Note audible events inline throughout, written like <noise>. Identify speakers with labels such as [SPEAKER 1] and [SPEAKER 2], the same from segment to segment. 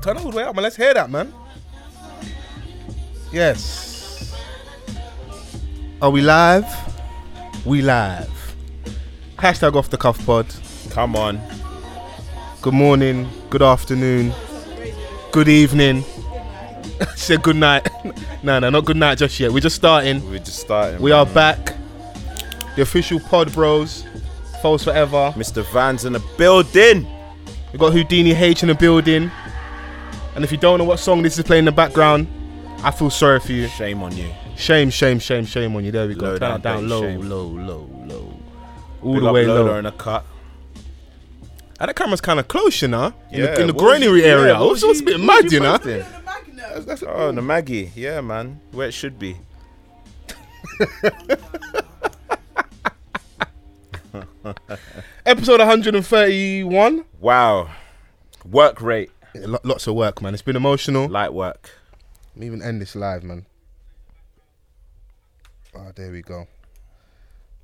[SPEAKER 1] Colonel Udway. Let's hear that, man. Yes.
[SPEAKER 2] Are we live? We live. Hashtag off the cuff pod.
[SPEAKER 1] Come on.
[SPEAKER 2] Good morning. Good afternoon. Good evening. <laughs> Say good night. <laughs> no, no, not good night just yet. We're just starting.
[SPEAKER 1] We're just starting.
[SPEAKER 2] We are back. The official pod bros. False forever.
[SPEAKER 1] Mr. Van's in the building.
[SPEAKER 2] We got Houdini H in the building. And if you don't know what song this is playing in the background, I feel sorry for you.
[SPEAKER 1] Shame on you.
[SPEAKER 2] Shame, shame, shame, shame on you. There we go.
[SPEAKER 1] Low
[SPEAKER 2] Turn it
[SPEAKER 1] down,
[SPEAKER 2] down
[SPEAKER 1] babe,
[SPEAKER 2] low,
[SPEAKER 1] shame.
[SPEAKER 2] low, low, low. All
[SPEAKER 1] Big
[SPEAKER 2] the
[SPEAKER 1] up
[SPEAKER 2] way
[SPEAKER 1] Lola
[SPEAKER 2] low. And
[SPEAKER 1] in the cut.
[SPEAKER 2] that camera's kind of close, you know? In
[SPEAKER 1] Yeah,
[SPEAKER 2] the, in the
[SPEAKER 1] what was
[SPEAKER 2] granary
[SPEAKER 1] you- yeah,
[SPEAKER 2] area.
[SPEAKER 1] what
[SPEAKER 2] What's
[SPEAKER 1] was
[SPEAKER 2] it's
[SPEAKER 1] you-
[SPEAKER 2] a bit
[SPEAKER 1] what was
[SPEAKER 2] mad,
[SPEAKER 1] you
[SPEAKER 2] you know?
[SPEAKER 1] posting? That's- that's- oh, the Maggie. Yeah, man. Where it should be.
[SPEAKER 2] Episode 131.
[SPEAKER 1] Wow. Work rate.
[SPEAKER 2] Yeah, lo- Lots of work, man. It's been emotional.
[SPEAKER 1] Light work.
[SPEAKER 2] Let me even end this live, man. Ah, there we go.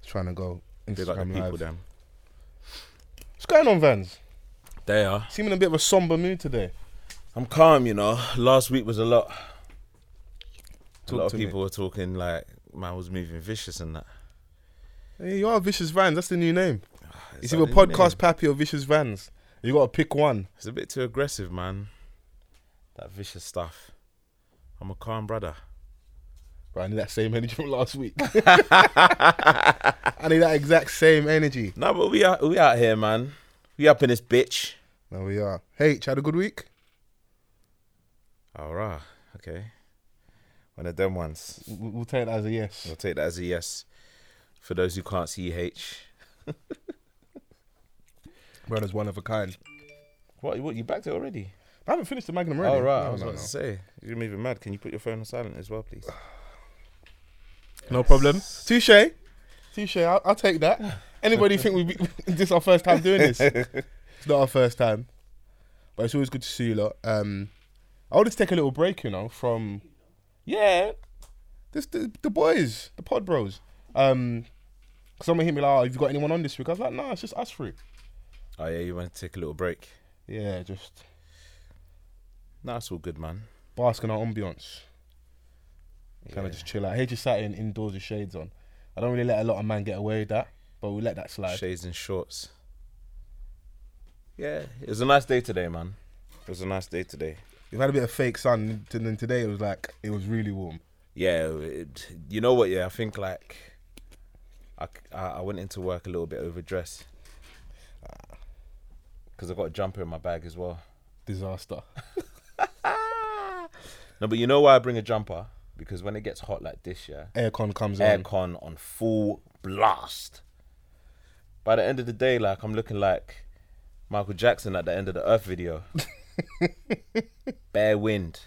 [SPEAKER 2] It's trying to go
[SPEAKER 1] Big up the
[SPEAKER 2] Instagram
[SPEAKER 1] people,
[SPEAKER 2] live.
[SPEAKER 1] them.
[SPEAKER 2] What's going on, Vans?
[SPEAKER 1] They are.
[SPEAKER 2] Seeming in a bit of a somber mood today.
[SPEAKER 1] I'm calm, you know. Last week was a lot.
[SPEAKER 2] Talk
[SPEAKER 1] a lot
[SPEAKER 2] to
[SPEAKER 1] of
[SPEAKER 2] me.
[SPEAKER 1] people were talking like man was moving vicious and that.
[SPEAKER 2] Hey, you are Vicious Vans. That's the new name. It's
[SPEAKER 1] that
[SPEAKER 2] either
[SPEAKER 1] the
[SPEAKER 2] Podcast
[SPEAKER 1] name?
[SPEAKER 2] Pappy or Vicious Vans. You got to pick one.
[SPEAKER 1] It's a bit too aggressive, man. That vicious stuff. I'm a calm brother.
[SPEAKER 2] Right, I need that same energy <laughs> from last week. I need that exact same energy.
[SPEAKER 1] No, but we are we out here, man. We up in this bitch.
[SPEAKER 2] There we are. Hey, had a good week?
[SPEAKER 1] All right, Oh, okay. One of them ones.
[SPEAKER 2] W- We'll take that as a yes.
[SPEAKER 1] I'll take that as a yes. For those who can't see H.
[SPEAKER 2] Brother's one of a kind.
[SPEAKER 1] What? What? You backed it already?
[SPEAKER 2] I haven't finished the Magnum
[SPEAKER 1] All right.
[SPEAKER 2] already.
[SPEAKER 1] I
[SPEAKER 2] No,
[SPEAKER 1] was
[SPEAKER 2] no,
[SPEAKER 1] about
[SPEAKER 2] no.
[SPEAKER 1] to say you're moving mad. Can you put your phone on silent as well, please?
[SPEAKER 2] No problem. Touche. Touche. I'll, I'll take that. Anybody think we be, <laughs> this our first time doing this? It's not our first time, but it's always good to see you lot. Um, I'll just take a little break, you know, from
[SPEAKER 1] Yeah.
[SPEAKER 2] this the, the boys, the pod bros. Um, someone hit me like, oh, "Have you got anyone on this week?" I was like, "No, it's just us three.
[SPEAKER 1] Oh yeah. You want to take a little break?
[SPEAKER 2] Yeah, just
[SPEAKER 1] No, it's all good, man.
[SPEAKER 2] bask in our ambience. Kind
[SPEAKER 1] Yeah.
[SPEAKER 2] of just chill out. Hey, just sat in indoors with shades on. I don't really let a lot of man get away with that, but we let that slide.
[SPEAKER 1] Shades and shorts. Yeah, it was a nice day today, man. It was a nice day today.
[SPEAKER 2] We've had a bit of fake sun, and then today it was like it was really warm.
[SPEAKER 1] Yeah, it, you know what? Yeah, I think like I, c- I- I went into work a little bit overdressed because I got a jumper in my bag as well.
[SPEAKER 2] disaster.
[SPEAKER 1] No, but you know why I bring a jumper? Because when it gets hot like this, yeah,
[SPEAKER 2] Aircon comes on.
[SPEAKER 1] aircon on full blast. By the end of the day, like I'm looking like Michael Jackson at the end of the Earth video. Bare wind.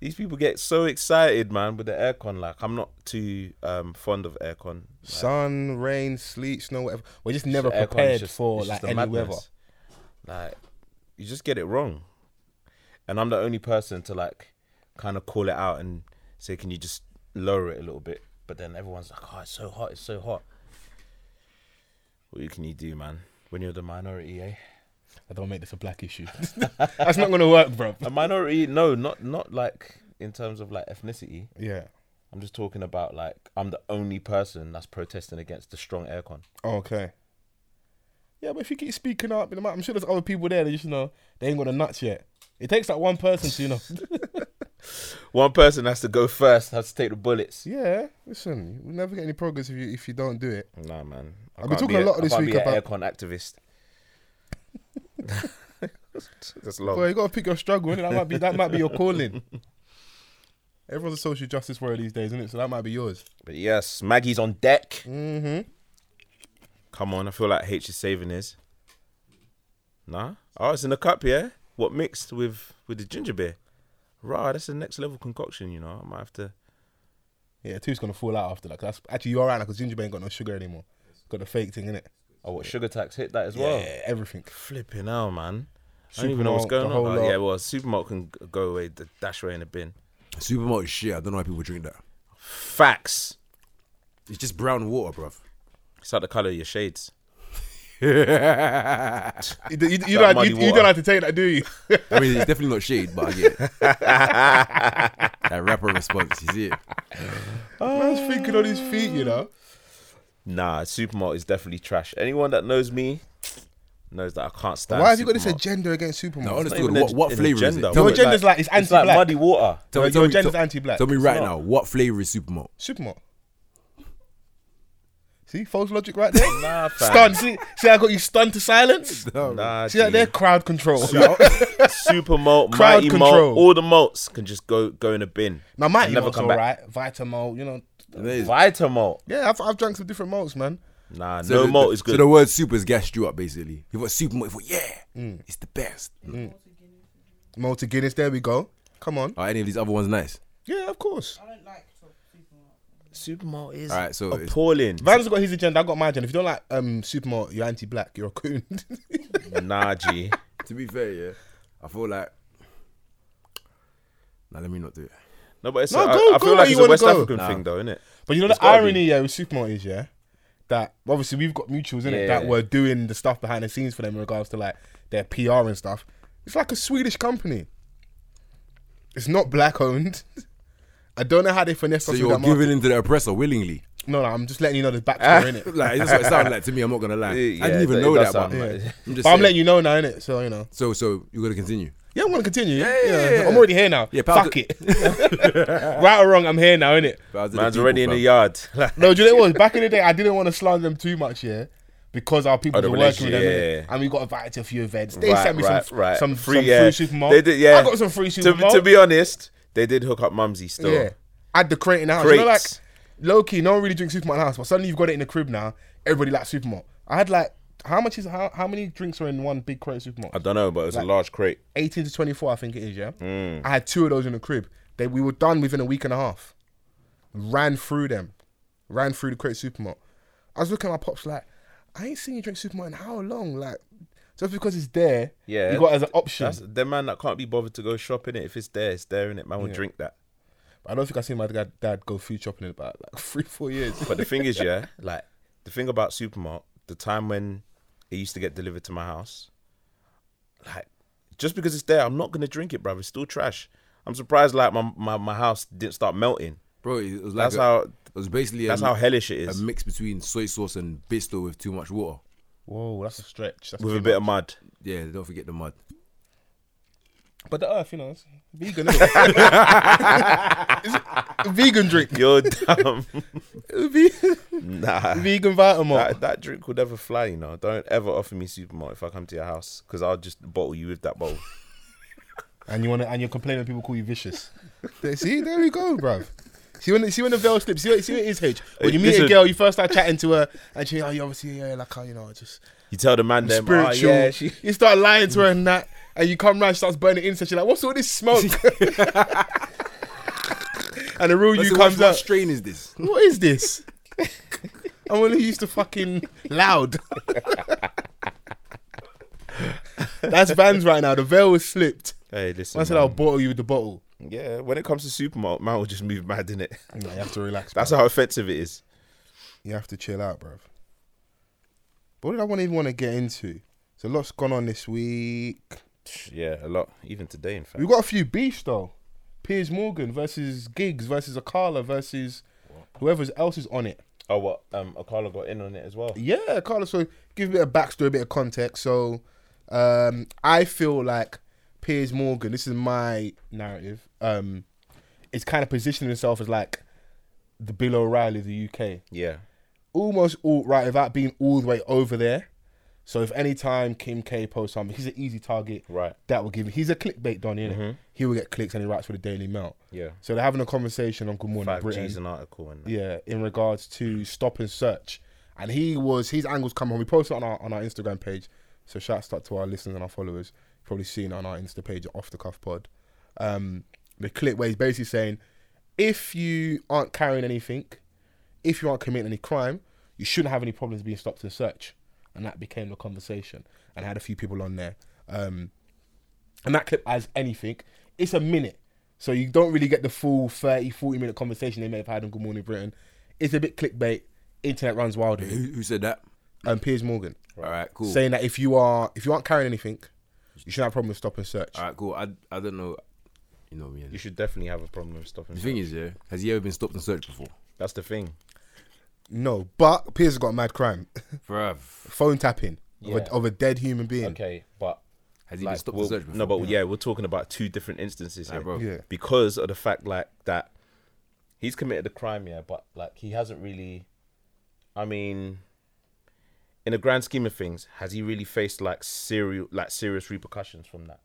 [SPEAKER 1] These people get so excited, man, with the aircon. Like I'm not too um, fond of aircon.
[SPEAKER 2] Sun, rain, sleet, snow, whatever. We're just never
[SPEAKER 1] The aircon is
[SPEAKER 2] prepared
[SPEAKER 1] just-
[SPEAKER 2] for
[SPEAKER 1] it's
[SPEAKER 2] like
[SPEAKER 1] just a
[SPEAKER 2] any
[SPEAKER 1] madness.
[SPEAKER 2] weather.
[SPEAKER 1] Like you just get it wrong, and I'm the only person to like kind of call it out and say, "Can you just lower it a little bit?" But then everyone's like, "Oh, it's so hot! It's so hot." What can you do, man? When you're the minority, eh?
[SPEAKER 2] I don't make this a black <laughs> issue. That's not gonna work, bro.
[SPEAKER 1] A minority? No, not not like in terms of like ethnicity.
[SPEAKER 2] Yeah.
[SPEAKER 1] I'm just talking about like I'm the only person that's protesting against the strong aircon.
[SPEAKER 2] Okay. Yeah, but if you keep speaking up, you know, I'm sure there's other people there that just you know they ain't got the nuts yet. It takes that one person to you know.
[SPEAKER 1] One person has to go first. Has to take the
[SPEAKER 2] <laughs>
[SPEAKER 1] bullets.
[SPEAKER 2] yeah. Listen, you will never get any progress if you if you don't do it.
[SPEAKER 1] Nah, man. I
[SPEAKER 2] I've been
[SPEAKER 1] can't
[SPEAKER 2] talking a lot
[SPEAKER 1] I
[SPEAKER 2] this
[SPEAKER 1] can't
[SPEAKER 2] week
[SPEAKER 1] be
[SPEAKER 2] about-
[SPEAKER 1] an aircon activist. <laughs> That's long.
[SPEAKER 2] Well, you gotta pick your struggle, innit? That might be that might be your
[SPEAKER 1] <laughs>
[SPEAKER 2] calling. Everyone's a social justice warrior these days, isn't it? So that might be yours.
[SPEAKER 1] But yes, Maggie's on deck.
[SPEAKER 2] Mm-hmm.
[SPEAKER 1] Come on, I feel like H is saving his. Nah. Oh, it's in the cup, yeah. What mixed with with the ginger beer? Right, that's the next level concoction. You know, I might have to.
[SPEAKER 2] Yeah, two's gonna fall out after that. 'cause that's actually you're right because ginger beer ain't got no sugar anymore. Got the fake thing in it.
[SPEAKER 1] Oh, what sugar tax hit that as well?
[SPEAKER 2] yeah,
[SPEAKER 1] <laughs>
[SPEAKER 2] everything.
[SPEAKER 1] Flipping hell, man. I
[SPEAKER 2] Super
[SPEAKER 1] don't even know what's
[SPEAKER 2] Malt,
[SPEAKER 1] going
[SPEAKER 2] the
[SPEAKER 1] on.
[SPEAKER 2] whole
[SPEAKER 1] Oh,
[SPEAKER 2] lot.
[SPEAKER 1] yeah, well, supermarket can g- go away, the dash away in the bin.
[SPEAKER 3] Supermalt is shit. I don't know why people drink that.
[SPEAKER 1] Facts.
[SPEAKER 3] It's just brown water, bruv.
[SPEAKER 2] <laughs>
[SPEAKER 1] It's like the color of your shades.
[SPEAKER 3] I
[SPEAKER 2] You, you, you,
[SPEAKER 1] That
[SPEAKER 2] don't,
[SPEAKER 1] muddy
[SPEAKER 2] you, you
[SPEAKER 1] water.
[SPEAKER 2] don't have to take that, do
[SPEAKER 1] <laughs>
[SPEAKER 2] you?
[SPEAKER 3] mean, it's definitely not shade, but I get it. that rapper response. You
[SPEAKER 2] <laughs>
[SPEAKER 3] see it?
[SPEAKER 1] Ah.
[SPEAKER 2] Man's thinking on his feet, you know.
[SPEAKER 1] Nah, supermart is definitely trash. Anyone that knows me knows that I can't stand.
[SPEAKER 2] Why have you got this
[SPEAKER 1] Supermart.
[SPEAKER 2] agenda against Superman?
[SPEAKER 3] No, honestly,
[SPEAKER 1] even
[SPEAKER 3] what,
[SPEAKER 1] an
[SPEAKER 3] what
[SPEAKER 1] ag-
[SPEAKER 3] flavor is it?
[SPEAKER 1] agenda.
[SPEAKER 2] Your
[SPEAKER 3] Tell me,
[SPEAKER 1] Well,
[SPEAKER 2] agenda's like, it's
[SPEAKER 1] It's like
[SPEAKER 2] anti-black.
[SPEAKER 1] muddy water.
[SPEAKER 3] tell me,
[SPEAKER 2] your
[SPEAKER 3] tell me,
[SPEAKER 2] agenda's
[SPEAKER 3] tell-
[SPEAKER 2] anti-black.
[SPEAKER 3] Tell me
[SPEAKER 2] It's
[SPEAKER 3] right
[SPEAKER 1] not.
[SPEAKER 3] now, what flavor
[SPEAKER 2] <laughs>
[SPEAKER 3] is Supermart?
[SPEAKER 2] Supermart. See, false logic right
[SPEAKER 1] <laughs>
[SPEAKER 2] there.
[SPEAKER 1] Nah, fam.
[SPEAKER 2] Stunned. See, see, I got you stunned to silence.
[SPEAKER 1] Nah,
[SPEAKER 2] See, that
[SPEAKER 1] G.
[SPEAKER 2] there, crowd control.
[SPEAKER 1] super
[SPEAKER 2] <laughs>
[SPEAKER 1] malt,
[SPEAKER 2] Crowd
[SPEAKER 1] mighty
[SPEAKER 2] control.
[SPEAKER 1] malt, all the malts can just go go in a bin.
[SPEAKER 2] now, mighty
[SPEAKER 1] Never
[SPEAKER 2] malt's
[SPEAKER 1] come back.
[SPEAKER 2] alright. Vitamalt, you know.
[SPEAKER 1] Vita malt.
[SPEAKER 2] Yeah, I've, I've drank some different malts, man.
[SPEAKER 1] Nah,
[SPEAKER 3] So
[SPEAKER 1] no
[SPEAKER 3] the-
[SPEAKER 1] malt is good.
[SPEAKER 3] So the word super has gassed you up, basically. You got Supermalt, you thought, yeah,
[SPEAKER 2] Mm.
[SPEAKER 3] it's the best.
[SPEAKER 2] Malta Guinness. There we go. Come on.
[SPEAKER 3] Are any of these other ones nice?
[SPEAKER 2] Yeah, of course.
[SPEAKER 4] I don't like top supermarket.
[SPEAKER 1] super malt is
[SPEAKER 3] All right, so it's-
[SPEAKER 1] appalling.
[SPEAKER 2] Van's got his agenda. I got my agenda. If you don't like um, Supermart, you're anti-black. You're a coon. <laughs>
[SPEAKER 1] nah, G.
[SPEAKER 3] To be fair, yeah, I feel like. Now let me not do it.
[SPEAKER 1] No, but it's
[SPEAKER 2] No,
[SPEAKER 1] a-
[SPEAKER 2] go-
[SPEAKER 1] I- I
[SPEAKER 2] go
[SPEAKER 1] feel
[SPEAKER 2] where
[SPEAKER 1] like
[SPEAKER 2] you
[SPEAKER 1] it's a
[SPEAKER 2] wanna
[SPEAKER 1] West
[SPEAKER 2] go.
[SPEAKER 1] African thing, though, isn't it?
[SPEAKER 2] but you know the
[SPEAKER 1] gotta be.
[SPEAKER 2] irony, yeah, with Supermart is yeah that obviously we've got mutuals in it
[SPEAKER 1] Yeah.
[SPEAKER 2] that were doing the stuff behind the scenes for them in regards to like their PR and stuff. It's like a Swedish company. It's not black owned. <laughs> I don't know how they finesse
[SPEAKER 3] So
[SPEAKER 2] us
[SPEAKER 3] you're
[SPEAKER 2] with that market.
[SPEAKER 3] giving in to the oppressor willingly.
[SPEAKER 2] No, no, I'm just letting you know the
[SPEAKER 3] <laughs>
[SPEAKER 2] backstory in it.
[SPEAKER 3] Like that's what it sounded like to me. I'm not gonna lie.
[SPEAKER 1] Yeah,
[SPEAKER 3] I didn't even
[SPEAKER 1] it
[SPEAKER 3] know
[SPEAKER 1] does
[SPEAKER 3] that one.
[SPEAKER 1] sound like-
[SPEAKER 3] I'm just
[SPEAKER 2] But I'm
[SPEAKER 3] saying.
[SPEAKER 2] letting you know now, innit? So you know.
[SPEAKER 3] So so you're gonna continue.
[SPEAKER 2] Yeah, I'm gonna continue. Yeah,
[SPEAKER 3] yeah, yeah.
[SPEAKER 2] I'm already here now.
[SPEAKER 3] Yeah, pal-
[SPEAKER 2] Fuck it.
[SPEAKER 1] <laughs>
[SPEAKER 2] <laughs> right or wrong, I'm here now, innit?
[SPEAKER 3] Bow to the
[SPEAKER 1] Man's
[SPEAKER 3] people,
[SPEAKER 1] already in
[SPEAKER 3] fam.
[SPEAKER 1] the yard. <laughs>
[SPEAKER 2] No, do you know what? it was? Back in the day, I didn't want to slander them too much, yeah, because our people
[SPEAKER 1] Oh, the
[SPEAKER 2] were working with them,
[SPEAKER 1] relationship,
[SPEAKER 2] innit?
[SPEAKER 1] yeah.
[SPEAKER 2] and we got invited to a few events. They
[SPEAKER 1] Right,
[SPEAKER 2] sent me
[SPEAKER 1] right,
[SPEAKER 2] some,
[SPEAKER 1] right.
[SPEAKER 2] some
[SPEAKER 1] Free,
[SPEAKER 2] some
[SPEAKER 1] yeah.
[SPEAKER 2] free Super Malt.
[SPEAKER 1] They did- yeah.
[SPEAKER 2] I got some free
[SPEAKER 1] to,
[SPEAKER 2] Super
[SPEAKER 1] to
[SPEAKER 2] Malt.
[SPEAKER 1] be honest, they did hook up Mumsy still.
[SPEAKER 2] yeah, at the crate in the house. You know, like
[SPEAKER 1] Crates.
[SPEAKER 2] low key, no one really drinks Super Malt in the house, but suddenly you've got it in the crib now. Everybody likes Super Malt. I had like how much is how, how many drinks are in one big crate of Super Malt?
[SPEAKER 1] I don't know, but it was a large crate.
[SPEAKER 2] 18 to 24, I think it is, yeah? I had two of those in the crib. They, we were done within a week and a half. Ran through them. Ran through the crate supermarket. I was looking at my pops like, I ain't seen you drink supermarket in how long? Like, just because it's there,
[SPEAKER 1] Yeah,
[SPEAKER 2] you got it as an option.
[SPEAKER 1] That's the man that can't be bothered to go shopping. It if it's there, it's there in it. Man will drink that.
[SPEAKER 2] I don't think I've seen my dad, dad go food shopping in about like <laughs> three, four years.
[SPEAKER 1] But the thing is, yeah, <laughs> like the thing about supermart, the time when it used to get delivered to my house, like just because it's there, I'm not gonna drink it, bruv. It's still trash. I'm surprised like my my, my house didn't start melting.
[SPEAKER 3] Bro, it was like
[SPEAKER 1] That's
[SPEAKER 3] a-
[SPEAKER 1] how
[SPEAKER 3] it was basically
[SPEAKER 1] that's
[SPEAKER 3] a,
[SPEAKER 1] how hellish it
[SPEAKER 3] a
[SPEAKER 1] is.
[SPEAKER 3] mix between soy sauce and bisto with too much water.
[SPEAKER 2] Whoa, that's a stretch. That's
[SPEAKER 1] With
[SPEAKER 2] too
[SPEAKER 1] a bit
[SPEAKER 2] much.
[SPEAKER 1] of mud.
[SPEAKER 3] Yeah, don't forget the mud.
[SPEAKER 2] But the earth, you know, it's vegan. Isn't it? <laughs> It's a vegan drink.
[SPEAKER 1] You're <laughs> dumb.
[SPEAKER 2] Ve- <laughs>
[SPEAKER 1] nah.
[SPEAKER 2] vegan Vitamalt.
[SPEAKER 1] That, that drink will never fly, you know. Don't ever offer me supermart if I come to your house, because I'll just bottle you with that bottle.
[SPEAKER 2] and you want to, and you're complaining people call you vicious. <laughs> There- see, there we go, bruv. See when see when the veil slips. See, what- see what it is, H. When you meet a
[SPEAKER 1] Listen.
[SPEAKER 2] girl, you first start chatting to her, and she, oh, you obviously, yeah, like, oh, you know, just
[SPEAKER 1] You tell the man them, "Oh,
[SPEAKER 2] spiritual.
[SPEAKER 1] yeah, she,
[SPEAKER 2] You start lying to her and that, and you come round, she starts burning incense. You're like, what's all this
[SPEAKER 1] <laughs>
[SPEAKER 2] smoke? and the real
[SPEAKER 3] Let's
[SPEAKER 2] you
[SPEAKER 3] see, what-
[SPEAKER 2] comes
[SPEAKER 3] what
[SPEAKER 2] out.
[SPEAKER 3] strain is this?
[SPEAKER 2] What is this? I'm only used to fucking
[SPEAKER 1] <laughs>
[SPEAKER 2] loud. That's Vans right now. The veil was slipped.
[SPEAKER 1] Hey, listen.
[SPEAKER 2] I said
[SPEAKER 1] man.
[SPEAKER 2] I'll bottle you with the bottle.
[SPEAKER 1] Yeah, when it comes to supermart, man will just move mad in it.
[SPEAKER 2] No, you have to relax.
[SPEAKER 1] That's
[SPEAKER 2] bruv.
[SPEAKER 1] how offensive it is.
[SPEAKER 2] you have to chill out, bruv. But what did I want to even want to get into? So lots gone on this week.
[SPEAKER 1] Yeah, a lot. Even today, in fact.
[SPEAKER 2] We've got a few beefs though. Piers Morgan versus Giggs versus Akala versus whoever else is on it.
[SPEAKER 1] Oh, what? Um, Akala got in on it as well.
[SPEAKER 2] Yeah, Carlos. So give a bit of backstory, a bit of context. So, um, I feel like Piers Morgan. This is my narrative. Um, is kind of positioning himself as like the Bill O'Reilly of the UK.
[SPEAKER 1] Yeah.
[SPEAKER 2] almost all right without being all the way over there. So if any time Kim K posts something, he's an easy target.
[SPEAKER 1] Right.
[SPEAKER 2] That will give him. He's a clickbait don, innit? He will get clicks and he writes for the Daily Mail.
[SPEAKER 1] Mm-hmm. Yeah.
[SPEAKER 2] So they're having a conversation on Good Morning
[SPEAKER 1] Five
[SPEAKER 2] Britain.
[SPEAKER 1] G's an article and
[SPEAKER 2] Yeah, in regards to stop and search, and he was his angles come on. We posted it on our on our Instagram page, so shouts out to our listeners and our followers. You've Probably seen it on our Insta page, off the cuff pod. Um, the clip where he's basically saying, if you aren't carrying anything, if you aren't committing any crime, you shouldn't have any problems being stopped and search. And that became the conversation, and had a few people on there. Um, and that clip as anything it's a minute so you don't really get the full 30 40 minute conversation they may have had on good morning britain it's a bit clickbait internet runs wild with
[SPEAKER 3] Who,
[SPEAKER 2] it.
[SPEAKER 3] who said that?
[SPEAKER 2] um, Piers Morgan,
[SPEAKER 3] All right, cool.
[SPEAKER 2] saying that if you are if you aren't carrying anything, you shouldn't have a problem with stop and search.
[SPEAKER 3] All right, cool. I, I don't know. You know me. innit?
[SPEAKER 1] You should definitely have a problem with stopping.
[SPEAKER 3] The thing is, yeah, has he ever been stopped and searched before?
[SPEAKER 1] That's the thing.
[SPEAKER 2] No, but Piers has got a mad crime:
[SPEAKER 3] Bruv.
[SPEAKER 2] phone tapping
[SPEAKER 1] Yeah.
[SPEAKER 2] of, a, of a dead human being.
[SPEAKER 1] Okay, but
[SPEAKER 3] Has he been
[SPEAKER 1] like,
[SPEAKER 3] stopped
[SPEAKER 1] we'll-
[SPEAKER 3] and searched before?
[SPEAKER 1] no, but yeah. we're talking about two different instances here,
[SPEAKER 3] bro.
[SPEAKER 2] Yeah.
[SPEAKER 1] Because of the fact like that, he's committed a crime, yeah, but like he hasn't really. I mean, in the grand scheme of things, has he really faced like serial, like serious repercussions from that?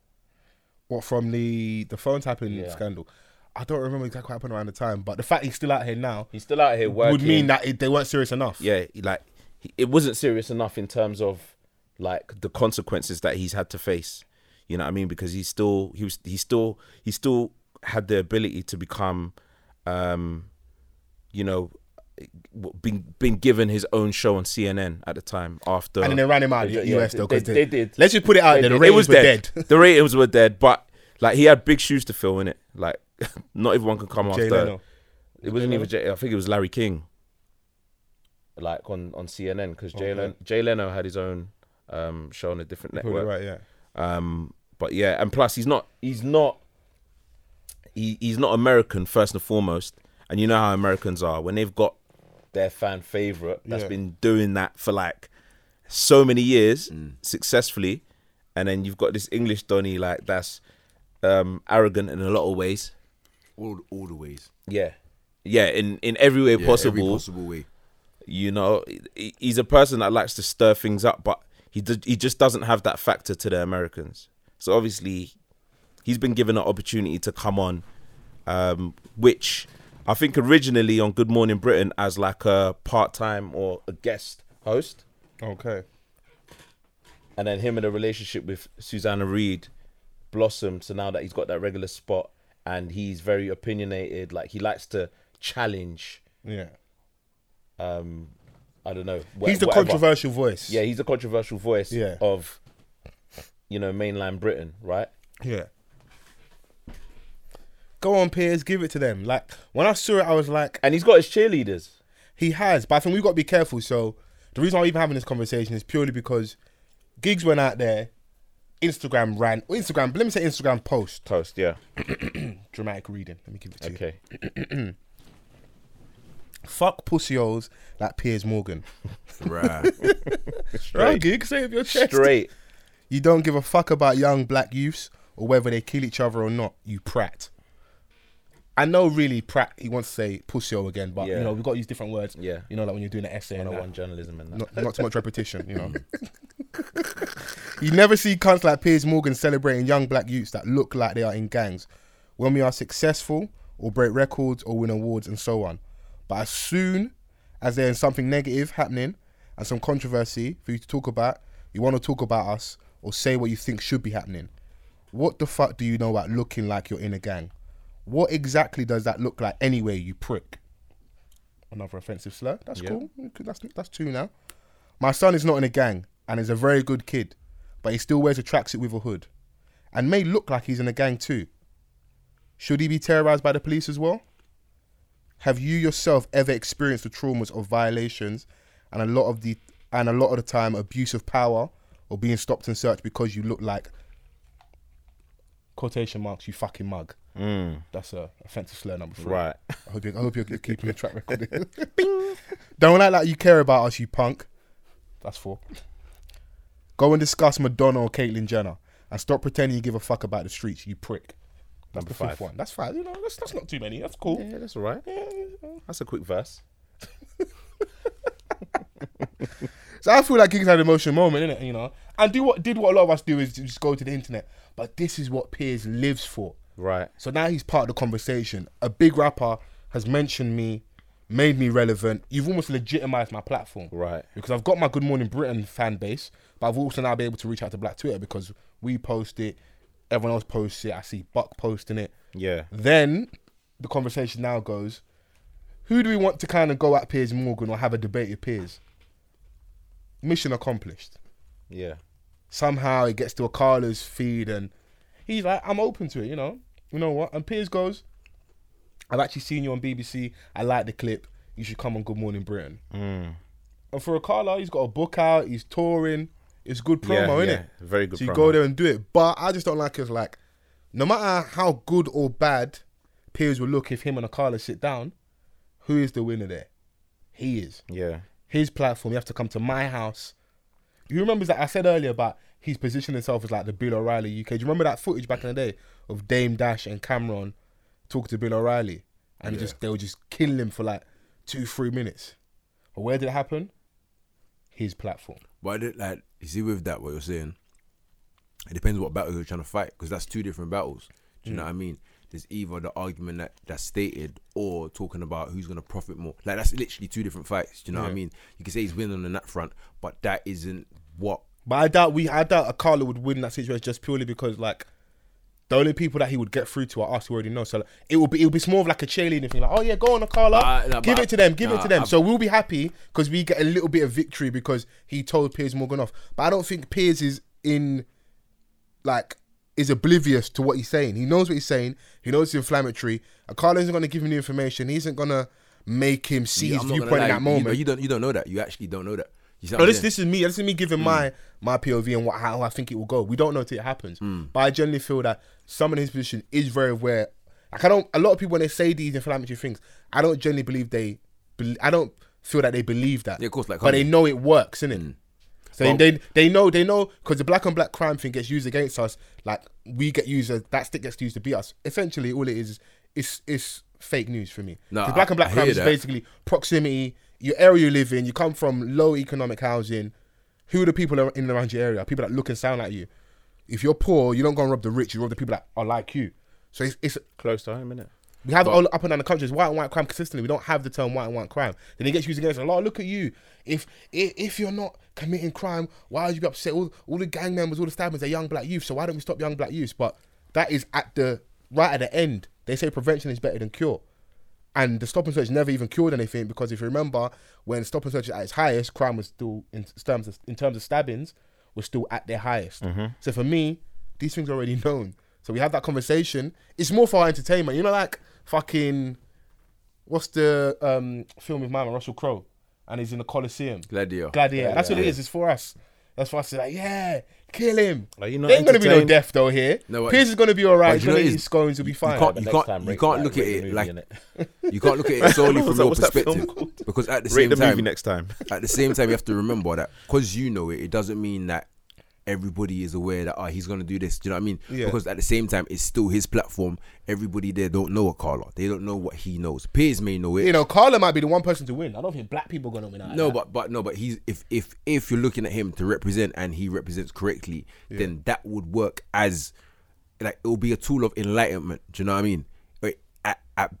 [SPEAKER 2] What from the the phone tapping
[SPEAKER 1] Yeah.
[SPEAKER 2] scandal? I don't remember exactly what happened around the time, but the fact he's still out here now
[SPEAKER 1] He's still out here working.
[SPEAKER 2] would mean that it, they weren't serious enough.
[SPEAKER 1] yeah, he- like he- it wasn't serious enough in terms of like the consequences that he's had to face. You know what I mean? Because he still he was he still he still had the ability to become, um, you know, been been given his own show on CNN at the time after.
[SPEAKER 2] And then they ran him out of the
[SPEAKER 1] Yeah,
[SPEAKER 2] US though.
[SPEAKER 1] they-
[SPEAKER 2] 'cause
[SPEAKER 1] they did.
[SPEAKER 2] Let's just put it out there. The
[SPEAKER 1] it
[SPEAKER 2] ratings
[SPEAKER 1] was
[SPEAKER 2] were dead.
[SPEAKER 1] dead. the ratings were dead, but like he had big shoes to fill in it. Like <laughs> not everyone could come
[SPEAKER 2] Jay
[SPEAKER 1] after.
[SPEAKER 2] Leno.
[SPEAKER 1] It wasn't even Jay. I think it was Larry King. Like on on CNN because Jay Leno, Jay Leno had his own um, show on a different
[SPEAKER 2] Probably
[SPEAKER 1] network.
[SPEAKER 2] right, yeah.
[SPEAKER 1] Um, but yeah, and plus he's not he's not he, he's not American first and foremost, and you know how Americans are when they've got their fan favorite that's
[SPEAKER 2] Yeah.
[SPEAKER 1] been doing that for like so many years successfully, and then you've got this English Donny like that's um, arrogant in a lot of ways.
[SPEAKER 3] All, all the ways.
[SPEAKER 1] Yeah. Yeah, in, in every way
[SPEAKER 3] Yeah,
[SPEAKER 1] possible.
[SPEAKER 3] Every possible way.
[SPEAKER 1] You know, he- he's a person that likes to stir things up, but he do, he just doesn't have that factor to the Americans. So obviously, he's been given an opportunity to come on, um, which I think originally on Good Morning Britain as like a part time or a guest host,
[SPEAKER 2] Okay.
[SPEAKER 1] and then him and the relationship with Susanna Reid blossomed. So now that he's got that regular spot and he's very opinionated, like he likes to challenge.
[SPEAKER 2] Yeah.
[SPEAKER 1] um I don't know. wha-
[SPEAKER 2] He's the
[SPEAKER 1] whatever.
[SPEAKER 2] controversial voice.
[SPEAKER 1] Yeah, he's the controversial voice
[SPEAKER 2] Yeah.
[SPEAKER 1] of you know mainland Britain, right?
[SPEAKER 2] Yeah. Go on, Piers, give it to them. Like when I saw it, I was like,
[SPEAKER 1] And he's got his cheerleaders.
[SPEAKER 2] he has, but I think we've got to be careful. So the reason I'm even having this conversation is purely because gigs went out there, Instagram ran or Instagram, let me say Instagram post.
[SPEAKER 1] Toast, yeah.
[SPEAKER 2] Dramatic reading. Let me give it to you.
[SPEAKER 1] Okay.
[SPEAKER 2] Fuck pussyholes like Piers
[SPEAKER 1] <laughs>
[SPEAKER 2] Morgan.
[SPEAKER 3] Bruh.
[SPEAKER 2] Right, gigs, say it with your chest.
[SPEAKER 1] <laughs> Straight.
[SPEAKER 2] You don't give a fuck about young black youths or whether they kill each other or not, you prat. I know really Pratt he wants to say pussyo again, but
[SPEAKER 1] Yeah.
[SPEAKER 2] you know, we've got to use different words.
[SPEAKER 1] Yeah.
[SPEAKER 2] You know, like when you're doing an essay and
[SPEAKER 1] No
[SPEAKER 2] that.
[SPEAKER 1] one journalism and that.
[SPEAKER 2] Not, not too much repetition, you know. you never see cunts like Piers Morgan celebrating young black youths that look like they are in gangs when we are successful or break records or win awards and so on. But as soon as there's something negative happening and some controversy for you to talk about, you want to talk about us or say what you think should be happening. What the fuck do you know about looking like you're in a gang? What exactly does that look like anyway, you prick? Another offensive slur. That's
[SPEAKER 1] Yeah.
[SPEAKER 2] cool. That's that's two now. My son is not in a gang and is a very good kid, but he still wears a tracksuit with a hood, and may look like he's in a gang too. Should he be terrorized by the police as well? Have you yourself ever experienced the traumas of violations and a lot of the and a lot of the time abuse of power or being stopped and searched because you look like quotation marks you fucking mug? That's a offensive slur number three.
[SPEAKER 1] Mm. Right.
[SPEAKER 2] I hope you're, I hope you're keeping a track record. <laughs> Don't act like you care about us, you punk. That's four. Go and discuss Madonna or Caitlyn Jenner, and stop pretending you give a fuck about the streets, you prick. That's
[SPEAKER 1] Number
[SPEAKER 2] the fifth
[SPEAKER 1] five.
[SPEAKER 2] one. That's five. You know, that's, that's not too many. That's cool.
[SPEAKER 1] Yeah, that's all right. That's a quick verse.
[SPEAKER 2] So I feel like gigs had an emotional moment, innit? You know, and do what did what a lot of us do is just go to the internet. But this is what Piers lives for.
[SPEAKER 1] Right.
[SPEAKER 2] So now he's part of the conversation. A big rapper has mentioned me, made me relevant. You've almost legitimized my platform.
[SPEAKER 1] Right.
[SPEAKER 2] Because I've got my Good Morning Britain fan base, but I've also now been able to reach out to Black Twitter because we post it, everyone else posts it. I see Buck posting it.
[SPEAKER 1] Yeah.
[SPEAKER 2] Then the conversation now goes, who do we want to kind of go at Piers Morgan or have a debate with Piers? Mission accomplished
[SPEAKER 1] Yeah.
[SPEAKER 2] somehow it gets to Akala's feed and he's like, I'm open to it, you know? You know what? And Piers goes,
[SPEAKER 1] Mm.
[SPEAKER 2] I've actually seen you on BBC. I like the clip. You should come on Good Morning Britain. And for Akala, he's got a book out, he's touring. It's good promo,
[SPEAKER 1] yeah,
[SPEAKER 2] innit?
[SPEAKER 1] yeah, very good
[SPEAKER 2] So you
[SPEAKER 1] promo.
[SPEAKER 2] go there and do it. But I just don't like his like, no matter how good or bad peers will look, if him and Akala sit down, who is the winner there? He is.
[SPEAKER 1] Yeah.
[SPEAKER 2] His platform. You have to come to my house. You remember that I said earlier about he's positioned himself as like the Bill O'Reilly UK. Do you remember that footage back in the day of Dame Dash and Cameron talking to Bill O'Reilly, and he just they were just killing him for like two, three minutes. But where did it happen? His platform.
[SPEAKER 3] But I did, like, you see, with that, what you're saying, it depends what battle you're trying to fight because that's two different battles. Do you know what I mean? There's either the argument that, that's stated or talking about who's going to profit more. Like, that's literally two different fights. Do you know what I mean? You can say he's winning on that front, but that isn't what.
[SPEAKER 2] But I doubt we, I doubt Akala would win that situation just purely because like the only people that he would get through to are us who already know. So like, it would be, it would be more of like a cheerleading thing. Like, oh yeah, go on Akala,
[SPEAKER 3] Uh, nah,
[SPEAKER 2] give
[SPEAKER 3] but-
[SPEAKER 2] it to them, give it
[SPEAKER 3] nah,
[SPEAKER 2] to them.
[SPEAKER 3] I-
[SPEAKER 2] so we'll be happy because we get a little bit of victory because he told Piers Morgan off. But I don't think Piers is in like is oblivious to what he's saying. He knows what he's saying. He knows it's inflammatory. Akala isn't going to give him the information. He isn't going to make him see
[SPEAKER 3] Yeah,
[SPEAKER 2] his
[SPEAKER 3] I'm not gonna
[SPEAKER 2] viewpoint in
[SPEAKER 3] lie,
[SPEAKER 2] that
[SPEAKER 3] you-
[SPEAKER 2] moment.
[SPEAKER 3] You, don't, you don't know that. You actually don't know that. You see what
[SPEAKER 2] No,
[SPEAKER 3] I'm
[SPEAKER 2] this
[SPEAKER 3] saying?
[SPEAKER 2] this is me. This is me
[SPEAKER 3] Mm.
[SPEAKER 2] giving my my POV and what how I think it will go. We don't know till it happens,
[SPEAKER 3] Mm.
[SPEAKER 2] but I generally feel that someone in his position is very aware. Like I don't. A lot of people when they say these inflammatory things, I don't generally believe they. bel I don't feel that they believe that.
[SPEAKER 3] Yeah, of course, like Mm.
[SPEAKER 2] but they
[SPEAKER 3] Kanye.
[SPEAKER 2] know it works, innit? So
[SPEAKER 3] Well-
[SPEAKER 2] they they know they know because the black on black crime thing gets used against us. Like we get used as that stick gets used to beat us. Essentially, all it is is is fake news for me.
[SPEAKER 3] No,
[SPEAKER 2] 'Cause black
[SPEAKER 3] I-
[SPEAKER 2] on black
[SPEAKER 3] I
[SPEAKER 2] crime
[SPEAKER 3] hear
[SPEAKER 2] is
[SPEAKER 3] that.
[SPEAKER 2] basically proximity, your area you live in. You come from low economic housing. Who are the people in and around your area? People that look and sound like you. If you're poor, you don't go and rob the rich. You rob the people that are like you. So it's, it's
[SPEAKER 1] Close to home, innit?
[SPEAKER 2] we have it all up and down the country. It's white and white crime consistently. We don't have the term white and white crime. Then it gets used against a lot. Look at you. If if, if you're not committing crime, why would you be upset? All, all the gang members, all the stabbings are young black youth. So why don't we stop young black youth? But that is at the right at the end. They say prevention is better than cure. And the stop and search never even cured anything because if you remember, when stop and search was at its highest, crime was still in terms of in terms of stabbings was still at their highest.
[SPEAKER 3] Mm-hmm.
[SPEAKER 2] So for me, these things are already known. So we have that conversation. It's more for our entertainment. You know, like fucking what's the um, film with man Russell Crowe, and he's in the Coliseum.
[SPEAKER 3] Gladiator.
[SPEAKER 2] Gladiator. That's what it is. It's for us. That's for us to like, yeah, kill him.
[SPEAKER 1] Like, you're not
[SPEAKER 2] there ain't gonna be no
[SPEAKER 1] entertained.
[SPEAKER 2] death though here.
[SPEAKER 3] No,
[SPEAKER 2] No,
[SPEAKER 3] what-
[SPEAKER 2] Piers is gonna be alright.
[SPEAKER 3] But
[SPEAKER 2] He's
[SPEAKER 3] you know
[SPEAKER 2] gonna
[SPEAKER 3] what it
[SPEAKER 2] eat
[SPEAKER 3] is?
[SPEAKER 2] his scones. He'll be
[SPEAKER 3] You- you
[SPEAKER 2] fine.
[SPEAKER 3] can't-
[SPEAKER 1] But
[SPEAKER 3] you
[SPEAKER 1] next
[SPEAKER 3] can't-
[SPEAKER 1] time,
[SPEAKER 3] you
[SPEAKER 1] rate-
[SPEAKER 3] can't
[SPEAKER 1] like,
[SPEAKER 3] look
[SPEAKER 1] rate
[SPEAKER 3] at
[SPEAKER 1] the
[SPEAKER 3] it
[SPEAKER 1] movie,
[SPEAKER 3] like-
[SPEAKER 1] innit?
[SPEAKER 3] You can't look
[SPEAKER 1] <laughs>
[SPEAKER 3] at it solely from
[SPEAKER 1] What's that-
[SPEAKER 3] your
[SPEAKER 1] what's that film
[SPEAKER 3] perspective
[SPEAKER 1] called?
[SPEAKER 3] because at the
[SPEAKER 1] Rate
[SPEAKER 3] same
[SPEAKER 1] the
[SPEAKER 3] time,
[SPEAKER 1] movie next time.
[SPEAKER 3] <laughs> at the same time, you have to remember that because you know it, it doesn't mean that everybody is aware that oh, he's gonna do this. Do you know what I mean?
[SPEAKER 2] Yeah.
[SPEAKER 3] Because at the same time, it's still his platform. Everybody there don't know what Carla. They don't know what he knows. Piers may know it.
[SPEAKER 2] You know, Carla might be the one person to win. I don't think black people are gonna win. Out of
[SPEAKER 3] no,
[SPEAKER 2] that.
[SPEAKER 3] but but no, but he's if if if you're looking at him to represent and he represents correctly, then that would work as like it will be a tool of enlightenment. Do you know what I mean? Like, At at,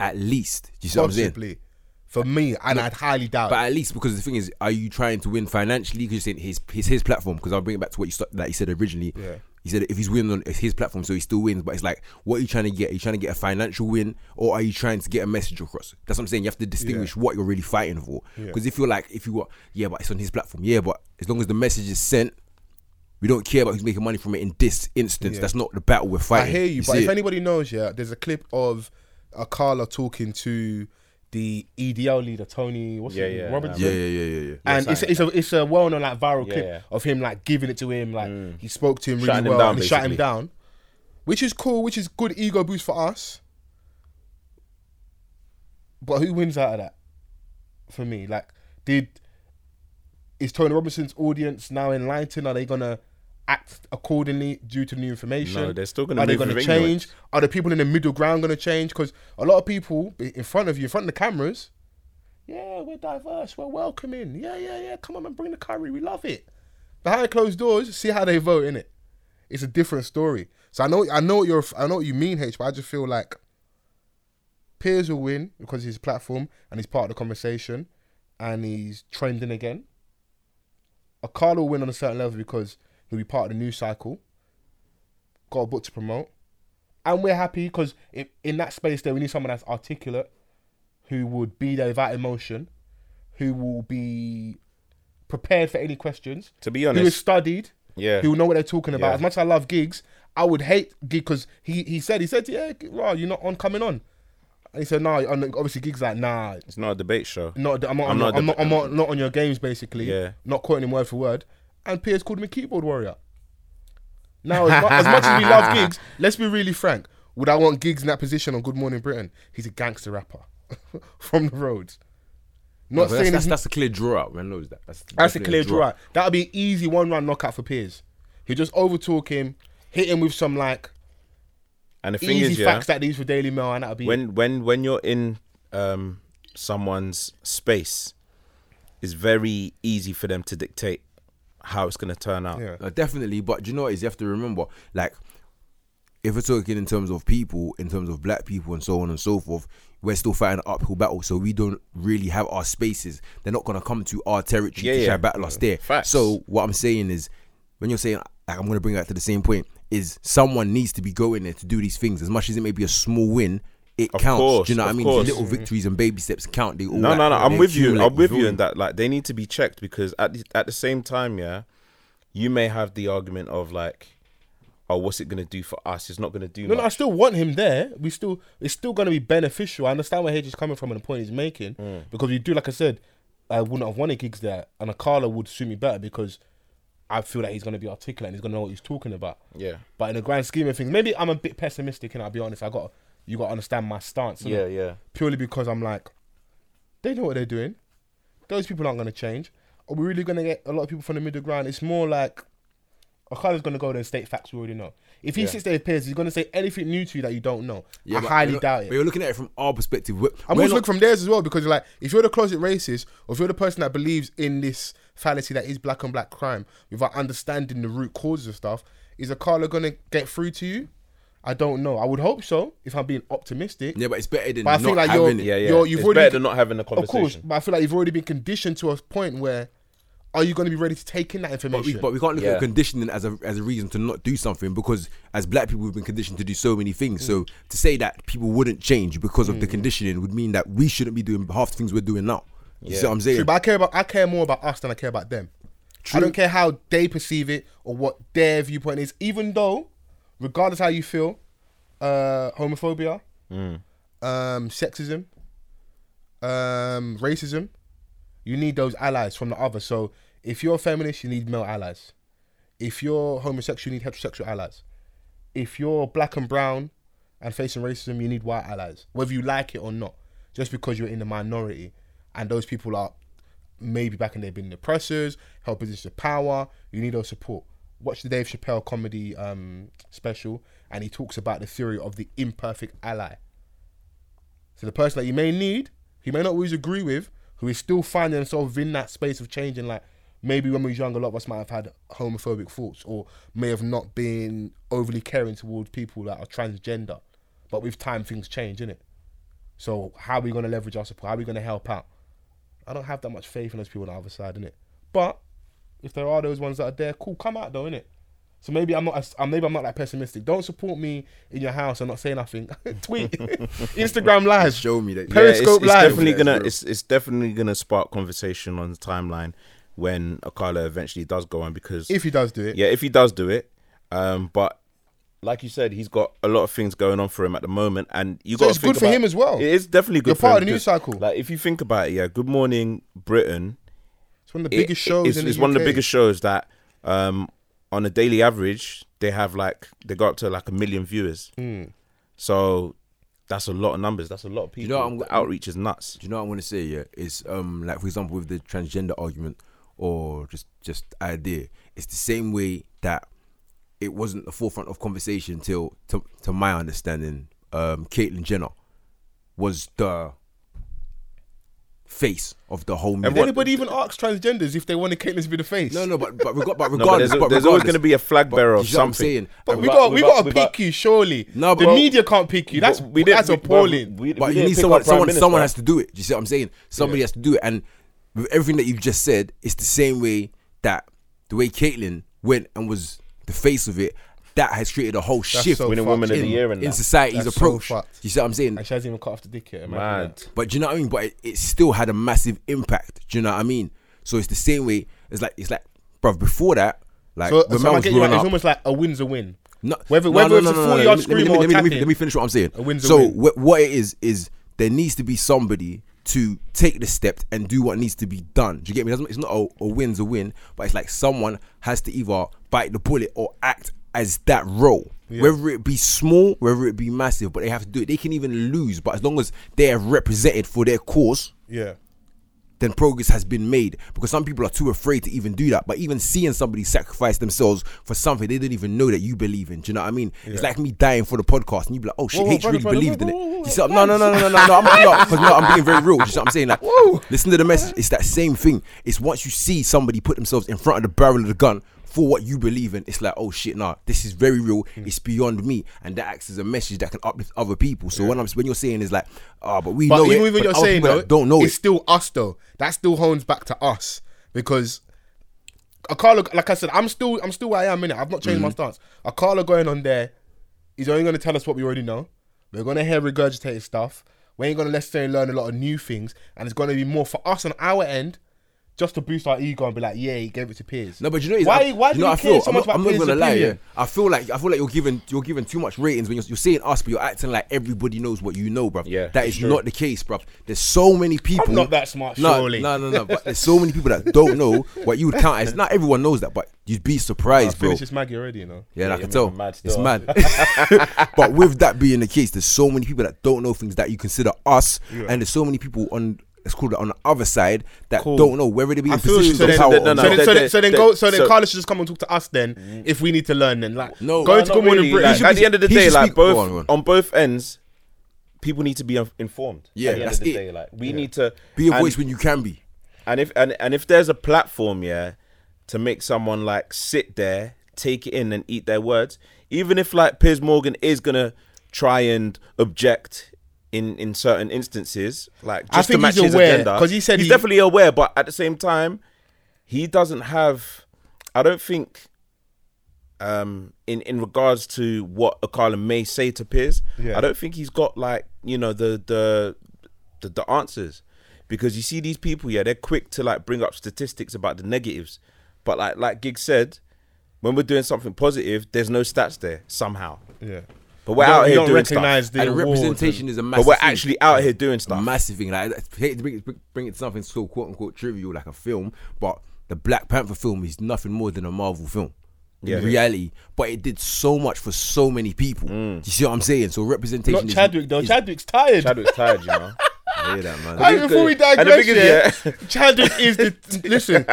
[SPEAKER 3] at least, do you see what I'm saying?
[SPEAKER 2] possibly for me, and I'd highly doubt.
[SPEAKER 3] But at least, because the thing is, are you trying to win financially? Because you're saying his his his platform. Because I'll bring it back to what you st- that you said originally.
[SPEAKER 2] Yeah.
[SPEAKER 3] He said if he's winning on it's his platform, so he still wins. But it's like, what are you trying to get? Are you trying to get a financial win, or are you trying to get a message across? That's what I'm saying. You have to distinguish what you're really fighting for. Because if you're like, if you what, yeah, but it's on his platform. Yeah, but as long as the message is sent, we don't care about who's making money from it in this instance. That's not the battle we're
[SPEAKER 2] I
[SPEAKER 3] fighting.
[SPEAKER 2] hear you, but
[SPEAKER 3] see
[SPEAKER 2] if
[SPEAKER 3] it?
[SPEAKER 2] anybody knows, yeah, there's a clip of a Carla talking to the EDL leader Tony. What's
[SPEAKER 1] Yeah,
[SPEAKER 2] his name?
[SPEAKER 1] yeah,
[SPEAKER 2] Robertson.
[SPEAKER 3] yeah, yeah, yeah, yeah, yeah.
[SPEAKER 2] and it's, it's a it's a well known like viral
[SPEAKER 1] Yeah,
[SPEAKER 2] clip
[SPEAKER 1] yeah. Mm.
[SPEAKER 2] of him like giving it to him like he spoke to him really
[SPEAKER 1] Shutting him
[SPEAKER 2] well
[SPEAKER 1] down,
[SPEAKER 2] and he shut him
[SPEAKER 1] basically.
[SPEAKER 2] down, which is cool, which is good ego boost for us. But who wins out of that? For me, like, did is Tony Robinson's audience now enlightened? Are they gonna act accordingly due to new information?
[SPEAKER 1] No, they're still gonna
[SPEAKER 2] Are they
[SPEAKER 1] move
[SPEAKER 2] gonna
[SPEAKER 1] with
[SPEAKER 2] change? Are the people in the middle ground gonna change? Because a lot of people in front of you, in front of the cameras, yeah, we're diverse, we're welcoming. Yeah, yeah, yeah. Come on and bring the curry. We love it. Behind closed doors, see how they vote in it. It's a different story. So I know, I know what you're, I know what you mean, H. But I just feel like Piers will win because it's his platform and he's part of the conversation, and he's trending again. Akala will win on a certain level because he'll be part of the news cycle. Got a book to promote, and we're happy because in that space there we need someone that's articulate, who would be there without emotion, who will be prepared for any questions,
[SPEAKER 1] To be
[SPEAKER 2] who is
[SPEAKER 1] honest,
[SPEAKER 2] studied,
[SPEAKER 1] Yeah.
[SPEAKER 2] who know what they're talking about.
[SPEAKER 1] Yeah.
[SPEAKER 2] As much as I love gigs, I would hate gig because he he said he said yeah, Ra, you're not on coming on. And he said, "Nah." And obviously, gigs like, "Nah,
[SPEAKER 1] It's not a debate show.
[SPEAKER 2] not. I'm not.
[SPEAKER 1] I'm
[SPEAKER 2] I'm,
[SPEAKER 1] not
[SPEAKER 2] not,
[SPEAKER 1] a
[SPEAKER 2] I'm, not,
[SPEAKER 1] deb-
[SPEAKER 2] I'm not. Not on your games, basically.
[SPEAKER 1] Yeah.
[SPEAKER 2] Not quoting him word for word. And Piers called him a keyboard warrior. Now, as, mu- as much as we
[SPEAKER 1] <laughs>
[SPEAKER 2] love gigs, let's be really frank. Would I want gigs in that position on Good Morning Britain? He's a gangster rapper <laughs> from the roads. Not
[SPEAKER 3] But that's,
[SPEAKER 2] saying
[SPEAKER 3] that's,
[SPEAKER 2] he's
[SPEAKER 3] that's a clear draw out. Man knows that. That's,
[SPEAKER 2] That's a clear
[SPEAKER 3] definitely
[SPEAKER 2] draw. That would be an easy one round knockout for Piers. He just over talk him, hit him with some like
[SPEAKER 1] And the thing
[SPEAKER 2] easy
[SPEAKER 1] is, yeah,
[SPEAKER 2] facts like these for Daily Mail, and that'd be
[SPEAKER 1] when when when you're in um, someone's space, it's very easy for them to dictate how it's gonna turn out.
[SPEAKER 2] yeah.
[SPEAKER 3] Uh, definitely, but do you know what is you have to remember, like, if we're talking in terms of people, in terms of black people, and so on and so forth, we're still fighting an uphill battle, so we don't really have our spaces. They're not gonna come to our territory
[SPEAKER 1] Yeah,
[SPEAKER 3] to try
[SPEAKER 1] yeah.
[SPEAKER 3] to battle us there.
[SPEAKER 1] Facts.
[SPEAKER 3] So what I'm saying is, when you're saying, like, I'm gonna bring that to the same point, is someone needs to be going there to do these things. As much as it may be a small win, it counts.
[SPEAKER 1] course,
[SPEAKER 3] do you know what I
[SPEAKER 1] of
[SPEAKER 3] mean?
[SPEAKER 1] course.
[SPEAKER 3] Little victories and baby steps count. They all
[SPEAKER 1] No,
[SPEAKER 3] like,
[SPEAKER 1] no, no. I'm
[SPEAKER 3] they
[SPEAKER 1] with you.
[SPEAKER 3] accumulate
[SPEAKER 1] I'm with you
[SPEAKER 3] volume.
[SPEAKER 1] in that. Like, they need to be checked because at the, at the same time, yeah, you may have the argument of like, oh, what's it gonna do for us? It's not gonna do.
[SPEAKER 2] No,
[SPEAKER 1] much.
[SPEAKER 2] no, I still want him there. We still, it's still going to be beneficial. I understand where Hage is coming from and the point he's making
[SPEAKER 1] Mm.
[SPEAKER 2] because you do, like I said, I wouldn't have wanted gigs there, and Akala would suit me better because I feel that he's going to be articulate and he's going to know what he's talking about.
[SPEAKER 1] Yeah.
[SPEAKER 2] But in the grand scheme of things, maybe I'm a bit pessimistic, and I'll be honest. I got you got to understand my stance. innit?
[SPEAKER 1] Yeah, yeah.
[SPEAKER 2] Purely because I'm like, they know what they're doing. Those people aren't going to change. Are we really going to get a lot of people from the middle ground? It's more like Akala's going to go there and state facts we already know. If he sits there with Piers, he's going to say anything new to you that you don't know. I
[SPEAKER 3] but
[SPEAKER 2] highly
[SPEAKER 3] you're-
[SPEAKER 2] doubt
[SPEAKER 3] But
[SPEAKER 2] it.
[SPEAKER 3] you're looking at it from our perspective. We're-
[SPEAKER 2] I'm
[SPEAKER 3] we're
[SPEAKER 2] always
[SPEAKER 3] not-
[SPEAKER 2] looking from theirs as well because you're like, if you're the closet racist or if you're the person that believes in this fallacy that is black on black crime without understanding the root causes of stuff, is Akala going to get through to you? I don't know. I would hope so if I'm being optimistic.
[SPEAKER 3] Yeah, but it's better than
[SPEAKER 2] But I
[SPEAKER 3] not
[SPEAKER 2] think like you're-
[SPEAKER 3] having it.
[SPEAKER 1] Yeah, yeah.
[SPEAKER 2] You're- you've
[SPEAKER 1] it's
[SPEAKER 2] already-
[SPEAKER 1] better than not having a
[SPEAKER 2] Of course,
[SPEAKER 1] conversation.
[SPEAKER 2] but I feel like you've already been conditioned to a point where are you going to be ready to take in that
[SPEAKER 3] But we,
[SPEAKER 2] information?
[SPEAKER 3] but we can't look
[SPEAKER 1] Yeah.
[SPEAKER 3] at conditioning as a as a reason to not do something because as black people we've been conditioned to do so many things. So to say that people wouldn't change because of the conditioning would mean that we shouldn't be doing half the things we're doing now. You see what I'm saying?
[SPEAKER 2] True, but I care about I care more about us than I care about them.
[SPEAKER 3] True.
[SPEAKER 2] I don't care how they perceive it or what their viewpoint is, even though, regardless how you feel, uh, homophobia,
[SPEAKER 3] Hmm.
[SPEAKER 2] um, sexism, um, racism, you need those allies from the other. So if you're a feminist, you need male allies. If you're homosexual, you need heterosexual allies. If you're black and brown and facing racism, you need white allies, whether you like it or not. Just because you're in the minority and those people are maybe back in they've been oppressors, held positions of power, you need those support. Watch the Dave Chappelle comedy um, special and he talks about the theory of the imperfect ally. So the person that you may need, who may not always agree with, who is still finding themselves in that space of changing, like maybe when we was younger, a lot of us might have had homophobic thoughts or may have not been overly caring towards people that are transgender. But with time, things change, innit? So how are we going to leverage our support? How are we going to help out? I don't have that much faith in those people on the other side, innit? But if there are those ones that are there, cool, come out though, innit? So maybe I'm not as, uh, maybe I'm not that pessimistic. Don't support me in your house and not say nothing. <laughs>
[SPEAKER 1] <laughs>
[SPEAKER 2] Tweet, Instagram live.
[SPEAKER 3] Show me that.
[SPEAKER 1] Yeah, it's,
[SPEAKER 2] Periscope
[SPEAKER 1] it's
[SPEAKER 2] Live.
[SPEAKER 1] definitely
[SPEAKER 3] Yeah,
[SPEAKER 1] gonna
[SPEAKER 3] bro.
[SPEAKER 1] it's, it's definitely gonna spark conversation on the timeline when Akala eventually does go on because
[SPEAKER 2] If he does do it,
[SPEAKER 1] yeah, if he does do it, um, but like you said, he's got a lot of things going on for him at the moment, and you
[SPEAKER 2] So
[SPEAKER 1] got
[SPEAKER 2] it's good for him as well.
[SPEAKER 1] It is definitely good.
[SPEAKER 2] You're
[SPEAKER 1] for
[SPEAKER 2] part
[SPEAKER 1] him
[SPEAKER 2] of the news
[SPEAKER 1] because,
[SPEAKER 2] cycle.
[SPEAKER 1] Like if you think about it, yeah, Good Morning Britain,
[SPEAKER 2] it's one of the
[SPEAKER 1] it-
[SPEAKER 2] biggest shows.
[SPEAKER 1] It's,
[SPEAKER 2] in
[SPEAKER 1] it's one of the
[SPEAKER 2] UK.
[SPEAKER 1] biggest shows that um, on a daily average they have like they go up to like a million viewers.
[SPEAKER 2] Hmm.
[SPEAKER 1] So that's a lot of numbers. That's a lot of people.
[SPEAKER 3] know, I'm-
[SPEAKER 1] the outreach is nuts.
[SPEAKER 3] Do you know what I'm gonna say? Yeah, it's um like for example with the transgender argument or just just idea. It's the same way that it wasn't the forefront of conversation till to, to my understanding. Um, Caitlyn Jenner was the face of the whole.
[SPEAKER 2] Did
[SPEAKER 3] movement.
[SPEAKER 2] anybody even ask transgenders if they wanted Caitlyn to be the face?
[SPEAKER 3] No, no, but but, reg- but regardless,
[SPEAKER 1] <laughs> No, but there's,
[SPEAKER 3] but
[SPEAKER 1] there's always
[SPEAKER 3] regardless-
[SPEAKER 1] going to be a flag
[SPEAKER 3] but
[SPEAKER 1] bearer
[SPEAKER 3] you
[SPEAKER 1] of
[SPEAKER 3] see what I'm
[SPEAKER 1] something.
[SPEAKER 3] saying?
[SPEAKER 2] But we
[SPEAKER 1] Without-
[SPEAKER 2] got we got to
[SPEAKER 1] without-
[SPEAKER 2] pick you surely.
[SPEAKER 3] No,
[SPEAKER 2] the
[SPEAKER 3] but-
[SPEAKER 2] media can't pick you. That's
[SPEAKER 1] we didn't-
[SPEAKER 2] that's
[SPEAKER 1] we- well,
[SPEAKER 2] appalling.
[SPEAKER 1] we- we
[SPEAKER 3] But you
[SPEAKER 1] didn't
[SPEAKER 3] need
[SPEAKER 1] pick
[SPEAKER 3] someone.
[SPEAKER 1] our Prime
[SPEAKER 3] Someone,
[SPEAKER 1] Minister.
[SPEAKER 3] someone has to do it. Do you see what I'm saying? Somebody has to do it. And with everything that you've just said, it's the same way that the way Caitlyn went and was the face of it. That has created a whole shift
[SPEAKER 2] so
[SPEAKER 1] Winning Woman of
[SPEAKER 3] in,
[SPEAKER 1] the Year and
[SPEAKER 3] in
[SPEAKER 1] that.
[SPEAKER 3] society's
[SPEAKER 2] That's so
[SPEAKER 3] approach.
[SPEAKER 2] fucked.
[SPEAKER 3] you see what I'm saying?
[SPEAKER 2] and she hasn't even cut off the dick yet. imagine
[SPEAKER 1] Mad.
[SPEAKER 2] that.
[SPEAKER 3] But do you know what I mean? But it, it still had a massive impact. Do you know what I mean? So it's the same way. It's like it's like, bruv, Before that, like
[SPEAKER 2] So,
[SPEAKER 3] when
[SPEAKER 2] so
[SPEAKER 3] man
[SPEAKER 2] I
[SPEAKER 3] was
[SPEAKER 2] get you.
[SPEAKER 3] growing
[SPEAKER 2] Like, it's
[SPEAKER 3] up-
[SPEAKER 2] almost like a win's a win.
[SPEAKER 3] no,
[SPEAKER 2] Whether- whether it's a 40
[SPEAKER 3] Let
[SPEAKER 2] yard
[SPEAKER 3] me-
[SPEAKER 2] scream
[SPEAKER 3] let me,
[SPEAKER 2] or
[SPEAKER 3] let me, let, me,
[SPEAKER 2] tapping.
[SPEAKER 3] let me finish what I'm saying.
[SPEAKER 2] A win's a
[SPEAKER 3] so
[SPEAKER 2] win.
[SPEAKER 3] wh- what it is is there needs to be somebody to take the step and do what needs to be done. Do you get me? It doesn't- It's not a, a win's a win, but it's like someone has to either bite the bullet or act as that role. Whether it be small, whether it be massive, but they have to do it. They can even lose, but as long as they are represented for their cause,
[SPEAKER 2] Yeah.
[SPEAKER 3] then progress has been made because some people are too afraid to even do that. But even seeing somebody sacrifice themselves for something they didn't even know that you believe in, do you know what I mean? It's like me dying for the podcast and you be like, oh shit,
[SPEAKER 2] Whoa, whoa,
[SPEAKER 3] H
[SPEAKER 2] brother,
[SPEAKER 3] really
[SPEAKER 2] brother,
[SPEAKER 3] believed in
[SPEAKER 2] whoa, whoa,
[SPEAKER 3] it.
[SPEAKER 2] whoa,
[SPEAKER 3] You see, no, no, no, no, no, no, no, I'm not, because no, I'm being very real. Do You see what I'm saying? Like, listen to the message. It's that same thing. It's once you see somebody put themselves in front of the barrel of the gun. For what you believe in, it's like, oh shit, nah, this is very real.
[SPEAKER 2] Hmm.
[SPEAKER 3] It's beyond me, and that acts as a message that can uplift other people. So when I'm when you're saying is like, ah, but we
[SPEAKER 2] But
[SPEAKER 3] know
[SPEAKER 2] even
[SPEAKER 3] it,
[SPEAKER 2] with what
[SPEAKER 3] but
[SPEAKER 2] you're
[SPEAKER 3] other
[SPEAKER 2] saying
[SPEAKER 3] people that
[SPEAKER 2] though,
[SPEAKER 3] don't know
[SPEAKER 2] it's
[SPEAKER 3] it.
[SPEAKER 2] still us though. That still hones back to us because a Carlo, like I said, I'm still I'm still where I am in it. I've not changed
[SPEAKER 3] Mm.
[SPEAKER 2] my stance. A Carlo going on there is only going to tell us what we already know. We're going to hear regurgitated stuff. We ain't going to necessarily learn a lot of new things, and it's going to be more for us on our end. Just to boost our ego and be like, yeah, he gave it to peers.
[SPEAKER 3] No, but you know it's-
[SPEAKER 2] why?
[SPEAKER 3] I,
[SPEAKER 2] why
[SPEAKER 3] you
[SPEAKER 2] do
[SPEAKER 3] know,
[SPEAKER 2] we
[SPEAKER 3] I
[SPEAKER 2] care
[SPEAKER 3] feel,
[SPEAKER 2] so
[SPEAKER 3] I'm
[SPEAKER 2] much about
[SPEAKER 3] not, I'm not
[SPEAKER 2] peers'
[SPEAKER 3] gonna lie.
[SPEAKER 2] opinion?
[SPEAKER 3] Yeah. I feel like I feel like you're giving you're giving too much ratings when you're, you're saying us, but you're acting like everybody knows what you know, bruv.
[SPEAKER 1] Yeah,
[SPEAKER 3] that
[SPEAKER 1] it's
[SPEAKER 3] is not the case, bruv. There's so many people.
[SPEAKER 2] not that smart,
[SPEAKER 3] no,
[SPEAKER 2] surely.
[SPEAKER 3] No, no, no. But there's so many people that don't know what you would count as. Not everyone knows that, but you'd be surprised,
[SPEAKER 2] I
[SPEAKER 3] bro.
[SPEAKER 2] finished this Maggie already, you know.
[SPEAKER 3] Yeah, I
[SPEAKER 1] you're
[SPEAKER 3] can tell.
[SPEAKER 1] making mad
[SPEAKER 3] it's
[SPEAKER 1] stuff.
[SPEAKER 3] mad.
[SPEAKER 2] <laughs>
[SPEAKER 3] <laughs> but with that being the case, there's so many people that don't know things that you consider us, and there's so many people on let's call it on the other side that
[SPEAKER 2] Cool.
[SPEAKER 3] don't know whether they be
[SPEAKER 2] I
[SPEAKER 3] in
[SPEAKER 2] feel you.
[SPEAKER 3] positions
[SPEAKER 2] So
[SPEAKER 3] of
[SPEAKER 2] then,
[SPEAKER 3] power.
[SPEAKER 1] no, no,
[SPEAKER 3] or not.
[SPEAKER 2] so, then, so, then, so then
[SPEAKER 1] they-
[SPEAKER 2] go. So then,
[SPEAKER 1] so-
[SPEAKER 2] Carlos should just come and talk to us then, if we need to learn. Then, like,
[SPEAKER 3] No,
[SPEAKER 2] going
[SPEAKER 3] Well,
[SPEAKER 1] Well,
[SPEAKER 2] to
[SPEAKER 1] not
[SPEAKER 2] Good Morning
[SPEAKER 1] really,
[SPEAKER 2] Britain.
[SPEAKER 1] like, at
[SPEAKER 3] be-
[SPEAKER 1] the end of the
[SPEAKER 3] he
[SPEAKER 1] day,
[SPEAKER 3] should
[SPEAKER 1] like
[SPEAKER 3] speak-
[SPEAKER 1] both
[SPEAKER 3] go on, go on.
[SPEAKER 1] on both ends, people need to be inf- informed.
[SPEAKER 3] Yeah,
[SPEAKER 1] at the
[SPEAKER 3] that's
[SPEAKER 1] end of the
[SPEAKER 3] it.
[SPEAKER 1] Day. Like we need to
[SPEAKER 3] Be a
[SPEAKER 1] and-
[SPEAKER 3] voice when you can be.
[SPEAKER 1] And if and, and if there's a platform, yeah, to make someone like sit there, take it in and eat their words, even if like Piers Morgan is gonna try and object in in certain instances, like just
[SPEAKER 2] think
[SPEAKER 1] to match
[SPEAKER 2] he's
[SPEAKER 1] his
[SPEAKER 2] aware,
[SPEAKER 1] agenda.
[SPEAKER 2] 'cause he said
[SPEAKER 1] he's
[SPEAKER 2] he-
[SPEAKER 1] definitely aware, but at the same time, he doesn't have I don't think um in in regards to what Akala may say to Piers,
[SPEAKER 2] Yeah.
[SPEAKER 1] I don't think he's got like, you know, the the the, the answers because you see these people yeah they're quick to like bring up statistics about the negatives but like like gig said when we're doing something positive there's no stats there somehow
[SPEAKER 2] Yeah.
[SPEAKER 1] but we're
[SPEAKER 2] You don't-
[SPEAKER 1] out
[SPEAKER 2] you
[SPEAKER 1] here
[SPEAKER 2] don't
[SPEAKER 1] doing
[SPEAKER 2] recognise
[SPEAKER 1] stuff
[SPEAKER 2] the
[SPEAKER 3] and
[SPEAKER 2] award
[SPEAKER 3] representation
[SPEAKER 2] and-
[SPEAKER 3] is a massive
[SPEAKER 1] but we're
[SPEAKER 3] thing.
[SPEAKER 1] actually out here doing
[SPEAKER 3] a
[SPEAKER 1] stuff
[SPEAKER 3] massive thing. Like, I hate to bring it, bring it to something so quote unquote trivial like a film, but the Black Panther film is nothing more than a Marvel film.
[SPEAKER 1] Yeah.
[SPEAKER 3] In reality, but it did so much for so many people. You see what I'm saying? So representation.
[SPEAKER 2] Not Chadwick
[SPEAKER 3] is,
[SPEAKER 2] though.
[SPEAKER 3] is-
[SPEAKER 2] Chadwick's tired.
[SPEAKER 1] Chadwick's tired
[SPEAKER 2] <laughs>
[SPEAKER 1] you know
[SPEAKER 3] I hear that, man.
[SPEAKER 2] Hey,
[SPEAKER 1] Because-
[SPEAKER 2] before we
[SPEAKER 1] and the
[SPEAKER 2] digress,
[SPEAKER 1] biggest-
[SPEAKER 2] yeah,
[SPEAKER 1] <laughs>
[SPEAKER 2] Chadwick is the listen.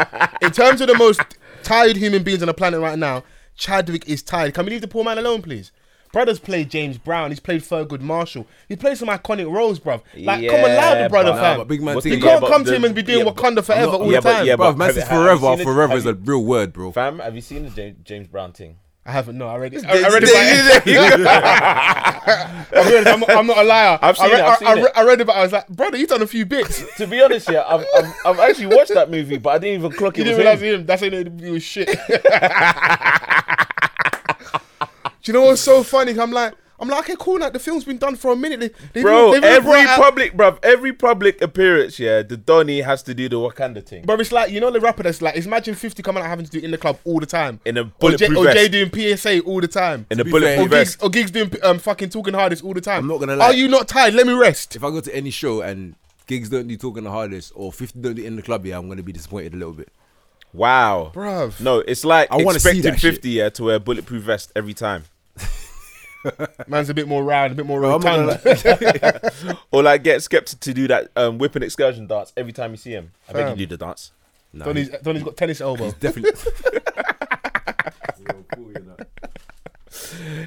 [SPEAKER 2] In terms of the most tired human beings on the planet right now, Chadwick is tired. Can we leave the poor man alone, please? Brothers played James Brown. He's played Thurgood Marshall. He played some iconic roles, bruv. Like, come on,
[SPEAKER 1] Yeah,
[SPEAKER 2] louder, brother,
[SPEAKER 1] but-
[SPEAKER 3] Nah,
[SPEAKER 2] fam.
[SPEAKER 3] but big man
[SPEAKER 1] What's
[SPEAKER 3] thing.
[SPEAKER 1] the-
[SPEAKER 2] you
[SPEAKER 3] yeah,
[SPEAKER 2] can't
[SPEAKER 1] but
[SPEAKER 2] come to
[SPEAKER 1] the-
[SPEAKER 2] him and be doing
[SPEAKER 1] yeah, but-
[SPEAKER 2] Wakanda forever all
[SPEAKER 1] yeah,
[SPEAKER 2] the
[SPEAKER 1] but-
[SPEAKER 2] time.
[SPEAKER 1] yeah,
[SPEAKER 3] Bruv, man
[SPEAKER 1] Have
[SPEAKER 3] says
[SPEAKER 1] you- have you
[SPEAKER 3] forever.
[SPEAKER 1] seen it?
[SPEAKER 3] Forever
[SPEAKER 1] Have
[SPEAKER 3] is
[SPEAKER 1] you-
[SPEAKER 3] a real word, bro.
[SPEAKER 1] fam have you seen the james, james brown thing
[SPEAKER 2] I haven't. No, I read it. I, I
[SPEAKER 1] <laughs>
[SPEAKER 2] read it. By, I'm, real, I'm, I'm not a liar.
[SPEAKER 1] <laughs> I've seen
[SPEAKER 2] I read,
[SPEAKER 1] it, I've
[SPEAKER 2] I- I,
[SPEAKER 1] seen
[SPEAKER 2] re- I read about. it. I was like, brother, you done a few
[SPEAKER 1] <laughs>
[SPEAKER 2] bits.
[SPEAKER 1] to be honest yeah I've, I've, I've actually watched that movie but i didn't even clock
[SPEAKER 2] You
[SPEAKER 1] it
[SPEAKER 2] didn't realize
[SPEAKER 1] was him.
[SPEAKER 2] him. That's ain't it was shit. <laughs> Do you know what's so funny? I'm like, I'm like, okay, cool. Like the film's been done for a minute. They, they've
[SPEAKER 1] Bro,
[SPEAKER 2] even- they've even
[SPEAKER 1] every
[SPEAKER 2] brought out-
[SPEAKER 1] public, bruv, every public appearance, yeah, the Donny has to do the Wakanda thing.
[SPEAKER 2] Bro, it's like you know the rapper that's like, it's imagine Fifty coming out having to do in the club all the time.
[SPEAKER 1] In a
[SPEAKER 2] or Jay,
[SPEAKER 1] bulletproof
[SPEAKER 2] or Jay doing
[SPEAKER 1] vest.
[SPEAKER 2] PSA all the time.
[SPEAKER 1] In a
[SPEAKER 3] be
[SPEAKER 1] bulletproof
[SPEAKER 3] fair-
[SPEAKER 2] or gigs,
[SPEAKER 1] vest.
[SPEAKER 2] or gigs doing um fucking talking hardest all the time.
[SPEAKER 3] I'm not gonna lie.
[SPEAKER 2] Are you not tired? Let me rest.
[SPEAKER 3] If I go to any show and gigs don't do talking the hardest or 50 don't do it in the club, yeah, I'm gonna be disappointed a little bit.
[SPEAKER 1] Wow.
[SPEAKER 2] Bruv.
[SPEAKER 1] No, it's like
[SPEAKER 3] I wanna see
[SPEAKER 1] expecting
[SPEAKER 3] that shit.
[SPEAKER 1] 50 yeah, to wear a bulletproof vest every time.
[SPEAKER 2] Man's a bit more round, a bit more
[SPEAKER 3] I'm not gonna
[SPEAKER 2] rotund.
[SPEAKER 1] Or like get Skeptic to do that um, whip and excursion dance every time you see him. I bet
[SPEAKER 2] Fam.
[SPEAKER 1] you do the dance.
[SPEAKER 3] Nah,
[SPEAKER 2] Donny's, Donny's got tennis elbow.
[SPEAKER 3] definitely.
[SPEAKER 1] <laughs>
[SPEAKER 3] <laughs>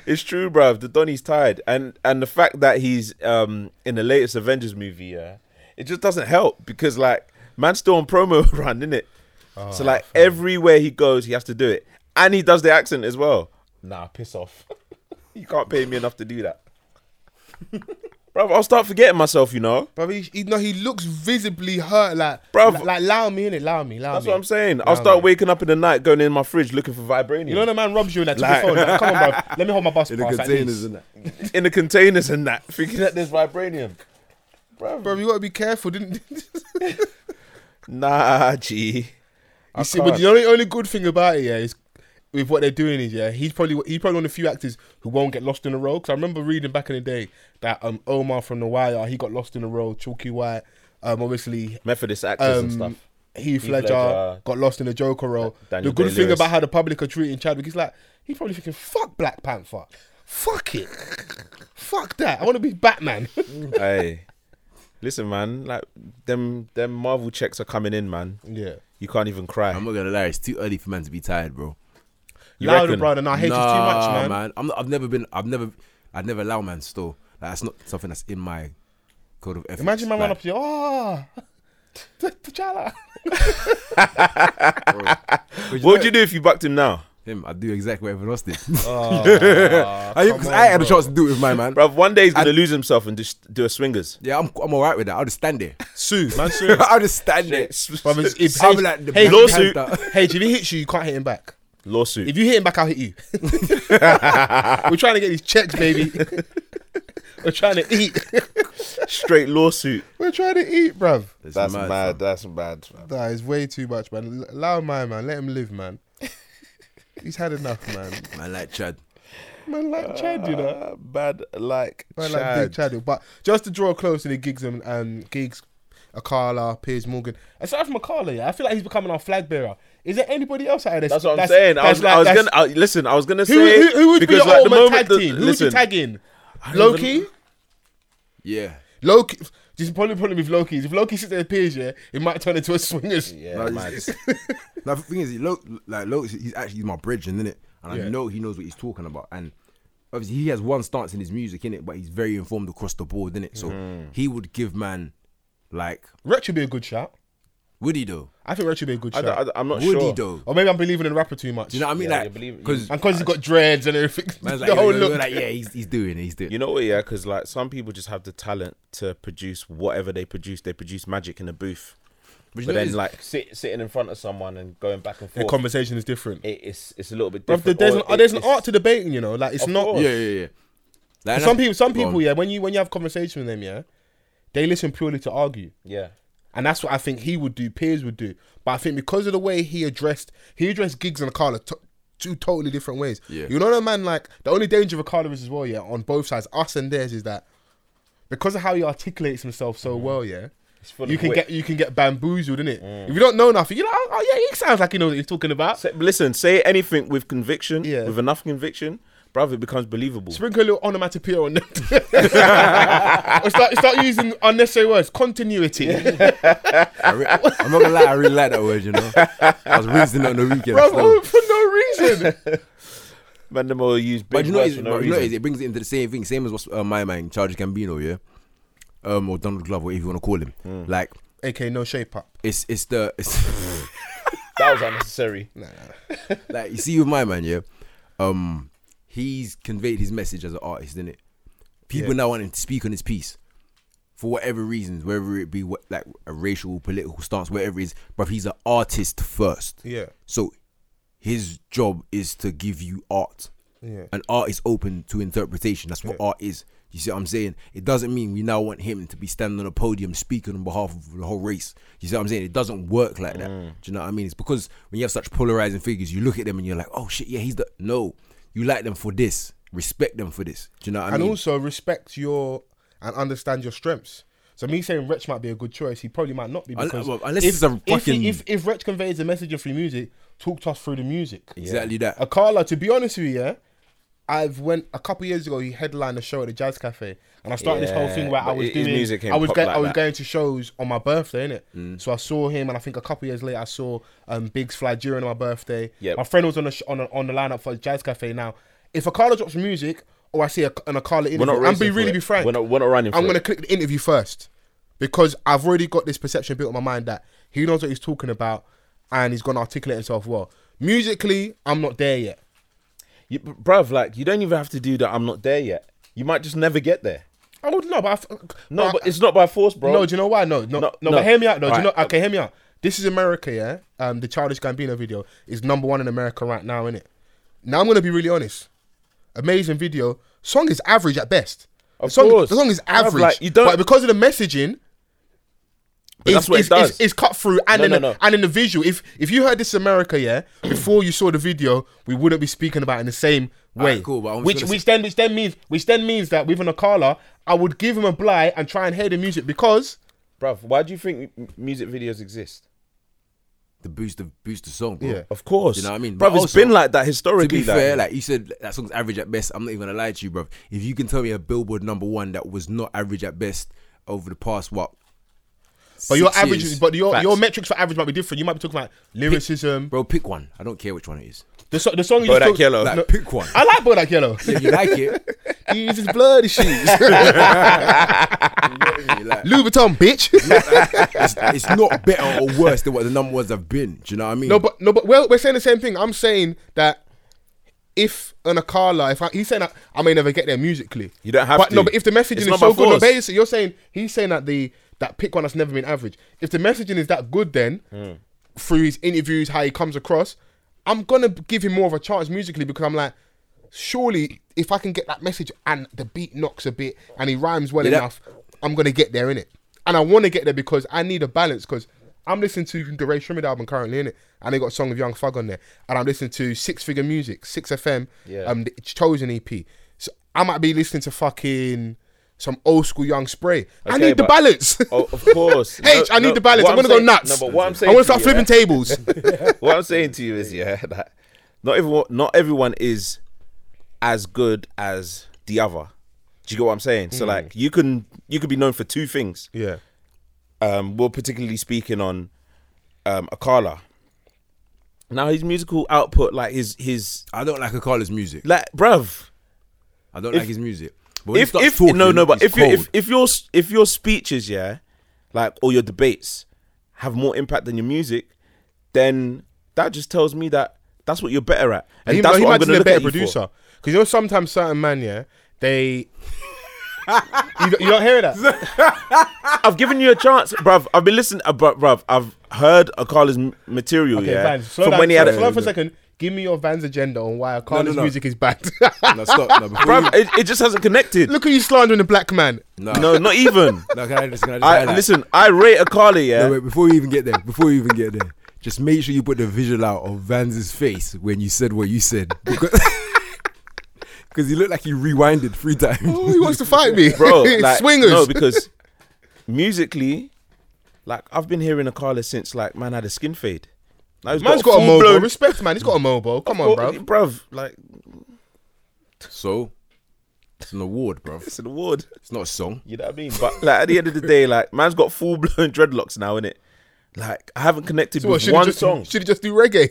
[SPEAKER 1] It's true, bruv. The Donny's tired. And and the fact that he's um, in the latest Avengers movie, yeah, it just doesn't help because, like, man's still on promo <laughs> run, innit?
[SPEAKER 2] Oh,
[SPEAKER 1] so, like, everywhere he goes, he has to do it. And he does the accent as well. Nah, piss off. <laughs> you can't pay me enough to do that. <laughs> bruv, I'll start forgetting myself, you know?
[SPEAKER 2] Bro, he, he no, he looks visibly hurt. Like, bro,
[SPEAKER 1] Bruv.
[SPEAKER 2] like, like allow me in it, allow me, allow
[SPEAKER 1] That's
[SPEAKER 2] me.
[SPEAKER 1] what I'm saying. I'll start waking up in the night going in my fridge looking for vibranium.
[SPEAKER 2] You know, when a man robs you and that took
[SPEAKER 1] Like-
[SPEAKER 2] your phone. Like, Come on, bro.
[SPEAKER 1] <laughs>
[SPEAKER 2] Let me hold my bus
[SPEAKER 3] in the
[SPEAKER 2] pass.
[SPEAKER 3] containers and that.
[SPEAKER 1] in the containers and that, <laughs> thinking that there's vibranium.
[SPEAKER 2] bro, you gotta be careful. Didn't <laughs>
[SPEAKER 1] Nah, gee.
[SPEAKER 2] you see? But you know the only good thing about it, yeah, is with what they're doing is yeah, he's probably he's probably one of the few actors who won't get lost in a role. Because I remember reading back in the day that um Omar from The Wire he got lost in a role. Chalky White, um obviously
[SPEAKER 1] Methodist actors
[SPEAKER 2] um
[SPEAKER 1] and stuff.
[SPEAKER 2] Heath
[SPEAKER 1] Heath
[SPEAKER 2] Ledger,
[SPEAKER 1] Ledger.
[SPEAKER 2] got lost in the Joker role.
[SPEAKER 1] Daniel
[SPEAKER 2] the good thing
[SPEAKER 1] Day-Lewis.
[SPEAKER 2] about how the public are treating Chadwick is like he's probably thinking fuck Black Panther, fuck it, fuck that. I want to be Batman. <laughs>
[SPEAKER 1] hey, listen, man. Like them, them Marvel checks are coming in, man.
[SPEAKER 2] yeah,
[SPEAKER 1] You can't even cry.
[SPEAKER 3] I'm not gonna lie, it's too early for man to be tired, bro.
[SPEAKER 1] You
[SPEAKER 2] louder,
[SPEAKER 1] reckon?
[SPEAKER 2] brother. Now hate is too much,
[SPEAKER 3] Nah,
[SPEAKER 2] man.
[SPEAKER 3] I'm not, I've never been. I've never. I'd never allow man still. Like, that's not something that's in my code of ethics.
[SPEAKER 2] Imagine man
[SPEAKER 3] like,
[SPEAKER 2] run up to you, ah, <laughs> oh, T'Challa.
[SPEAKER 1] what would you do if you bucked him now,
[SPEAKER 3] him. I'd do exactly what everyone
[SPEAKER 2] <laughs>
[SPEAKER 3] else did.
[SPEAKER 1] Ah,
[SPEAKER 2] Oh,
[SPEAKER 3] I, 'cause I had <laughs> a chance to do it with my man.
[SPEAKER 1] bruv? One day he's gonna lose himself and just do a swingers.
[SPEAKER 3] Yeah, I'm. I'm alright with that. I'll just stand there.
[SPEAKER 2] <laughs>
[SPEAKER 3] <laughs>
[SPEAKER 2] Sue,
[SPEAKER 1] <laughs>
[SPEAKER 2] man, Sue.
[SPEAKER 3] I'll just stand there.
[SPEAKER 2] Brothers, if
[SPEAKER 3] I'll
[SPEAKER 2] hey,
[SPEAKER 3] be like the
[SPEAKER 2] hey,
[SPEAKER 3] Black
[SPEAKER 1] lawsuit.
[SPEAKER 3] Panther.
[SPEAKER 2] <laughs> hey, if he hits you, you can't hit him back.
[SPEAKER 1] Lawsuit.
[SPEAKER 2] If you hit him back, I'll hit
[SPEAKER 3] <laughs>
[SPEAKER 2] you. <laughs> We're trying to get these checks, baby. <laughs> We're trying to eat.
[SPEAKER 1] Straight lawsuit.
[SPEAKER 2] We're trying to eat, bruv.
[SPEAKER 3] It's
[SPEAKER 1] That's
[SPEAKER 3] mad,
[SPEAKER 1] mad.
[SPEAKER 3] fam.
[SPEAKER 1] That's bad.
[SPEAKER 2] That is way too much, man. L- Allow my man. Let him live,
[SPEAKER 1] <laughs>
[SPEAKER 2] man. He's had enough, man.
[SPEAKER 3] Man, like Chad.
[SPEAKER 2] Man, like Chad, you know.
[SPEAKER 1] bad like
[SPEAKER 2] Man, like
[SPEAKER 1] Uh, Chad.
[SPEAKER 2] Big Chad. But just to draw close to the gigs and um, gigs, Akala, Piers Morgan. Aside from Akala, yeah, I feel like he's becoming our flag bearer. Is there anybody else out there?
[SPEAKER 1] That's what I'm saying. I
[SPEAKER 2] that's
[SPEAKER 1] was,
[SPEAKER 2] like-
[SPEAKER 1] I was
[SPEAKER 2] that's-
[SPEAKER 1] gonna I, listen. I was gonna
[SPEAKER 2] Who,
[SPEAKER 1] say
[SPEAKER 2] who, who would be
[SPEAKER 1] because
[SPEAKER 2] your
[SPEAKER 1] like,
[SPEAKER 2] old
[SPEAKER 1] the
[SPEAKER 2] man
[SPEAKER 1] moment
[SPEAKER 2] tag
[SPEAKER 1] the-
[SPEAKER 2] team? Who would
[SPEAKER 1] listen,
[SPEAKER 2] you tag in?
[SPEAKER 3] I don't
[SPEAKER 2] Loki?
[SPEAKER 3] even- Yeah.
[SPEAKER 2] Loki. Just probably problem with Loki. is If Loki sits there and appears, yeah, it might turn into a swingers.
[SPEAKER 1] Yeah,
[SPEAKER 3] No,
[SPEAKER 1] mad.
[SPEAKER 3] <laughs> it's- Now, the thing is, Lo, like Lo, he's actually he's my bridge, and it, and
[SPEAKER 2] Yeah.
[SPEAKER 3] I know he knows what he's talking about, and obviously he has one stance in his music, in it, but he's very informed across the board, in it. So
[SPEAKER 1] Mm-hmm.
[SPEAKER 3] he would give man, like,
[SPEAKER 2] Retch would be a good shout.
[SPEAKER 3] would he though?
[SPEAKER 2] I think Retch would be a good
[SPEAKER 1] I,
[SPEAKER 2] shout.
[SPEAKER 1] don't- I, am not
[SPEAKER 3] would
[SPEAKER 1] sure.
[SPEAKER 3] he though?
[SPEAKER 2] or maybe I'm believing in the rapper too much.
[SPEAKER 3] Do you know what I mean?
[SPEAKER 1] Yeah, you
[SPEAKER 3] like,
[SPEAKER 1] believe- <laughs>
[SPEAKER 3] because
[SPEAKER 2] and because he's got dreads and everything. <laughs>
[SPEAKER 3] man's
[SPEAKER 2] the
[SPEAKER 3] like, yo,
[SPEAKER 2] whole
[SPEAKER 3] yo,
[SPEAKER 2] look.
[SPEAKER 3] yo, like, yeah, he's he's doing it, he's doing.
[SPEAKER 1] You
[SPEAKER 3] it.
[SPEAKER 1] know what? Yeah, because like some people just have the talent to produce whatever they produce. They produce magic in a booth,
[SPEAKER 3] But
[SPEAKER 1] but,
[SPEAKER 3] you know
[SPEAKER 1] then
[SPEAKER 3] it's-
[SPEAKER 1] like sit, sitting in front of someone and going back and
[SPEAKER 2] Their
[SPEAKER 1] forth.
[SPEAKER 2] conversation is different.
[SPEAKER 1] it, it's it's a little bit
[SPEAKER 2] Bruv,
[SPEAKER 1] different.
[SPEAKER 2] there's, an,
[SPEAKER 1] or it-
[SPEAKER 2] there's an
[SPEAKER 1] it's-
[SPEAKER 2] art to debating, you know. Like it's
[SPEAKER 1] Of
[SPEAKER 2] not.
[SPEAKER 1] course.
[SPEAKER 3] yeah, yeah, yeah. Like,
[SPEAKER 2] Some
[SPEAKER 3] that's-
[SPEAKER 2] people, some
[SPEAKER 3] go on.
[SPEAKER 2] people, yeah. When you when you have conversation with them, yeah, they listen purely to argue.
[SPEAKER 1] Yeah,
[SPEAKER 2] And that's what I think he would do, Piers would do. But I think because of the way he addressed, he addressed gigs and Akala t- two totally different ways.
[SPEAKER 3] Yeah.
[SPEAKER 2] You know what I mean? Like, the only danger of Akala is as well, yeah, on both sides, us and theirs, is that because of how he articulates himself so well, yeah,
[SPEAKER 1] Mm. it's full
[SPEAKER 2] you
[SPEAKER 1] of
[SPEAKER 2] can
[SPEAKER 1] wit. Mm.
[SPEAKER 2] get you can get bamboozled, innit? If you don't know nothing, you're like, oh, oh, yeah, he sounds like he knows what he's talking about.
[SPEAKER 1] Say- listen, say anything with conviction,
[SPEAKER 2] Yeah.
[SPEAKER 1] with enough conviction, brother, it becomes believable.
[SPEAKER 2] Sprinkle a little onomatopoeia on them. <laughs> Or start, start using unnecessary words. Continuity.
[SPEAKER 3] I re- I'm not gonna lie, I really like that word. You know,
[SPEAKER 1] <laughs>
[SPEAKER 3] I was rinsing it on the weekend.
[SPEAKER 2] Bro, <laughs>
[SPEAKER 3] still.
[SPEAKER 2] for no reason.
[SPEAKER 1] Man, them all use big
[SPEAKER 3] But you know, what
[SPEAKER 1] words
[SPEAKER 3] it is,
[SPEAKER 1] for no
[SPEAKER 3] but you know what it is,
[SPEAKER 1] reason.
[SPEAKER 3] it brings it into the same thing, same as what's uh, my man, Childish Gambino, yeah, um, or Donald Glover, whatever you want to call him.
[SPEAKER 1] Hmm.
[SPEAKER 3] Like,
[SPEAKER 2] AK, no shape up.
[SPEAKER 3] it's it's the it's <laughs>
[SPEAKER 1] That was unnecessary.
[SPEAKER 3] like you see with my man, yeah, um, he's conveyed his message as an artist, didn't it? People
[SPEAKER 2] Yeah.
[SPEAKER 3] now want him to speak on his piece for whatever reasons, whether it be what like a racial, political stance, whatever it is. But he's an artist first,
[SPEAKER 2] Yeah.
[SPEAKER 3] so his job is to give you art.
[SPEAKER 2] Yeah.
[SPEAKER 3] And art is open to interpretation. That's what art is. You see what I'm saying? It doesn't mean we now want him to be standing on a podium speaking on behalf of the whole race. You see what I'm saying? It doesn't work like that.
[SPEAKER 1] Mm.
[SPEAKER 3] Do you know what I mean? It's because when you have such polarizing figures, you look at them and you're like, oh shit, yeah, he's the. No, you like them for this. Respect them for this. Do you know what I
[SPEAKER 2] and
[SPEAKER 3] mean?
[SPEAKER 2] also respect your and understand your strengths. So me saying Rich might be a good choice, he probably might not be
[SPEAKER 3] Unle-
[SPEAKER 2] because
[SPEAKER 3] well, unless
[SPEAKER 2] if,
[SPEAKER 3] it's a
[SPEAKER 2] if,
[SPEAKER 3] fucking-
[SPEAKER 2] he- if if Rich conveys a message through music, talk to us through the music.
[SPEAKER 3] exactly that.
[SPEAKER 2] Akala, to be honest with you, yeah, I've went a couple years ago. He headlined a show at the Jazz Cafe, and I started this whole
[SPEAKER 1] Yeah,
[SPEAKER 2] thing where I
[SPEAKER 1] but
[SPEAKER 2] was
[SPEAKER 1] his
[SPEAKER 2] doing
[SPEAKER 1] music ain't
[SPEAKER 2] I was
[SPEAKER 1] pop
[SPEAKER 2] going,
[SPEAKER 1] like
[SPEAKER 2] I was
[SPEAKER 1] that. Mm.
[SPEAKER 2] going to shows on my birthday, innit? So I saw him, and I think a couple years later I saw um, Biggs fly during my birthday.
[SPEAKER 1] Yep.
[SPEAKER 2] my friend was on the sh- on a, on the lineup for Jazz Cafe. Now, if Akala drops music or I see a, an Akala
[SPEAKER 1] We're not
[SPEAKER 2] interview, and be
[SPEAKER 1] racing for
[SPEAKER 2] really
[SPEAKER 1] it.
[SPEAKER 2] be frank,
[SPEAKER 1] We're not, we're not running.
[SPEAKER 2] I'm
[SPEAKER 1] for
[SPEAKER 2] gonna
[SPEAKER 1] it.
[SPEAKER 2] click the interview first because I've already got this perception built in my mind that he knows what he's talking about and he's gonna articulate himself well. Musically, I'm not there yet.
[SPEAKER 1] You, bruv, like you don't even have to do that. I'm not there yet. You might just never get there.
[SPEAKER 2] I would know, but I f-
[SPEAKER 1] No,
[SPEAKER 2] I-
[SPEAKER 1] but it's not by force, bro.
[SPEAKER 2] no. Do you know why? No, no, no. But
[SPEAKER 1] No, no.
[SPEAKER 2] hear me out. No, do you know?
[SPEAKER 1] Alright.
[SPEAKER 2] Okay, hear me out. This is America, yeah. Um, the Childish Gambino video is number one in America right now, innit? Now I'm gonna be really honest. Amazing video. Song is average at best. the
[SPEAKER 1] Of
[SPEAKER 2] song,
[SPEAKER 1] course.
[SPEAKER 2] the song is
[SPEAKER 1] Bruv,
[SPEAKER 2] average.
[SPEAKER 1] like, you don't-
[SPEAKER 2] But because of the messaging,
[SPEAKER 1] But that's what it does.
[SPEAKER 2] It's, it's cut through and
[SPEAKER 1] No,
[SPEAKER 2] in
[SPEAKER 1] no,
[SPEAKER 2] the,
[SPEAKER 1] no.
[SPEAKER 2] and in the visual. If if you heard this in America, yeah, <clears throat> before you saw the video, we wouldn't be speaking about it in the same way.
[SPEAKER 3] Alright, cool, but I'm just
[SPEAKER 2] which
[SPEAKER 3] gonna
[SPEAKER 2] which then which then means which then means that with an Akala, I would give him a bly and try and hear the music because
[SPEAKER 1] bruv. Why do you think m- music videos exist?
[SPEAKER 3] The boost the boost the song, bro.
[SPEAKER 2] Yeah.
[SPEAKER 1] Of course,
[SPEAKER 3] You know what I mean?
[SPEAKER 1] bruv.
[SPEAKER 3] But
[SPEAKER 1] it's
[SPEAKER 3] also,
[SPEAKER 1] been like that
[SPEAKER 3] To
[SPEAKER 1] historically.
[SPEAKER 3] be
[SPEAKER 1] like-
[SPEAKER 3] fair, like you said, that song's average at best. I'm not even gonna lie to you, bro. If you can tell me a Billboard number one that was not average at best over the past what?
[SPEAKER 2] but your
[SPEAKER 3] six
[SPEAKER 2] average
[SPEAKER 3] years?
[SPEAKER 2] but your
[SPEAKER 1] Facts.
[SPEAKER 2] your metrics for average might be different. You might be talking about lyricism.
[SPEAKER 3] bro, pick one. I don't care which one
[SPEAKER 1] <laughs>
[SPEAKER 3] it is.
[SPEAKER 2] The, so, the song you
[SPEAKER 1] Bodak
[SPEAKER 2] just talked-
[SPEAKER 1] Yellow.
[SPEAKER 3] Like,
[SPEAKER 1] No.
[SPEAKER 3] pick one.
[SPEAKER 2] I like Bodak <laughs> Yellow.
[SPEAKER 3] If you like it,
[SPEAKER 2] He uses bloody <laughs> shoes.
[SPEAKER 3] you like-
[SPEAKER 2] Louboutin, <laughs> bitch.
[SPEAKER 3] it's, it's not better or worse than what the number ones have been. Do you know what I mean?
[SPEAKER 2] no, but no, but we're, we're saying the same thing. I'm saying that if an Akala, if I, he's saying that I may never get there musically,
[SPEAKER 1] You don't have
[SPEAKER 2] but no,
[SPEAKER 1] to.
[SPEAKER 2] but if the messaging
[SPEAKER 1] It's
[SPEAKER 2] is
[SPEAKER 1] not
[SPEAKER 2] so
[SPEAKER 1] by
[SPEAKER 2] good, no,
[SPEAKER 1] force.
[SPEAKER 2] basically you're saying he's saying that the that pick one that's never been average. If the messaging is that good, then through his interviews, how he comes across, I'm gonna give him more of a chance musically because I'm like. Surely, if I can get that message and the beat knocks a bit and he rhymes well
[SPEAKER 3] Yeah, that-
[SPEAKER 2] enough, I'm gonna get there in it, and I want to get there because I need a balance. Because I'm listening to the Ray Shrimmed album currently in it, and they got a song of Young Thug on there, and I'm listening to Six Figure Music, Six FM,
[SPEAKER 1] Yeah.
[SPEAKER 2] um, the Chosen EP. So I might be listening to fucking some old school Young Spray. I
[SPEAKER 1] Okay,
[SPEAKER 2] need the
[SPEAKER 1] but-
[SPEAKER 2] balance.
[SPEAKER 1] <laughs> Oh, of
[SPEAKER 2] <laughs>
[SPEAKER 1] course.
[SPEAKER 2] H, I need the balance.
[SPEAKER 1] what
[SPEAKER 2] I'm gonna go
[SPEAKER 1] saying-
[SPEAKER 2] nuts.
[SPEAKER 1] No, but what I'm
[SPEAKER 2] I
[SPEAKER 1] saying,
[SPEAKER 2] want to
[SPEAKER 1] to
[SPEAKER 2] start
[SPEAKER 1] you,
[SPEAKER 2] flipping
[SPEAKER 1] yeah, <laughs>
[SPEAKER 2] tables.
[SPEAKER 1] what I'm saying to you is, yeah, <laughs> that not everyone, not everyone is as good as the other. Do you get what I'm saying?
[SPEAKER 2] Hmm.
[SPEAKER 1] So like, you can you could be known for two things.
[SPEAKER 2] yeah,
[SPEAKER 1] Um, we're particularly speaking on um, Akala. Now his musical output, like his his
[SPEAKER 3] I don't like Akala's music.
[SPEAKER 1] like, bruv.
[SPEAKER 3] I don't like his music. But when he
[SPEAKER 1] If
[SPEAKER 3] starts
[SPEAKER 1] if
[SPEAKER 3] talking,
[SPEAKER 1] no no, but if
[SPEAKER 3] it's
[SPEAKER 1] you, if
[SPEAKER 3] cold.
[SPEAKER 1] if your s- if your speeches, yeah, like or your debates have more impact than your music, then that just tells me that. That's what you're better at, and
[SPEAKER 2] he,
[SPEAKER 1] that's
[SPEAKER 2] he
[SPEAKER 1] what
[SPEAKER 2] might
[SPEAKER 1] I'm
[SPEAKER 2] just
[SPEAKER 1] going
[SPEAKER 2] be
[SPEAKER 1] to
[SPEAKER 2] a
[SPEAKER 1] look at
[SPEAKER 2] better
[SPEAKER 1] you for.
[SPEAKER 2] producer. Because you know, sometimes certain man, yeah, they. you, don't- you don't hear
[SPEAKER 1] <laughs>
[SPEAKER 2] that?
[SPEAKER 1] I've given you a chance, bruv. I've been listening, uh, bruv, bruv. I've heard Akala's m- material, yeah,
[SPEAKER 2] Vans, slow
[SPEAKER 1] from
[SPEAKER 2] down,
[SPEAKER 1] when he
[SPEAKER 2] slow,
[SPEAKER 1] had it.
[SPEAKER 2] slow down for a second. Give me your Van's agenda on why Akala's
[SPEAKER 3] no.
[SPEAKER 2] music is bad. <laughs>
[SPEAKER 3] no, stop. No, before
[SPEAKER 1] Bruv, it, it just hasn't connected.
[SPEAKER 2] Look at you slandering the black man.
[SPEAKER 3] you, no,
[SPEAKER 1] no,
[SPEAKER 2] <laughs>
[SPEAKER 1] not even.
[SPEAKER 3] no, can I just, can I just
[SPEAKER 1] I
[SPEAKER 3] highlight?
[SPEAKER 1] listen. I rate Akala, yeah.
[SPEAKER 3] No, wait, before you even get there, before you even get there, just make sure you put the visual out of Van's face when you said what you said. <laughs> Because 'cause he looked like he rewinded three times. <laughs>
[SPEAKER 2] Oh, he wants to fight me, <laughs>
[SPEAKER 1] bro. Like,
[SPEAKER 2] Swingers.
[SPEAKER 1] No, because musically, like I've been hearing Akala since like man had a skin fade. Now he's
[SPEAKER 2] Man's got a
[SPEAKER 1] full
[SPEAKER 2] mobile.
[SPEAKER 1] blown-
[SPEAKER 2] Respect, man. He's got a mobile. Come on, bro.
[SPEAKER 1] Bruv, like
[SPEAKER 3] so, it's an award, bro.
[SPEAKER 1] it's an award.
[SPEAKER 3] It's not a song.
[SPEAKER 1] You know what I mean? But like at the end of the day, like man's got full blown <laughs> dreadlocks now, innit? Like I haven't connected with one song.
[SPEAKER 2] Should he just do
[SPEAKER 1] <laughs>
[SPEAKER 2] reggae?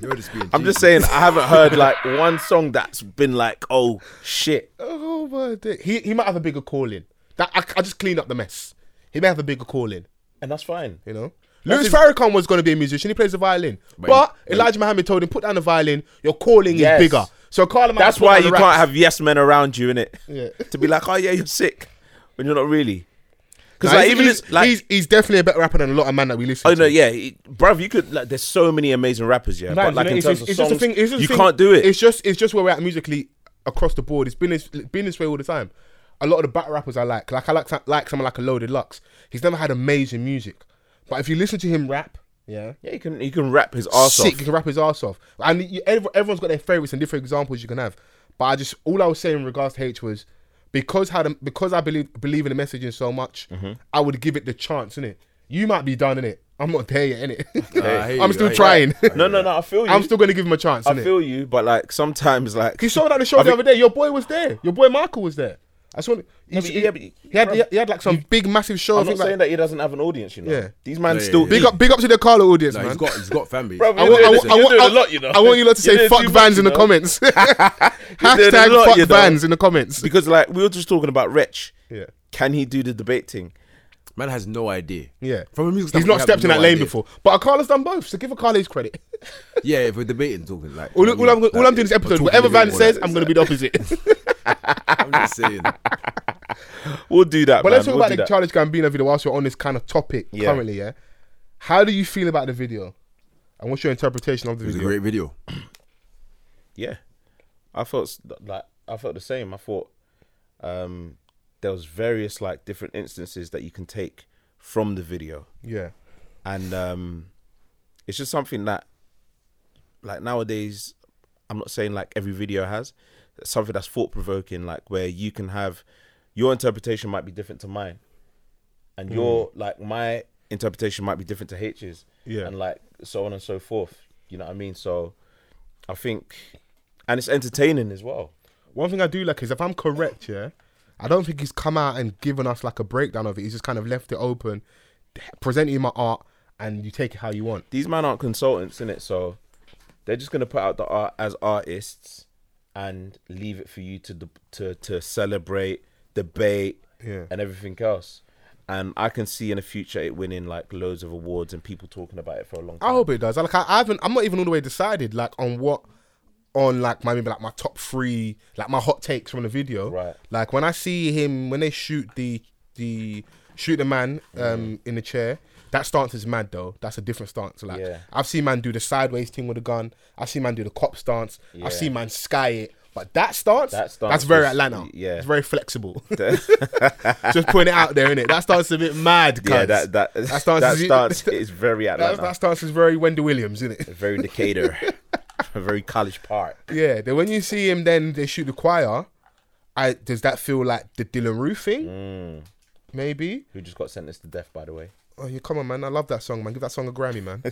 [SPEAKER 3] You're just being
[SPEAKER 1] I'm just
[SPEAKER 3] cheeky.
[SPEAKER 1] saying I haven't heard like one song that's been like, oh shit.
[SPEAKER 2] oh my day. He he might have a bigger calling. That I, I just clean up the mess. He may have a bigger calling.
[SPEAKER 1] And that's fine.
[SPEAKER 2] You know. Louis Farrakhan was going to be a musician. He plays the violin, but, Elijah Muhammad told him, "Put down the violin. Your calling
[SPEAKER 1] Yes.
[SPEAKER 2] is bigger." So Carl,
[SPEAKER 1] That's why you can't have yes men around you, innit?
[SPEAKER 2] Yeah.
[SPEAKER 1] to be like, oh yeah, you're sick. When you're not really. Because
[SPEAKER 2] Nah,
[SPEAKER 1] like
[SPEAKER 2] he's-
[SPEAKER 1] even
[SPEAKER 2] he's,
[SPEAKER 1] it's like
[SPEAKER 2] he's, he's definitely a better rapper than a lot of man that we listen
[SPEAKER 1] Oh
[SPEAKER 2] to.
[SPEAKER 1] no, yeah, it, bruv, you could like. There's so many amazing rappers, yeah.
[SPEAKER 2] Nah,
[SPEAKER 1] but like
[SPEAKER 2] you know,
[SPEAKER 1] in
[SPEAKER 2] it's
[SPEAKER 1] terms
[SPEAKER 2] just-
[SPEAKER 1] of
[SPEAKER 2] it's just a
[SPEAKER 1] songs,
[SPEAKER 2] thing- it's just a
[SPEAKER 1] you
[SPEAKER 2] thing-
[SPEAKER 1] can't do it.
[SPEAKER 2] It's just it's just where we're at musically across the board. It's been this been this way all the time. A lot of the battle rappers I like, like I like some- like someone like a Loaded Lux. He's never had amazing music, but if you listen to him rap, yeah,
[SPEAKER 1] yeah, you can you can rap his ass
[SPEAKER 2] sick. He
[SPEAKER 1] off.
[SPEAKER 2] can rap his ass off, and you, every- everyone's got their favorites and different examples you can have. But I just all I was saying in regards to H was because how the, because I believe believe in the messaging so much,
[SPEAKER 1] Mm-hmm.
[SPEAKER 2] I would give it the chance, innit? You might be done in it. I'm not there yet, innit?
[SPEAKER 3] Nah, I
[SPEAKER 2] <laughs>
[SPEAKER 3] hear
[SPEAKER 2] I'm
[SPEAKER 3] you,
[SPEAKER 2] still
[SPEAKER 3] I hear you.
[SPEAKER 2] trying.
[SPEAKER 1] No, no, no. I feel you.
[SPEAKER 2] I'm still going to give him a chance.
[SPEAKER 1] I
[SPEAKER 2] innit?
[SPEAKER 1] feel you, but like sometimes, like
[SPEAKER 2] He showed at the show the other day. Your boy was there. Your boy Michael was there. I saw. He,
[SPEAKER 1] but-
[SPEAKER 2] he,
[SPEAKER 1] yeah, but-
[SPEAKER 2] he had he, had like some big massive show. I
[SPEAKER 1] I'm not
[SPEAKER 2] think,
[SPEAKER 1] saying
[SPEAKER 2] like,
[SPEAKER 1] that he doesn't have an audience. You know,
[SPEAKER 2] Yeah.
[SPEAKER 1] these man
[SPEAKER 3] Yeah, yeah,
[SPEAKER 1] still
[SPEAKER 3] yeah.
[SPEAKER 2] big up big up to the Carlo audience,
[SPEAKER 3] No,
[SPEAKER 2] man.
[SPEAKER 3] he's got, he's got fan base.
[SPEAKER 1] Bruv,
[SPEAKER 3] I
[SPEAKER 1] you're
[SPEAKER 2] want-
[SPEAKER 1] doing
[SPEAKER 2] want-
[SPEAKER 1] this- you're
[SPEAKER 2] want-
[SPEAKER 1] doing a lot, you know.
[SPEAKER 2] I want you lot to
[SPEAKER 1] You're
[SPEAKER 2] say
[SPEAKER 1] doing
[SPEAKER 2] fuck
[SPEAKER 1] too much,
[SPEAKER 2] Vans
[SPEAKER 1] you
[SPEAKER 2] in the
[SPEAKER 1] know.
[SPEAKER 2] comments.
[SPEAKER 1] doing a
[SPEAKER 2] Hashtag
[SPEAKER 1] lot,
[SPEAKER 2] fuck
[SPEAKER 1] you know.
[SPEAKER 2] Vans in the comments.
[SPEAKER 1] because like we were just talking about Wretch.
[SPEAKER 2] Yeah.
[SPEAKER 1] Can he do the debate thing?
[SPEAKER 3] Man has no idea.
[SPEAKER 2] Yeah,
[SPEAKER 3] From a music
[SPEAKER 2] he's
[SPEAKER 3] standpoint,
[SPEAKER 2] not
[SPEAKER 3] you
[SPEAKER 2] stepped
[SPEAKER 3] have
[SPEAKER 2] in that
[SPEAKER 3] no
[SPEAKER 2] lane
[SPEAKER 3] idea.
[SPEAKER 2] before. But Carlo's done both, so give Carlo his credit.
[SPEAKER 3] Yeah, if we're debating, talking like.
[SPEAKER 2] All,
[SPEAKER 3] you
[SPEAKER 2] all
[SPEAKER 3] know,
[SPEAKER 2] I'm, all
[SPEAKER 3] like,
[SPEAKER 2] I'm doing this episode,
[SPEAKER 3] talking
[SPEAKER 2] whatever
[SPEAKER 3] about
[SPEAKER 2] Van
[SPEAKER 3] it,
[SPEAKER 2] says,
[SPEAKER 3] like,
[SPEAKER 2] I'm going to be the opposite.
[SPEAKER 3] I'm just <laughs> saying.
[SPEAKER 1] We'll do that.
[SPEAKER 2] But
[SPEAKER 1] man.
[SPEAKER 2] let's talk
[SPEAKER 1] we'll
[SPEAKER 2] about
[SPEAKER 1] do
[SPEAKER 2] the
[SPEAKER 1] that.
[SPEAKER 2] Charles Gambino video whilst we're on this kind of topic
[SPEAKER 1] Yeah.
[SPEAKER 2] currently. Yeah, how do you feel about the video? And what's your interpretation of the
[SPEAKER 3] It was a
[SPEAKER 2] video?
[SPEAKER 3] great <laughs> video.
[SPEAKER 1] yeah i felt s- like i felt the same i thought um there was various like different instances that you can take from the video
[SPEAKER 2] Yeah.
[SPEAKER 1] and um, it's just something that like nowadays i'm not saying like every video has something that's thought provoking like where you can have your interpretation might be different to mine and your like my interpretation might be different to h's
[SPEAKER 2] Yeah.
[SPEAKER 1] and like so on and so forth you know what i mean so i think and it's entertaining as well
[SPEAKER 2] One thing I do like is if I'm correct, yeah, I don't think he's come out and given us like a breakdown of it. He's just kind of left it open, presenting my art, and you take it how you want.
[SPEAKER 1] these men aren't consultants in it so they're just going to put out the art as artists and leave it for you to deb- to to celebrate debate
[SPEAKER 2] Yeah.
[SPEAKER 1] and everything else and i can see in the future it winning like loads of awards and people talking about it for a long time
[SPEAKER 2] I hope it does. Like I, I haven't, I'm not even all the way decided like on what, on like my maybe like my top three, like my hot takes from the video.
[SPEAKER 1] Right.
[SPEAKER 2] Like when I see him when they shoot the the shoot the man um in the chair. That stance is mad though. That's a different stance. Like
[SPEAKER 1] Yeah.
[SPEAKER 2] I've seen man do the sideways thing with a gun. I've seen man do the cop stance.
[SPEAKER 1] Yeah.
[SPEAKER 2] I've seen man sky it. But that stance,
[SPEAKER 1] That stance
[SPEAKER 2] that's very
[SPEAKER 1] was-
[SPEAKER 2] Atlanta.
[SPEAKER 1] yeah.
[SPEAKER 2] it's very
[SPEAKER 1] <laughs>
[SPEAKER 2] flexible. Just putting it out there, innit? That stance is a bit mad.
[SPEAKER 1] yeah
[SPEAKER 2] cuz.
[SPEAKER 1] that
[SPEAKER 2] That
[SPEAKER 1] that that
[SPEAKER 2] stance
[SPEAKER 1] stance,
[SPEAKER 2] is-
[SPEAKER 1] is very
[SPEAKER 2] <laughs> that,
[SPEAKER 1] atlanta
[SPEAKER 2] that stance is very Wendy Williams, isn't it?
[SPEAKER 1] very decatur <laughs> very college park
[SPEAKER 2] Yeah, then when you see him, then they shoot the choir. I does that feel like the Dylan Roof thing? Maybe.
[SPEAKER 1] who just got sentenced to death by the way
[SPEAKER 2] Oh, yeah, come on, man! I love that song, man. Give that song a Grammy, man.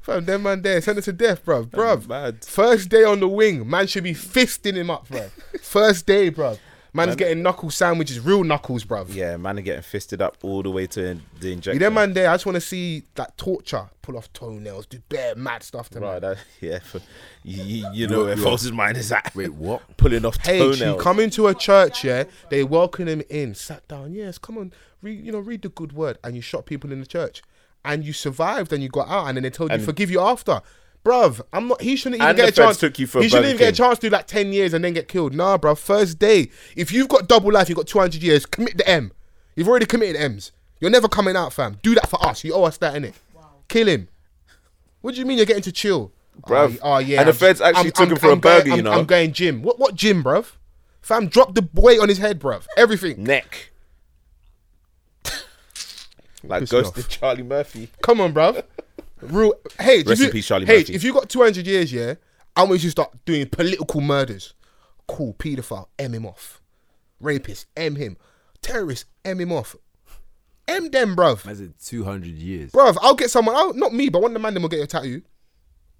[SPEAKER 2] Fam, them man there, send it to death, bruv, bruv.
[SPEAKER 1] mad.
[SPEAKER 2] First day on the wing, man should be fisting him up, bruv. First day, bruv. Man's getting knuckle sandwiches, real knuckles, bruv.
[SPEAKER 1] yeah man are getting fisted up all the way to the
[SPEAKER 2] You
[SPEAKER 1] injection
[SPEAKER 2] them man there, I just want to see that torture, pull off toenails, do bare mad stuff to
[SPEAKER 1] Right,
[SPEAKER 2] man.
[SPEAKER 1] that, <laughs> yeah, for, you, you- you know where Foles' mind is at. <laughs>
[SPEAKER 3] Wait, what?
[SPEAKER 1] Pulling off
[SPEAKER 2] Hey, you
[SPEAKER 1] toenails.
[SPEAKER 2] come into a church, yeah? They welcome him in, sat down. Yes, come on, read, you know, read the good word, and you shot people in the church, and you survived, and you got out, and then they told you forgive you after. Bruv, I'm not. He shouldn't even
[SPEAKER 1] And
[SPEAKER 2] get
[SPEAKER 1] the
[SPEAKER 2] a chance.
[SPEAKER 1] feds took you for
[SPEAKER 2] he
[SPEAKER 1] a
[SPEAKER 2] shouldn't
[SPEAKER 1] Burger
[SPEAKER 2] even get a
[SPEAKER 1] King.
[SPEAKER 2] chance to do like ten years and then get killed. Nah, bruv. First day, if you've got double life, you've got two hundred years. Commit the M. You've already committed M's. You're never coming out, fam. Do that for us. You owe us that, innit? Kill him. What do you mean you're getting to chill?
[SPEAKER 1] Bruv.
[SPEAKER 2] Oh, oh, yeah.
[SPEAKER 1] And the
[SPEAKER 2] I'm-
[SPEAKER 1] feds actually took him for a
[SPEAKER 2] I'm going-
[SPEAKER 1] burger, you
[SPEAKER 2] I'm-
[SPEAKER 1] know?
[SPEAKER 2] I'm going gym. What what gym, bruv? Fam, drop the weight on his head, bruv. Everything. <laughs>
[SPEAKER 1] Neck. like
[SPEAKER 2] Piss me
[SPEAKER 1] Ghost of Charlie Murphy.
[SPEAKER 2] Come on, bruv. Real. Hey,
[SPEAKER 1] Rest
[SPEAKER 2] if you,
[SPEAKER 1] in peace, Charlie
[SPEAKER 2] hey,
[SPEAKER 1] Murphy.
[SPEAKER 2] if you got 200 years, yeah, I want you to start doing political murders. Cool, paedophile, M him off. Rapist, M him. Terrorist, M him off. M them, bruv.
[SPEAKER 3] That's it. Two hundred years.
[SPEAKER 2] Bruv, I'll get someone. I'll, not me, but one of the man them will get your tattoo.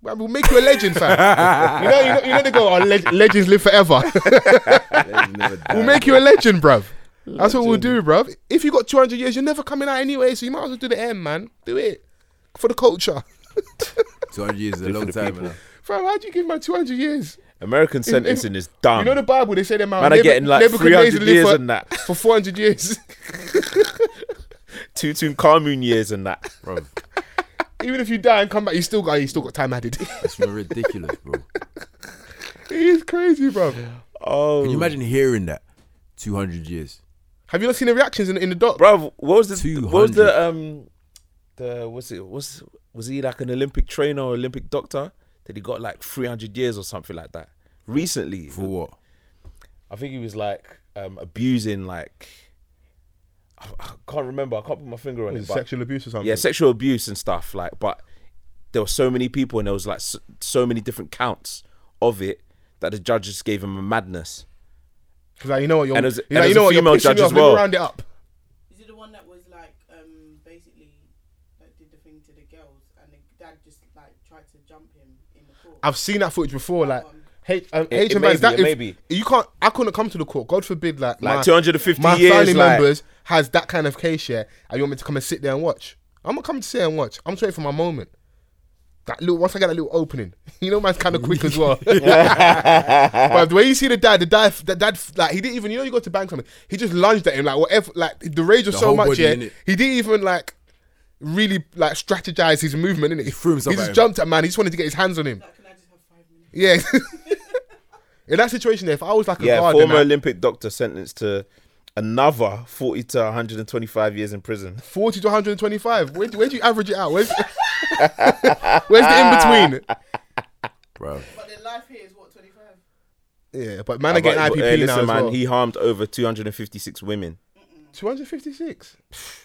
[SPEAKER 2] Bruv, We'll make you a legend, fam. you know, you know, you know they go, oh, leg- legends live forever. <laughs> we'll make you a legend, bruv. That's what we'll do, bruv. If you got 200 years, you're never coming out anyway, so you might as well do the M, man. Do it for the culture, <laughs>
[SPEAKER 3] Two hundred years is a long
[SPEAKER 1] the
[SPEAKER 3] time.
[SPEAKER 1] people.
[SPEAKER 3] man.
[SPEAKER 2] fam. How do you give man 200 years?
[SPEAKER 1] American sentencing is done.
[SPEAKER 2] You know the Bible, they say that man,
[SPEAKER 1] Man are getting, like, 300 years
[SPEAKER 2] for,
[SPEAKER 1] and that.
[SPEAKER 2] for 400 years. <laughs>
[SPEAKER 1] two Tutankhamun years and
[SPEAKER 2] <laughs>
[SPEAKER 1] that.
[SPEAKER 3] Bro,
[SPEAKER 2] Even if you die and come back, you still got you still got time added. <laughs> it
[SPEAKER 3] it's ridiculous, bro.
[SPEAKER 2] is crazy, bruv.
[SPEAKER 1] <laughs> Oh.
[SPEAKER 3] Can you imagine hearing that? Two hundred years.
[SPEAKER 2] Have you not seen the reactions in, in the doc?
[SPEAKER 1] Bro, what was the,
[SPEAKER 3] 200.
[SPEAKER 1] what was the, um, the, what's it, was, was he like an Olympic trainer or Olympic doctor? That he got like 300 years or something like that. Recently.
[SPEAKER 3] For what?
[SPEAKER 1] I think he was like um, abusing like I, I can't remember. I can't put my finger on it.
[SPEAKER 2] Is it
[SPEAKER 1] but-
[SPEAKER 2] sexual abuse or something?
[SPEAKER 1] yeah, sexual abuse and stuff like. But there were so many people and there was like so, so many different counts of it that the judge just gave him a madness.
[SPEAKER 2] He's like, you know what, you're,
[SPEAKER 1] And as-
[SPEAKER 2] he's
[SPEAKER 1] and
[SPEAKER 2] like,
[SPEAKER 1] as
[SPEAKER 2] you
[SPEAKER 1] a
[SPEAKER 2] know what, you're
[SPEAKER 1] female
[SPEAKER 2] pissing
[SPEAKER 1] judge
[SPEAKER 2] me
[SPEAKER 1] as
[SPEAKER 2] off. Let me
[SPEAKER 1] well.
[SPEAKER 2] round it up.
[SPEAKER 4] Is it the one that was like um basically like did the thing to the girls and the dad just like tried to jump him in the court?
[SPEAKER 2] I've seen that footage before. Like, hey, um,
[SPEAKER 1] It-
[SPEAKER 2] H
[SPEAKER 1] it
[SPEAKER 2] and
[SPEAKER 1] may
[SPEAKER 2] Vans,
[SPEAKER 1] be,
[SPEAKER 2] that
[SPEAKER 1] it
[SPEAKER 2] if-
[SPEAKER 1] may be.
[SPEAKER 2] you can't. I couldn't come to the court. God forbid, like,
[SPEAKER 1] Like
[SPEAKER 2] my,
[SPEAKER 1] 250
[SPEAKER 2] my
[SPEAKER 1] years,
[SPEAKER 2] family
[SPEAKER 1] like-
[SPEAKER 2] members has that kind of case here, and you want me to come and sit there and watch? I'm gonna come to sit and watch. I'm just waiting for my moment. That little once I get that little opening, <laughs> you know, man's kind of quick as
[SPEAKER 1] <laughs>
[SPEAKER 2] well. <laughs> but the way you see the dad, the dad, the dad, like he didn't even, you know, you go to bank something. He just lunged at him, like whatever, like the rage was
[SPEAKER 3] The
[SPEAKER 2] so
[SPEAKER 3] whole
[SPEAKER 2] much.
[SPEAKER 3] body,
[SPEAKER 2] Yeah,
[SPEAKER 3] innit?
[SPEAKER 2] he didn't even like really like strategize his movement in it. He
[SPEAKER 3] threw
[SPEAKER 2] He
[SPEAKER 3] himself at
[SPEAKER 2] just
[SPEAKER 3] him.
[SPEAKER 2] jumped at man. He just wanted to get his hands on him.
[SPEAKER 4] Like, can I just have five minutes?
[SPEAKER 2] Yeah. <laughs> In that situation, there, if I was like a
[SPEAKER 1] Yeah,
[SPEAKER 2] guard,
[SPEAKER 1] former
[SPEAKER 2] former
[SPEAKER 1] Olympic doctor sentenced to another 40 to 125 years in prison.
[SPEAKER 2] forty to one hundred and twenty-five, where, where do you average it out?
[SPEAKER 1] <laughs>
[SPEAKER 2] Where's, <laughs> where's the in between?
[SPEAKER 3] Bro,
[SPEAKER 4] But the life here is what twenty five.
[SPEAKER 2] Yeah, but man, I get
[SPEAKER 1] But-
[SPEAKER 2] IPP
[SPEAKER 1] but, hey,
[SPEAKER 2] now
[SPEAKER 1] listen,
[SPEAKER 2] as
[SPEAKER 1] man,
[SPEAKER 2] well.
[SPEAKER 1] he harmed over 256 women.
[SPEAKER 2] Two hundred fifty-six. <sighs>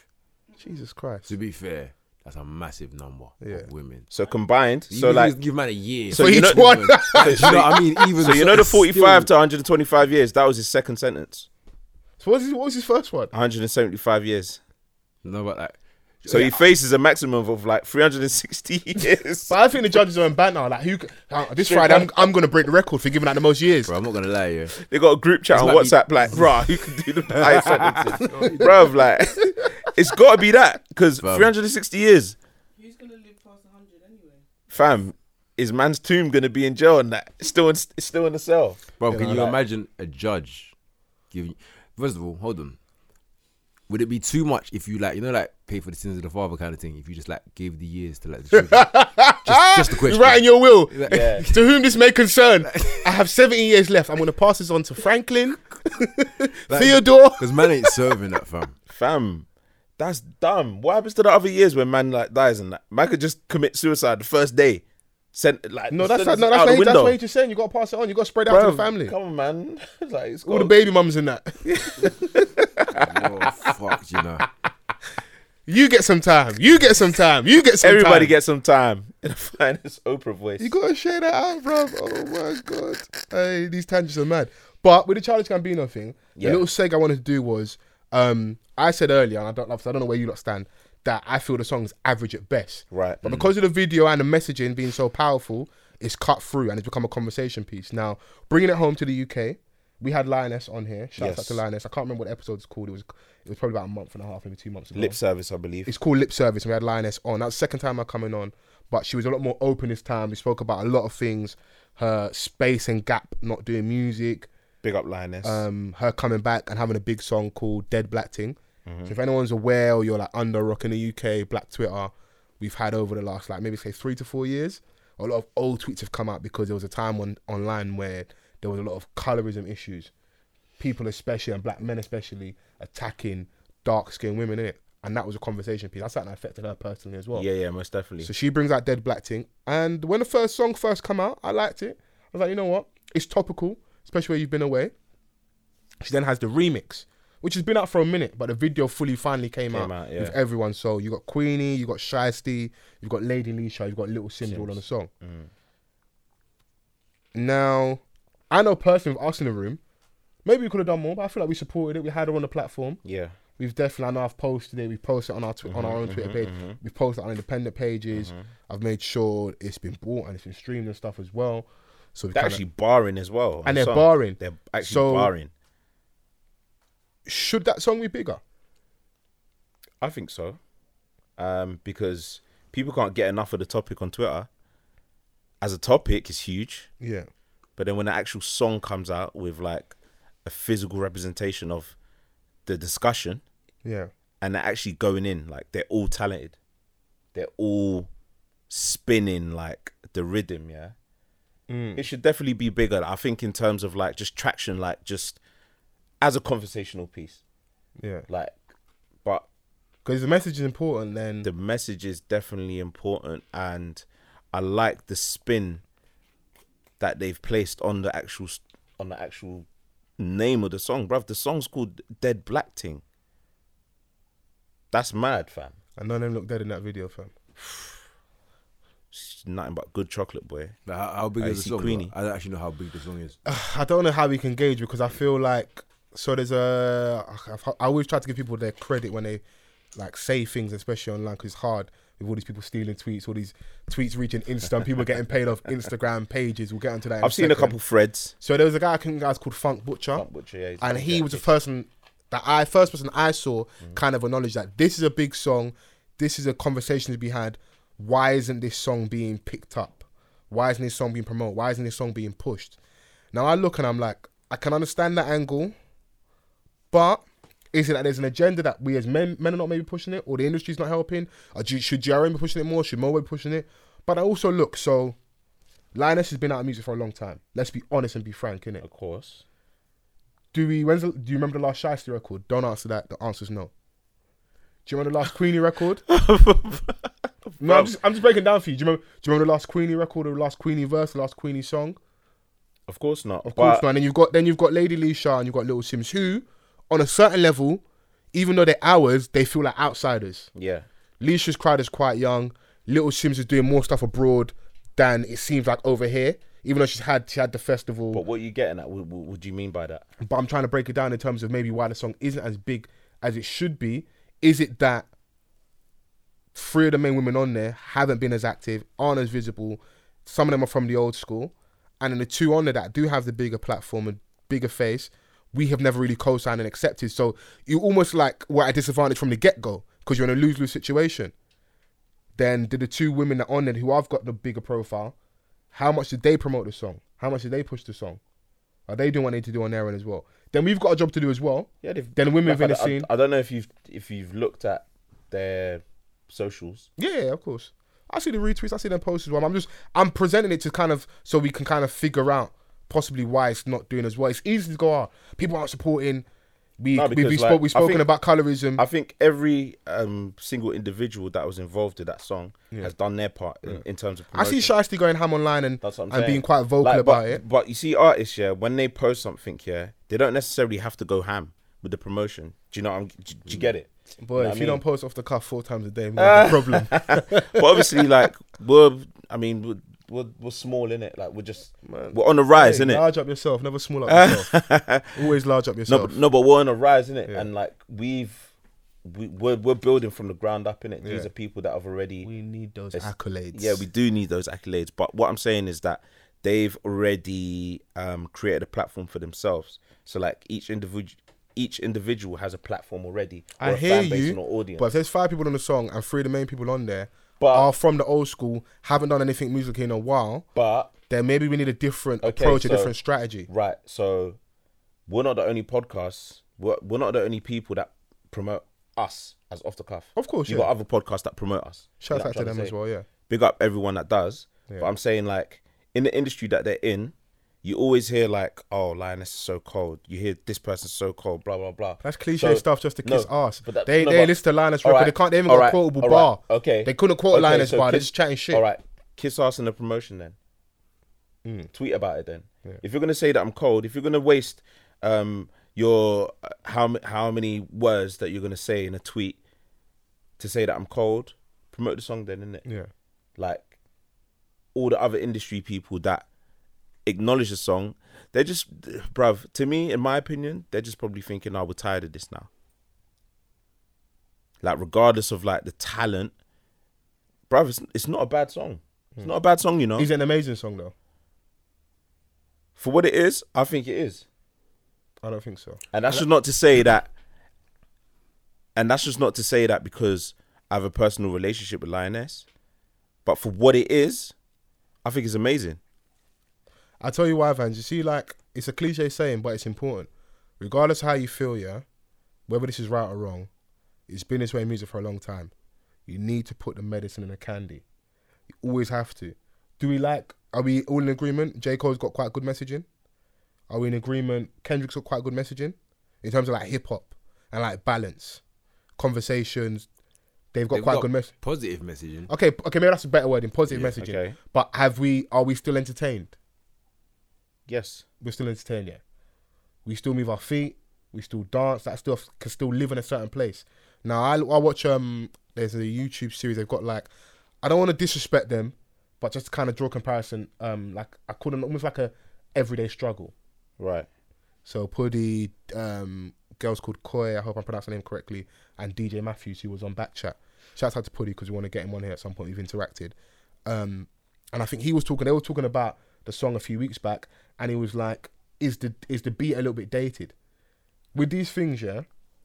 [SPEAKER 2] Jesus Christ.
[SPEAKER 3] To be fair, that's a massive number
[SPEAKER 2] Yeah.
[SPEAKER 3] of women.
[SPEAKER 1] So combined,
[SPEAKER 3] You
[SPEAKER 1] so
[SPEAKER 3] can
[SPEAKER 1] like
[SPEAKER 3] just give man a year.
[SPEAKER 1] So
[SPEAKER 2] For
[SPEAKER 1] you
[SPEAKER 2] each
[SPEAKER 1] know- <laughs>
[SPEAKER 2] one.
[SPEAKER 3] you know what I mean? Even
[SPEAKER 1] So you know the
[SPEAKER 3] it's still-
[SPEAKER 1] 45 to 125 years. That was his second sentence.
[SPEAKER 2] so what was, his, what was his first one?
[SPEAKER 1] 175 years.
[SPEAKER 3] <laughs> No, but like,
[SPEAKER 1] So he faces a maximum of like 360 <laughs> years.
[SPEAKER 2] But I think the judges are in banter. Like, who? c- Uh, this Friday, I'm, I'm going to break the record for giving out the most years.
[SPEAKER 3] bro, I'm not gonna lie, yeah.
[SPEAKER 1] they got a group chat on
[SPEAKER 3] might be-
[SPEAKER 2] <laughs>
[SPEAKER 1] WhatsApp like, bruh, who can do the highest sentences? <laughs> Bruv, like, it's got to be that because 360 years,
[SPEAKER 4] Who's gonna live past hundred anyway?
[SPEAKER 1] fam, is man's tomb going to be in jail and that? Still in, still in the cell.
[SPEAKER 3] Bro,
[SPEAKER 2] You
[SPEAKER 3] can
[SPEAKER 2] know,
[SPEAKER 3] you
[SPEAKER 2] like-
[SPEAKER 3] imagine a judge giving? First of all, hold on. Would it be too much if you like, you know, like pay for the sins of the father kind of thing? If you just like gave the years to like
[SPEAKER 1] <laughs>
[SPEAKER 3] the children, just, just the
[SPEAKER 2] You
[SPEAKER 3] question.
[SPEAKER 2] write Ah, in your will. <laughs>
[SPEAKER 1] Yeah.
[SPEAKER 2] to whom this may
[SPEAKER 1] <laughs>
[SPEAKER 2] concern, I have 17 years left. I'm going to pass this on to Franklin, <laughs> Theodore.
[SPEAKER 3] Because man ain't serving
[SPEAKER 1] <laughs>
[SPEAKER 3] that fam.
[SPEAKER 1] Fam, that's dumb. What happens to the other years when man like dies and that? Man could just commit suicide the first day. Sent like
[SPEAKER 2] No,
[SPEAKER 1] the
[SPEAKER 2] that's
[SPEAKER 1] sentence
[SPEAKER 2] no, that's,
[SPEAKER 1] out the
[SPEAKER 2] what he- that's
[SPEAKER 1] window.
[SPEAKER 2] what he's just saying. You got to pass it on. You got to spread it out to the
[SPEAKER 1] Bruv,
[SPEAKER 2] family.
[SPEAKER 1] Come on, man. <laughs> like it's
[SPEAKER 2] All the
[SPEAKER 1] got-
[SPEAKER 2] baby mums and that.
[SPEAKER 3] Oh fuck, you know.
[SPEAKER 2] You get some time. You get some time. You get some
[SPEAKER 1] Everybody
[SPEAKER 2] time.
[SPEAKER 1] gets some time <laughs> in the finest Oprah voice.
[SPEAKER 2] You gotta share that out, bro. Oh my god. Hey, these tangents are mad. But with the Charles Gambino thing,
[SPEAKER 1] Yeah.
[SPEAKER 2] the little seg I wanted to do was um, I said earlier, and I don't love I don't know where you lot stand, that I feel the song's average at best.
[SPEAKER 1] Right. Mm.
[SPEAKER 2] But because of the video and the messaging being so powerful, it's cut through and it's become a conversation piece. Now, bringing it home to the UK, we had Lioness on here. Shout out
[SPEAKER 1] Yes.
[SPEAKER 2] to Lioness. I can't remember what the episode is called. It was it was probably about a month and a half, maybe two months ago
[SPEAKER 1] Lip service, I believe.
[SPEAKER 2] it's called Lip Service. And we had Lioness on. That was the second time her coming on, but she was a lot more open this time. We spoke about a lot of things, her space and gap, not doing music,
[SPEAKER 1] Big up Lioness.
[SPEAKER 2] um, her coming back and having a big song called Dead Black Ting. So if anyone's aware or you're like under rock in the UK, Black Twitter, we've had over the last like maybe say three to four years, a lot of old tweets have come out because there was a time on online where there was a lot of colorism issues. People especially and black men especially attacking dark skinned women in it. And that was a conversation piece. That's something that affected her personally as well.
[SPEAKER 1] yeah, yeah, most definitely.
[SPEAKER 2] So she brings out Dead Black Ting. And when the first song first come out, I liked it. I was like, you know what? It's topical, especially where you've been away. She then has the remix, which has been out for a minute, but the video fully finally came,
[SPEAKER 1] Came
[SPEAKER 2] out,
[SPEAKER 1] out, yeah.
[SPEAKER 2] with everyone. So you got Queenie, you got Shiesty, you've got Lady Leisha, you've got Little Sims, all on the song.
[SPEAKER 1] Mm.
[SPEAKER 2] Now, I know personally with us in the room, maybe we could have done more, but I feel like we supported it. We had her on the platform.
[SPEAKER 1] yeah,
[SPEAKER 2] We've definitely, I know I've posted it. We posted it on our tw- on our
[SPEAKER 1] Mm-hmm,
[SPEAKER 2] own Twitter page. We've posted it on independent pages. I've made sure it's been bought and it's been streamed and stuff as well. So we
[SPEAKER 1] they're
[SPEAKER 2] kinda,
[SPEAKER 1] actually barring as well. on
[SPEAKER 2] And
[SPEAKER 1] the
[SPEAKER 2] they're barring.
[SPEAKER 1] They're actually
[SPEAKER 2] So-
[SPEAKER 1] barring.
[SPEAKER 2] should that song be bigger?
[SPEAKER 1] I think so, um, because people can't get enough of the topic on Twitter. As a topic, it's huge.
[SPEAKER 2] Yeah,
[SPEAKER 1] But then when the actual song comes out with like a physical representation of the discussion
[SPEAKER 2] yeah,
[SPEAKER 1] and they're actually going in, like they're all talented. They're all spinning like the rhythm, yeah. It should definitely be bigger. I think in terms of like just traction, like just as a conversational piece.
[SPEAKER 2] yeah.
[SPEAKER 1] Like but
[SPEAKER 2] Because the message is important. Then
[SPEAKER 1] the message is definitely important and I like the spin that they've placed on the actual on the actual name of the song, bruv. The song's called Dead Black Ting. That's mad, fam.
[SPEAKER 2] I know them look dead in that video, fam.
[SPEAKER 1] It's nothing but good chocolate, boy.
[SPEAKER 3] Like, how, how big
[SPEAKER 1] I
[SPEAKER 3] is the
[SPEAKER 1] see
[SPEAKER 3] song? bro?
[SPEAKER 1] Queenie.
[SPEAKER 3] I don't actually know how big the song is.
[SPEAKER 2] I don't know how we can gauge because I feel like so there's a I've, I always try to give people their credit when they like say things, especially online, because it's hard with all these people stealing tweets, all these tweets reaching Insta, people getting paid off Instagram pages. We'll get onto that. in
[SPEAKER 1] I've seen a
[SPEAKER 2] second.
[SPEAKER 1] couple threads.
[SPEAKER 2] So there was a guy I think guys called Funk Butcher, and he was the person that I first person I saw kind of acknowledged that this is a big song, this is a conversation to be had. Why isn't this song being picked up? Why isn't this song being promoted? Why isn't this song being pushed? Now I look and I'm like, I can understand that angle, but is it that there's an agenda that we as men men are not maybe pushing it, or the industry's not helping? Or do, should JRM be pushing it more? Should Moe be pushing it? But I also look so. Linus has been out of music for a long time. Let's be honest and be frank, innit?
[SPEAKER 1] Of course.
[SPEAKER 2] Do we? When's the, do you remember the last Shiesty record? Don't answer that. The answer's no. Do you remember the last Queenie record? no, I'm just, I'm just breaking down for you. Do you remember? Do you remember the last Queenie record, or the last Queenie verse, the last Queenie song?
[SPEAKER 1] Of course not.
[SPEAKER 2] Of course not. And then you've got then you've got Lady Leisha and you've got Little Sims, who, on a certain level, even though they're ours, they feel like outsiders.
[SPEAKER 1] Yeah.
[SPEAKER 2] Lucius Crowder's quite young. Little Sims is doing more stuff abroad than it seems like over here. Even though she's had she had the festival,
[SPEAKER 1] But
[SPEAKER 2] but,
[SPEAKER 1] what are you getting at? What, what, what do you mean by that?
[SPEAKER 2] I'm trying to break it down in terms of maybe why the song isn't as big as it should be. Is it that three of the main women on there haven't been as active, aren't as visible? Some of them are from the old school, and then the two on there that do have the bigger platform and bigger face, we have never really co-signed and accepted. So you almost like were at a disadvantage from the get-go because you're in a lose-lose situation. then did the two women that are on it who I've got the bigger profile, how much did they promote the song? How much did they push the song? Are they doing what they need to do on their end as well? Then we've got a job to do as well.
[SPEAKER 1] Yeah, they've,
[SPEAKER 2] Then women
[SPEAKER 1] like, I
[SPEAKER 2] within the
[SPEAKER 1] don't- I-
[SPEAKER 2] scene.
[SPEAKER 1] I, don't know if you've if you've looked at their socials.
[SPEAKER 2] Yeah, yeah, of course. I see the retweets, I see them posts as well. I'm just I'm presenting it to kind of so we can kind of figure out possibly why it's not doing as well. It's easy to go, oh, people aren't supporting. We
[SPEAKER 1] No,
[SPEAKER 2] we
[SPEAKER 1] because,
[SPEAKER 2] we
[SPEAKER 1] like,
[SPEAKER 2] spoke we've
[SPEAKER 1] I
[SPEAKER 2] spoken
[SPEAKER 1] think-
[SPEAKER 2] about colorism.
[SPEAKER 1] I think every um, single individual that was involved in that song has done their part in, in terms of.
[SPEAKER 2] I see
[SPEAKER 1] promotion.
[SPEAKER 2] Shiesty going ham online and
[SPEAKER 1] That's what I'm
[SPEAKER 2] and
[SPEAKER 1] saying.
[SPEAKER 2] being quite vocal
[SPEAKER 1] Like,
[SPEAKER 2] about
[SPEAKER 1] but,
[SPEAKER 2] it.
[SPEAKER 1] But you see, artists, yeah, when they post something, yeah, they don't necessarily have to go ham with the promotion. Do you know? What I'm, do, do you get it?
[SPEAKER 2] Boy,
[SPEAKER 1] know
[SPEAKER 2] if
[SPEAKER 1] what I
[SPEAKER 2] you
[SPEAKER 1] mean?
[SPEAKER 2] don't post off the cuff four times a day, we have a
[SPEAKER 1] <laughs>
[SPEAKER 2] problem.
[SPEAKER 1] but obviously, like we're, I mean, we're, we're, we're small in it. Like we're just we're on the rise,
[SPEAKER 2] Hey,
[SPEAKER 1] innit?
[SPEAKER 2] Large up yourself, never small up yourself.
[SPEAKER 1] <laughs>
[SPEAKER 2] Always large up
[SPEAKER 1] No,
[SPEAKER 2] yourself.
[SPEAKER 1] but, no, but we're on a rise, innit? And like we've we, we're we're building from the ground up, innit? These
[SPEAKER 2] Yeah.
[SPEAKER 1] are people that have already.
[SPEAKER 2] we need those
[SPEAKER 1] It's-
[SPEAKER 2] accolades.
[SPEAKER 1] yeah, we do need those accolades. But what I'm saying is that they've already um, created a platform for themselves. So like each individual. Each individual has a platform already. Or
[SPEAKER 2] I
[SPEAKER 1] a
[SPEAKER 2] hear
[SPEAKER 1] fan base
[SPEAKER 2] you,
[SPEAKER 1] and an audience.
[SPEAKER 2] but if there's five people on the song and three of the main people on there
[SPEAKER 1] But-
[SPEAKER 2] are from the old school, haven't done anything musically in a while,
[SPEAKER 1] But
[SPEAKER 2] then maybe we need a different
[SPEAKER 1] Okay,
[SPEAKER 2] approach, a
[SPEAKER 1] so-
[SPEAKER 2] different strategy.
[SPEAKER 1] right, so we're not the only podcasts. We're, we're not the only people that promote us as off the cuff.
[SPEAKER 2] Of course,
[SPEAKER 1] you
[SPEAKER 2] yeah.
[SPEAKER 1] got other podcasts that promote us.
[SPEAKER 2] Shout
[SPEAKER 1] You know
[SPEAKER 2] out
[SPEAKER 1] what
[SPEAKER 2] to
[SPEAKER 1] I'm
[SPEAKER 2] them
[SPEAKER 1] trying
[SPEAKER 2] as
[SPEAKER 1] say?
[SPEAKER 2] well, yeah.
[SPEAKER 1] Big up everyone that does.
[SPEAKER 2] Yeah.
[SPEAKER 1] But I'm saying like in the industry that they're in, you always hear like, "Oh, lioness is so cold." You hear this person's so cold. Blah blah blah.
[SPEAKER 2] That's cliche
[SPEAKER 1] So-
[SPEAKER 2] stuff just to
[SPEAKER 1] no,
[SPEAKER 2] kiss ass.
[SPEAKER 1] but that-
[SPEAKER 2] they
[SPEAKER 1] no,
[SPEAKER 2] they
[SPEAKER 1] but-
[SPEAKER 2] listen to Linus
[SPEAKER 1] all
[SPEAKER 2] Rocker.
[SPEAKER 1] right,
[SPEAKER 2] They can't. They haven't
[SPEAKER 1] all
[SPEAKER 2] got a
[SPEAKER 1] right,
[SPEAKER 2] quotable
[SPEAKER 1] all
[SPEAKER 2] bar.
[SPEAKER 1] right, Okay.
[SPEAKER 2] They couldn't quote
[SPEAKER 1] Okay,
[SPEAKER 2] Linus
[SPEAKER 1] so
[SPEAKER 2] bar. They're
[SPEAKER 1] kiss-
[SPEAKER 2] just chatting shit.
[SPEAKER 1] All right. Kiss ass in the promotion then. Hmm, Tweet about it then. If you're gonna say that I'm cold, if you're gonna waste um your uh, how m- how many words that you're gonna say in a tweet to say that I'm cold, promote the song then, innit?
[SPEAKER 2] Yeah.
[SPEAKER 1] Like all the other industry people that acknowledge the song, they're just bruv, to me, in my opinion, they're just probably thinking, oh, we're tired of this now. Like, regardless of like the talent, bruv, it's, it's not a bad song. It's not a bad song, you know.
[SPEAKER 2] Is it an amazing song though?
[SPEAKER 1] For what it is, I think it is.
[SPEAKER 2] I don't think so.
[SPEAKER 1] And that's just not to say that. And that's just not to say that because I have a personal relationship with Lioness. But for what it is, I think it's amazing.
[SPEAKER 2] I tell you why, Vans. You see, like it's a cliche saying, but it's important. Regardless of how you feel, yeah, whether this is right or wrong, it's been this way in music for a long time. You need to put the medicine in the candy. You always have to. Do we like? Are we all in agreement? J Cole's got quite good messaging. Are we in agreement? Kendrick's got quite good messaging in terms of like hip hop and like balance, conversations. They've got
[SPEAKER 3] They've
[SPEAKER 2] quite
[SPEAKER 3] got
[SPEAKER 2] good messaging.
[SPEAKER 3] positive messaging.
[SPEAKER 2] Okay, p- okay, maybe that's a better word in positive messaging.
[SPEAKER 1] okay.
[SPEAKER 2] But have we? Are we still entertained?
[SPEAKER 1] Yes.
[SPEAKER 2] we're still entertained, yeah. We still move our feet, we still dance, that stuff can still live in a certain place. Now I, I watch um there's a YouTube series they've got like I don't want to disrespect them, but just to kind of draw comparison, um like I call them almost like a everyday struggle.
[SPEAKER 1] Right.
[SPEAKER 2] So Puddy, um, girls called Koi, I hope I'm pronouncing her name correctly, and DJ Matthews, who was on Backchat. Shout out to Puddy because we want to get him on here at some point. We've interacted, um, and I think he was talking. They were talking about the song a few weeks back, and he was like, "Is the is the beat a little bit dated?" With these things, yeah,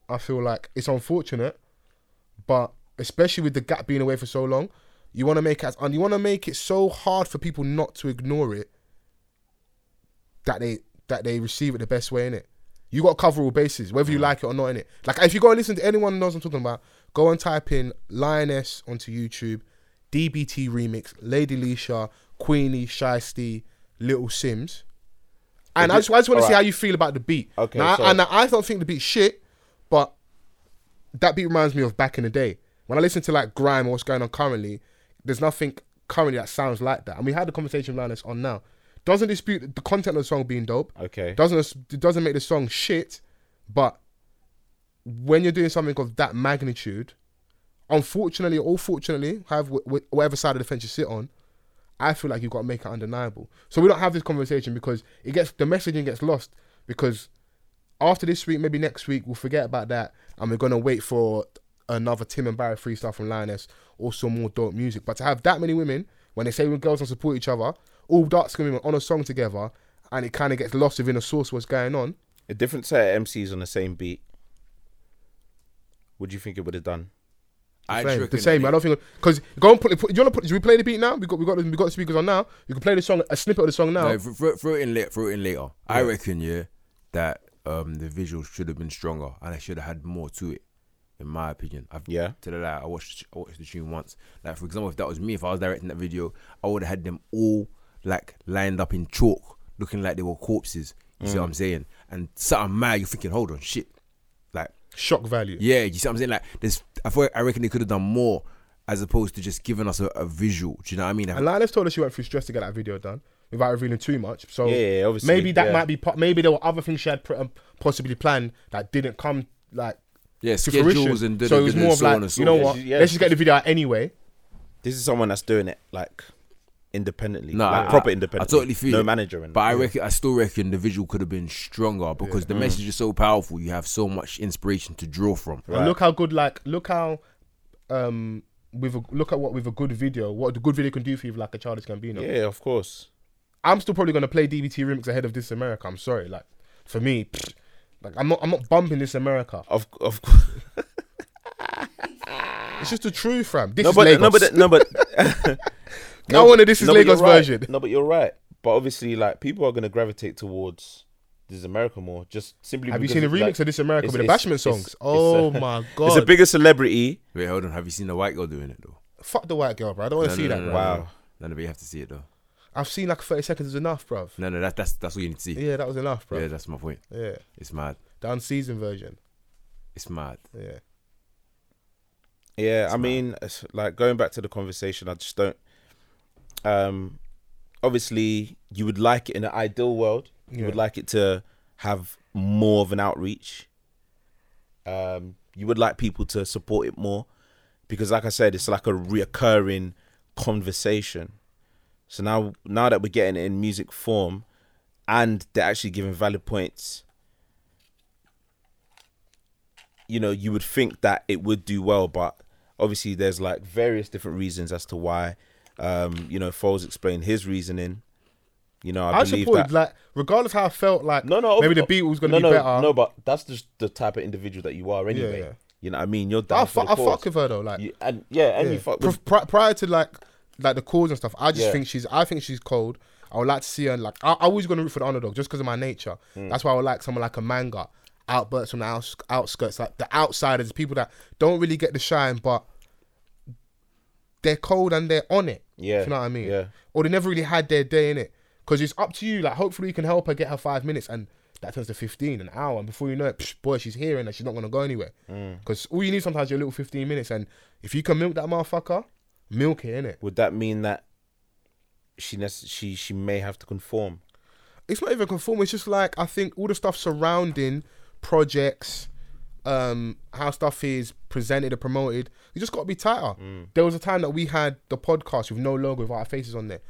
[SPEAKER 2] I feel like it's unfortunate, but especially with the gap being away for so long, you want to make it as, and you want to make it so hard for people not to ignore it that they that they receive it the best way in it. You got to cover all bases, whether you like it or not in it. Like if you go and listen to anyone who knows what I'm talking about, go and type in Lioness onto YouTube, DBT remix, Lady Leisha, Queenie, Shiesty, Little Sims. And I just, I just want to see
[SPEAKER 1] Alright.
[SPEAKER 2] how you feel about the beat.
[SPEAKER 1] Okay,
[SPEAKER 2] Now, I-
[SPEAKER 1] so-
[SPEAKER 2] and I don't think the beat's shit, but that beat reminds me of back in the day. When I listen to like grime or what's going on currently, there's nothing currently that sounds like that. And we had the conversation with Linus on now. Doesn't dispute the content of the song being dope.
[SPEAKER 1] Okay.
[SPEAKER 2] Doesn't it doesn't make the song shit, but when you're doing something of that magnitude, unfortunately or fortunately, however, wh- whatever side of the fence you sit on, I feel like you've got to make it undeniable. So we don't have this conversation because it gets the messaging gets lost because after this week, maybe next week, we'll forget about that and we're gonna wait for another Tim and Barry freestyle from Lioness or some more dope music. But to have that many women when they say when girls don't support each other, all dark skinned women on a song together, and it kind of gets lost within the source what's going on.
[SPEAKER 1] A different set of MCs on the same beat. What do you think it would have done?
[SPEAKER 3] I
[SPEAKER 2] Same,
[SPEAKER 3] reckon
[SPEAKER 2] the same.
[SPEAKER 3] that
[SPEAKER 2] I don't think because go and put. it- put you want to put? Do we play the beat now? We got we got we got the speakers on now. You can play the song, a snippet of the song now.
[SPEAKER 3] No, throw, throw- throw it in later. Throw it in later. I reckon, yeah, that um, the visuals should have been stronger and I should have had more to it, in my opinion. I've,
[SPEAKER 1] Yeah.
[SPEAKER 3] To the lie, I watched I watched the tune once. Like for example, if that was me, if I was directing that video, I would have had them all like lined up in chalk, looking like they were corpses. You
[SPEAKER 1] Mm.
[SPEAKER 3] see what I'm saying? And something mad, you're thinking, hold on, shit, like
[SPEAKER 2] Shock value.
[SPEAKER 3] yeah, you see what I'm saying? Like, there's, I thought, I reckon they could have done more as opposed to just giving us a, a visual. Do you know what I mean?
[SPEAKER 2] And Lioness told us she went through stress to get that video done without revealing too much. So
[SPEAKER 1] Yeah, yeah, obviously,
[SPEAKER 2] maybe that
[SPEAKER 1] yeah.
[SPEAKER 2] might be po- maybe there were other things she had pr- um, possibly planned that didn't come like
[SPEAKER 3] yeah,
[SPEAKER 2] to
[SPEAKER 3] schedules
[SPEAKER 2] fruition.
[SPEAKER 3] and da-
[SPEAKER 2] so
[SPEAKER 3] da-
[SPEAKER 2] it was
[SPEAKER 3] da-
[SPEAKER 2] more of
[SPEAKER 3] so
[SPEAKER 2] like
[SPEAKER 3] on and so
[SPEAKER 2] you know
[SPEAKER 3] forth.
[SPEAKER 2] what?
[SPEAKER 1] Yeah.
[SPEAKER 2] Let's just get the video out anyway.
[SPEAKER 1] This is someone that's doing it like independently,
[SPEAKER 3] No,
[SPEAKER 1] like
[SPEAKER 3] I-
[SPEAKER 1] proper
[SPEAKER 3] I-
[SPEAKER 1] independently.
[SPEAKER 3] I totally feel
[SPEAKER 1] no
[SPEAKER 3] it.
[SPEAKER 1] manager. And
[SPEAKER 3] But I reckon, I still reckon the visual could have been stronger because
[SPEAKER 2] Mm.
[SPEAKER 3] the message is so powerful. You have so much inspiration to draw from.
[SPEAKER 2] And look how good like look how um with a, look at what with a good video what the good video can do for you like a childish Gambino.
[SPEAKER 1] yeah, of course.
[SPEAKER 2] I'm still probably gonna play DBT remix ahead of This America. I'm sorry, like for me, pfft, like I'm not I'm not bumping This America.
[SPEAKER 1] Of of course.
[SPEAKER 2] It's just the truth, fam. This
[SPEAKER 1] No,
[SPEAKER 2] is
[SPEAKER 1] but
[SPEAKER 2] Lagos.
[SPEAKER 1] no,
[SPEAKER 2] <laughs>
[SPEAKER 1] but no, but
[SPEAKER 2] I wanted this is
[SPEAKER 1] but
[SPEAKER 2] Lagos
[SPEAKER 1] you're right.
[SPEAKER 2] version.
[SPEAKER 1] No, but you're right. But obviously, like people are gonna gravitate towards this America more, just simply.
[SPEAKER 2] Have you
[SPEAKER 1] because
[SPEAKER 2] seen the
[SPEAKER 1] it's,
[SPEAKER 2] remix
[SPEAKER 1] like-
[SPEAKER 2] of This America
[SPEAKER 1] it's-
[SPEAKER 2] with the
[SPEAKER 1] it's-
[SPEAKER 2] Bashment
[SPEAKER 1] it's-
[SPEAKER 2] songs?
[SPEAKER 1] <laughs> it's a-
[SPEAKER 2] oh my god!
[SPEAKER 1] It's a bigger celebrity.
[SPEAKER 3] Wait, hold on. Have you seen the white girl doing it though?
[SPEAKER 2] fuck the white girl, bro. I don't want to see that. bro.
[SPEAKER 1] Wow.
[SPEAKER 3] No, no, but you have to see it though.
[SPEAKER 2] I've seen like 30 seconds is enough, bruv.
[SPEAKER 3] No, no, that, that's that's all you need to see.
[SPEAKER 2] Yeah, that was enough,
[SPEAKER 3] Yeah,
[SPEAKER 2] bruv.
[SPEAKER 3] that's my point.
[SPEAKER 2] Yeah,
[SPEAKER 3] It's mad.
[SPEAKER 2] the unseasoned version.
[SPEAKER 3] It's
[SPEAKER 2] <laughs>
[SPEAKER 3] mad.
[SPEAKER 2] Yeah,
[SPEAKER 1] Yeah, I mean, it's like going back to the conversation, I just don't. Um, obviously, you would like it in an ideal world. You would
[SPEAKER 2] Yeah.
[SPEAKER 1] like it to have more of an outreach. Um, you would like people to support it more, because, like I said, it's like a reoccurring conversation. So now, now that we're getting it in music form, and they're actually giving valid points you know you would think that it would do well but obviously there's like various different reasons as to why um you know Foles explained his reasoning you know i,
[SPEAKER 2] I,
[SPEAKER 1] believe
[SPEAKER 2] supported
[SPEAKER 1] that
[SPEAKER 2] like regardless how I felt like.
[SPEAKER 1] no no
[SPEAKER 2] maybe the
[SPEAKER 1] of-
[SPEAKER 2] beat was gonna
[SPEAKER 1] no,
[SPEAKER 2] be
[SPEAKER 1] no,
[SPEAKER 2] better.
[SPEAKER 1] no but that's just the type of individual that you are anyway
[SPEAKER 2] yeah.
[SPEAKER 1] you know what i mean you're down
[SPEAKER 2] I,
[SPEAKER 1] for
[SPEAKER 2] fu-
[SPEAKER 1] the
[SPEAKER 2] I
[SPEAKER 1] cause.
[SPEAKER 2] fuck with her though. Like,
[SPEAKER 1] you, and yeah and
[SPEAKER 2] yeah.
[SPEAKER 1] you fuck
[SPEAKER 2] Pri-
[SPEAKER 1] with,
[SPEAKER 2] pri- prior to like like the cause and stuff, I just
[SPEAKER 1] Yeah.
[SPEAKER 2] think she's. I think she's cold. I would like to see her like. I, I always gonna root for the underdog just because of my nature.
[SPEAKER 1] Mm.
[SPEAKER 2] That's why I would like someone like a manga outbursts from the outs- outskirts, like the outsiders, people that don't really get the shine, but they're cold and they're on it.
[SPEAKER 1] Yeah,
[SPEAKER 2] Do you know what I mean.
[SPEAKER 1] yeah.
[SPEAKER 2] Or they never really had their day in it because it's up to you. Like, hopefully, you can help her get her five minutes and. That turns to 15, an hour, and before you know it, psh, boy, she's here and she's not gonna go anywhere.
[SPEAKER 1] Mm.
[SPEAKER 2] Because all you need sometimes is your little 15 minutes, and if you can milk that motherfucker, milk it, innit?
[SPEAKER 1] would that mean that she nece- she she may have to conform
[SPEAKER 2] it's not even conform. It's just like I think all the stuff surrounding projects, um, how stuff is presented and promoted. You just got to be tighter.
[SPEAKER 1] Mm.
[SPEAKER 2] There was a time that we had the podcast with no logo, with our faces on there.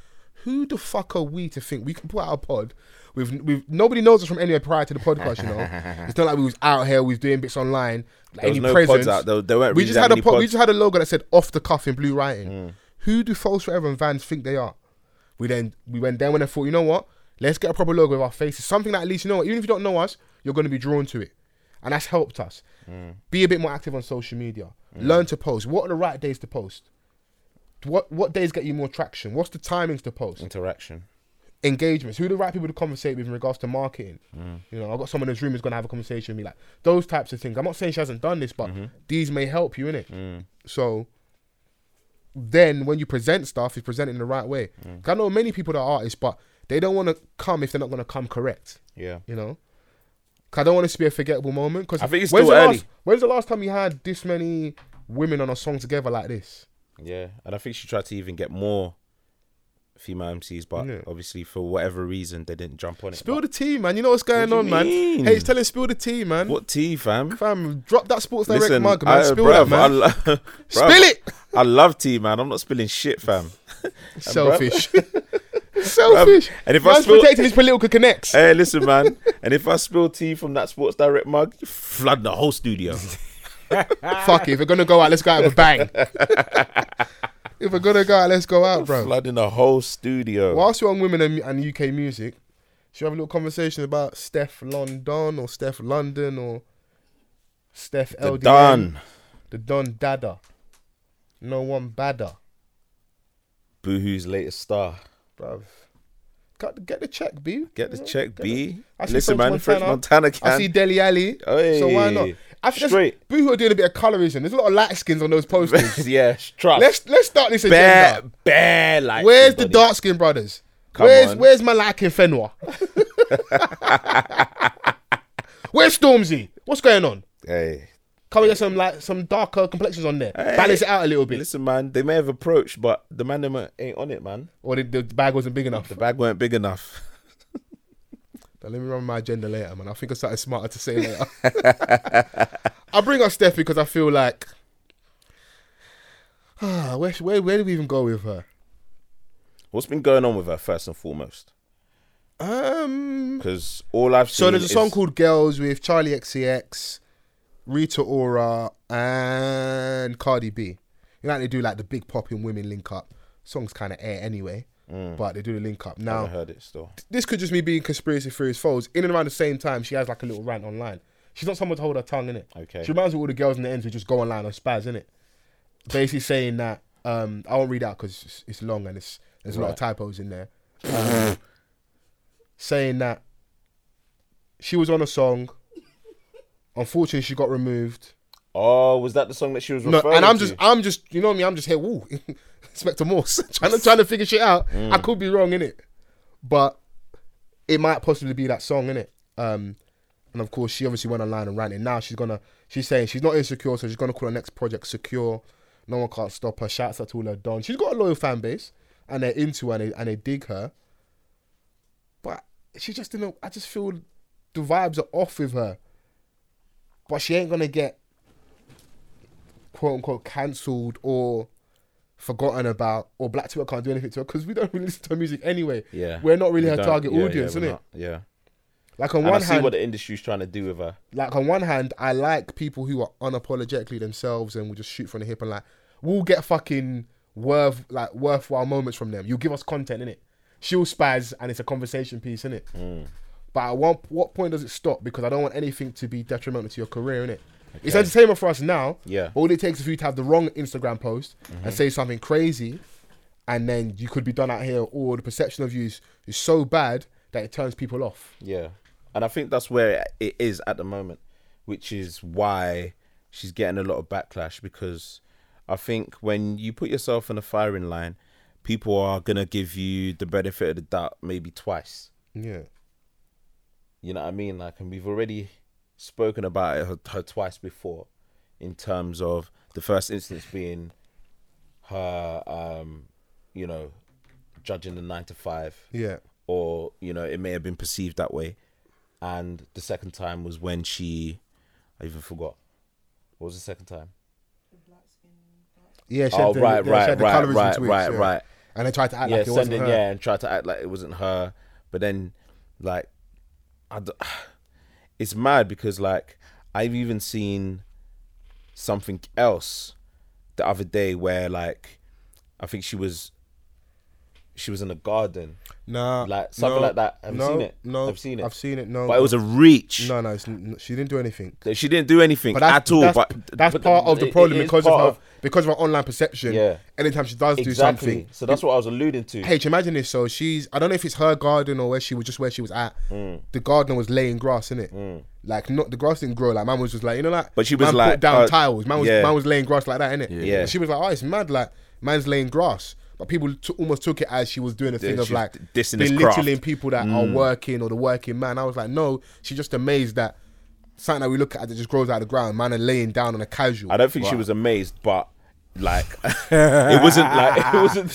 [SPEAKER 2] Who the fuck are we to think we can put out a pod with with nobody knows us from anywhere prior to the podcast? You
[SPEAKER 1] <laughs>
[SPEAKER 2] know, it's not like we was out here, we was doing bits online. Like
[SPEAKER 1] There was
[SPEAKER 2] any
[SPEAKER 1] no pods
[SPEAKER 2] presence.
[SPEAKER 1] out, there- there weren't
[SPEAKER 2] we
[SPEAKER 1] really
[SPEAKER 2] just
[SPEAKER 1] that
[SPEAKER 2] had a
[SPEAKER 1] many
[SPEAKER 2] pod, we
[SPEAKER 1] pods.
[SPEAKER 2] just had a logo that said "off the cuff" in blue writing. Who do False Forever and Vans think they are? We then we went down and I thought, you know what? Let's get a proper logo with our faces. Something that at least you know, what, even if you don't know us, you're going to be drawn to it, and that's helped us. Be a bit more active on social media. Learn to post. What are the right days to post? What what days get you more traction? What's the timings to post?
[SPEAKER 1] interaction
[SPEAKER 2] engagements. Who the right people to conversate with in regards to marketing?
[SPEAKER 1] Mm.
[SPEAKER 2] You know, I've got someone in this room who's gonna have a conversation with me, like those types of things. I'm not saying she hasn't done this, but
[SPEAKER 1] Mm-hmm.
[SPEAKER 2] these may help you in it.
[SPEAKER 1] Mm.
[SPEAKER 2] So then when you present stuff, you present it in the right way.
[SPEAKER 1] Mm.
[SPEAKER 2] 'Cause I know many people that are artists, but they don't wanna come if they're not gonna come correct,
[SPEAKER 1] yeah
[SPEAKER 2] you know? 'Cause I don't want this to be a forgettable moment. Because
[SPEAKER 1] I think it's
[SPEAKER 2] when's
[SPEAKER 1] still
[SPEAKER 2] the
[SPEAKER 1] early.
[SPEAKER 2] Last, when's the last time you had this many women on a song together like this?
[SPEAKER 1] yeah and i think she tried to even get more female MCs, but
[SPEAKER 2] Yeah.
[SPEAKER 1] obviously for whatever reason they didn't jump on it.
[SPEAKER 2] Spill
[SPEAKER 1] But
[SPEAKER 2] the tea, man. You know what's going
[SPEAKER 1] What
[SPEAKER 2] on,
[SPEAKER 1] do you
[SPEAKER 2] man.
[SPEAKER 1] mean?
[SPEAKER 2] Hey, it's telling spill the tea, man.
[SPEAKER 1] what tea, fam?
[SPEAKER 2] Fam, drop that Sports Direct
[SPEAKER 1] Listen,
[SPEAKER 2] mug, man.
[SPEAKER 1] I-
[SPEAKER 2] spill that,
[SPEAKER 1] bruv,
[SPEAKER 2] man.
[SPEAKER 1] I lo- <laughs> bruv,
[SPEAKER 2] spill it.
[SPEAKER 1] I love tea, man. I'm not spilling shit, fam. <laughs>
[SPEAKER 2] Selfish. <laughs> Selfish.
[SPEAKER 1] And if I
[SPEAKER 2] Man's
[SPEAKER 1] spill, Eh.
[SPEAKER 2] protecting his political
[SPEAKER 1] <laughs>
[SPEAKER 2] connects.
[SPEAKER 1] hey, listen, man. And if I spill tea from that Sports Direct mug, you flood the whole studio.
[SPEAKER 2] Fuck it. If we're gonna go out, let's go out with a
[SPEAKER 1] <laughs>
[SPEAKER 2] bang. if we're gonna go out, let's go out, <laughs> bro.
[SPEAKER 1] Flooding the whole studio.
[SPEAKER 2] Whilst you're on women and, and UK music, should we have a little conversation about Steph London or Steph London or Steph
[SPEAKER 1] The
[SPEAKER 2] LDN?
[SPEAKER 1] Don.
[SPEAKER 2] The Don Dada. No one badder,
[SPEAKER 1] Boohoo's latest star.
[SPEAKER 2] bruv. Got, get the check, B.
[SPEAKER 1] Get the check, B.
[SPEAKER 2] I see
[SPEAKER 1] Listen,
[SPEAKER 2] French
[SPEAKER 1] man, French Montana
[SPEAKER 2] Montana.
[SPEAKER 1] can.
[SPEAKER 2] I see Deli Alley, so why not?
[SPEAKER 1] Hey,
[SPEAKER 2] I think that's-
[SPEAKER 1] straight.
[SPEAKER 2] Boohoo are doing a bit of colorism. There's a lot of light skins on those
[SPEAKER 1] <laughs>
[SPEAKER 2] posters.
[SPEAKER 1] yeah, trust.
[SPEAKER 2] let's let's start this
[SPEAKER 1] bare,
[SPEAKER 2] agenda.
[SPEAKER 1] bare like.
[SPEAKER 2] Where's the dark skin brothers?
[SPEAKER 1] Come
[SPEAKER 2] where's
[SPEAKER 1] on.
[SPEAKER 2] where's Malak and
[SPEAKER 1] <laughs>
[SPEAKER 2] Fenwa? where's Stormzy? What's going on?
[SPEAKER 1] Hey,
[SPEAKER 2] Can we get some like some darker complexions on there? Balance it out a little bit.
[SPEAKER 1] listen, man. They may have approached, but the man them ain't on it, man.
[SPEAKER 2] Or the, the bag wasn't big enough.
[SPEAKER 1] The bag weren't big enough.
[SPEAKER 2] Now, let me run my agenda later, man. I think I something smarter to say later. <laughs> I bring up Steph because I feel like <sighs> ah, where, sh- where where do we even go with her?
[SPEAKER 1] What's been going on with her first and foremost?
[SPEAKER 2] Um,
[SPEAKER 1] Because all I've seen.
[SPEAKER 2] so there's a song
[SPEAKER 1] is-
[SPEAKER 2] called "Girls" with Charlie XCX, Rita Ora, and Cardi B. You know how they do like the big popping women link up. Song's kind of air anyway, but they do the link up
[SPEAKER 1] I
[SPEAKER 2] now.
[SPEAKER 1] haven't heard it still.
[SPEAKER 2] this could just me being conspiracy theories false. In and around the same time, she has like a little rant online. She's not someone to hold her tongue in it.
[SPEAKER 1] Okay.
[SPEAKER 2] She reminds me of all the girls in the ends who just go online on spaz in it. Basically saying that um, I won't read out because it's, it's long and it's there's a lot of typos in there. Um, saying that she was on a song. Unfortunately, she got removed.
[SPEAKER 1] Oh, was that the song that she was
[SPEAKER 2] No,
[SPEAKER 1] referring
[SPEAKER 2] and I'm
[SPEAKER 1] to?
[SPEAKER 2] just, I'm just, you know me, I'm just here, woo, <laughs> Inspector Morse, <laughs> trying to, trying to figure shit out. I could be wrong in it, but it might possibly be that song in it. Um, and of course, she obviously went online and ranted. Now she's gonna, she's saying she's not insecure, so she's gonna call her next project secure. No one can't stop her. Shouts out to all her dons. She's got a loyal fan base, and they're into her and they, and they dig her. But she just didn't. I just feel the vibes are off with her. But she ain't gonna get quote unquote cancelled or forgotten about, or Black Twitter can't do anything to her because we don't <laughs> really listen to her music anyway.
[SPEAKER 1] Yeah.
[SPEAKER 2] we're not really
[SPEAKER 1] We
[SPEAKER 2] her
[SPEAKER 1] don't-
[SPEAKER 2] target
[SPEAKER 1] yeah,
[SPEAKER 2] audience,
[SPEAKER 1] yeah,
[SPEAKER 2] isn't
[SPEAKER 1] we're
[SPEAKER 2] it?
[SPEAKER 1] not- Yeah.
[SPEAKER 2] Like on
[SPEAKER 1] and I
[SPEAKER 2] one
[SPEAKER 1] see
[SPEAKER 2] hand,
[SPEAKER 1] what the industry's trying to do with her.
[SPEAKER 2] like on one hand, I like people who are unapologetically themselves and will just shoot from the hip and like we'll get fucking worth like worthwhile moments from them. You'll give us content in it. She'll spaz and it's a conversation piece in it. But at what what point does it stop? Because I don't want anything to be detrimental to your career in it. It's entertainment for us now.
[SPEAKER 1] Yeah.
[SPEAKER 2] All it takes is for you to have the wrong Instagram post and say something crazy, and then you could be done out here, or the perception of you is, is so bad that it turns people off.
[SPEAKER 1] Yeah, and I think that's where it is at the moment, which is why she's getting a lot of backlash because I think when you put yourself in a firing line, people are gonna give you the benefit of the doubt maybe twice.
[SPEAKER 2] Yeah.
[SPEAKER 1] You know what I mean? Like, and we've already spoken about it her, her twice before, in terms of the first instance being her, um, you know, judging the nine to five
[SPEAKER 2] Yeah.
[SPEAKER 1] or you know it may have been perceived that way and the second time was when she i even forgot what was the second time
[SPEAKER 2] Yeah, she
[SPEAKER 1] oh
[SPEAKER 2] had the,
[SPEAKER 1] right
[SPEAKER 2] yeah, she
[SPEAKER 1] right
[SPEAKER 2] had the
[SPEAKER 1] right
[SPEAKER 2] colorism
[SPEAKER 1] right
[SPEAKER 2] tweets,
[SPEAKER 1] right
[SPEAKER 2] yeah.
[SPEAKER 1] right
[SPEAKER 2] And they tried to act
[SPEAKER 1] yeah
[SPEAKER 2] like it wasn't
[SPEAKER 1] sending
[SPEAKER 2] her.
[SPEAKER 1] yeah and try to act like it wasn't her but then like I d- <sighs> it's mad because like i've even seen something else the other day where like i think she was she was in a garden
[SPEAKER 2] Nah,
[SPEAKER 1] Like, something
[SPEAKER 2] no,
[SPEAKER 1] like that. Have you
[SPEAKER 2] no,
[SPEAKER 1] seen it?
[SPEAKER 2] No,
[SPEAKER 1] I've seen it.
[SPEAKER 2] I've seen it. No,
[SPEAKER 1] but it was a reach
[SPEAKER 2] no, no. It's, n- she didn't do anything.
[SPEAKER 1] that She didn't do anything
[SPEAKER 2] But that's,
[SPEAKER 1] at all.
[SPEAKER 2] that's,
[SPEAKER 1] but
[SPEAKER 2] that's
[SPEAKER 1] but
[SPEAKER 2] part of
[SPEAKER 1] it-
[SPEAKER 2] the
[SPEAKER 1] it
[SPEAKER 2] problem
[SPEAKER 1] is
[SPEAKER 2] because of her,
[SPEAKER 1] part
[SPEAKER 2] because of her online perception.
[SPEAKER 1] Yeah.
[SPEAKER 2] Anytime she does do
[SPEAKER 1] exactly.
[SPEAKER 2] something,
[SPEAKER 1] So that's what I was alluding to.
[SPEAKER 2] Hey, imagine this. So she's I don't know if it's her garden or where she was just where she was at.
[SPEAKER 1] Mm.
[SPEAKER 2] The gardener was laying grass in it. Like not the grass didn't grow. Like man was just like you know like.
[SPEAKER 1] But she was
[SPEAKER 2] man
[SPEAKER 1] like,
[SPEAKER 2] put down
[SPEAKER 1] uh,
[SPEAKER 2] tiles. Man was
[SPEAKER 1] yeah.
[SPEAKER 2] man was laying grass like that in it.
[SPEAKER 1] Yeah.
[SPEAKER 2] she was like, oh, it's mad. Like man's laying grass. But people t- almost took it as she was doing a thing of
[SPEAKER 1] she's
[SPEAKER 2] like
[SPEAKER 1] dissing his
[SPEAKER 2] belittling
[SPEAKER 1] craft. Mm.
[SPEAKER 2] people that are working or the working man. I was like, no, she's just amazed that something that we look at that just grows out of the ground. Man, are laying down on a casual.
[SPEAKER 1] I don't think she
[SPEAKER 2] Right.
[SPEAKER 1] was amazed, but
[SPEAKER 2] <laughs>
[SPEAKER 1] like <laughs> it wasn't like <laughs> it wasn't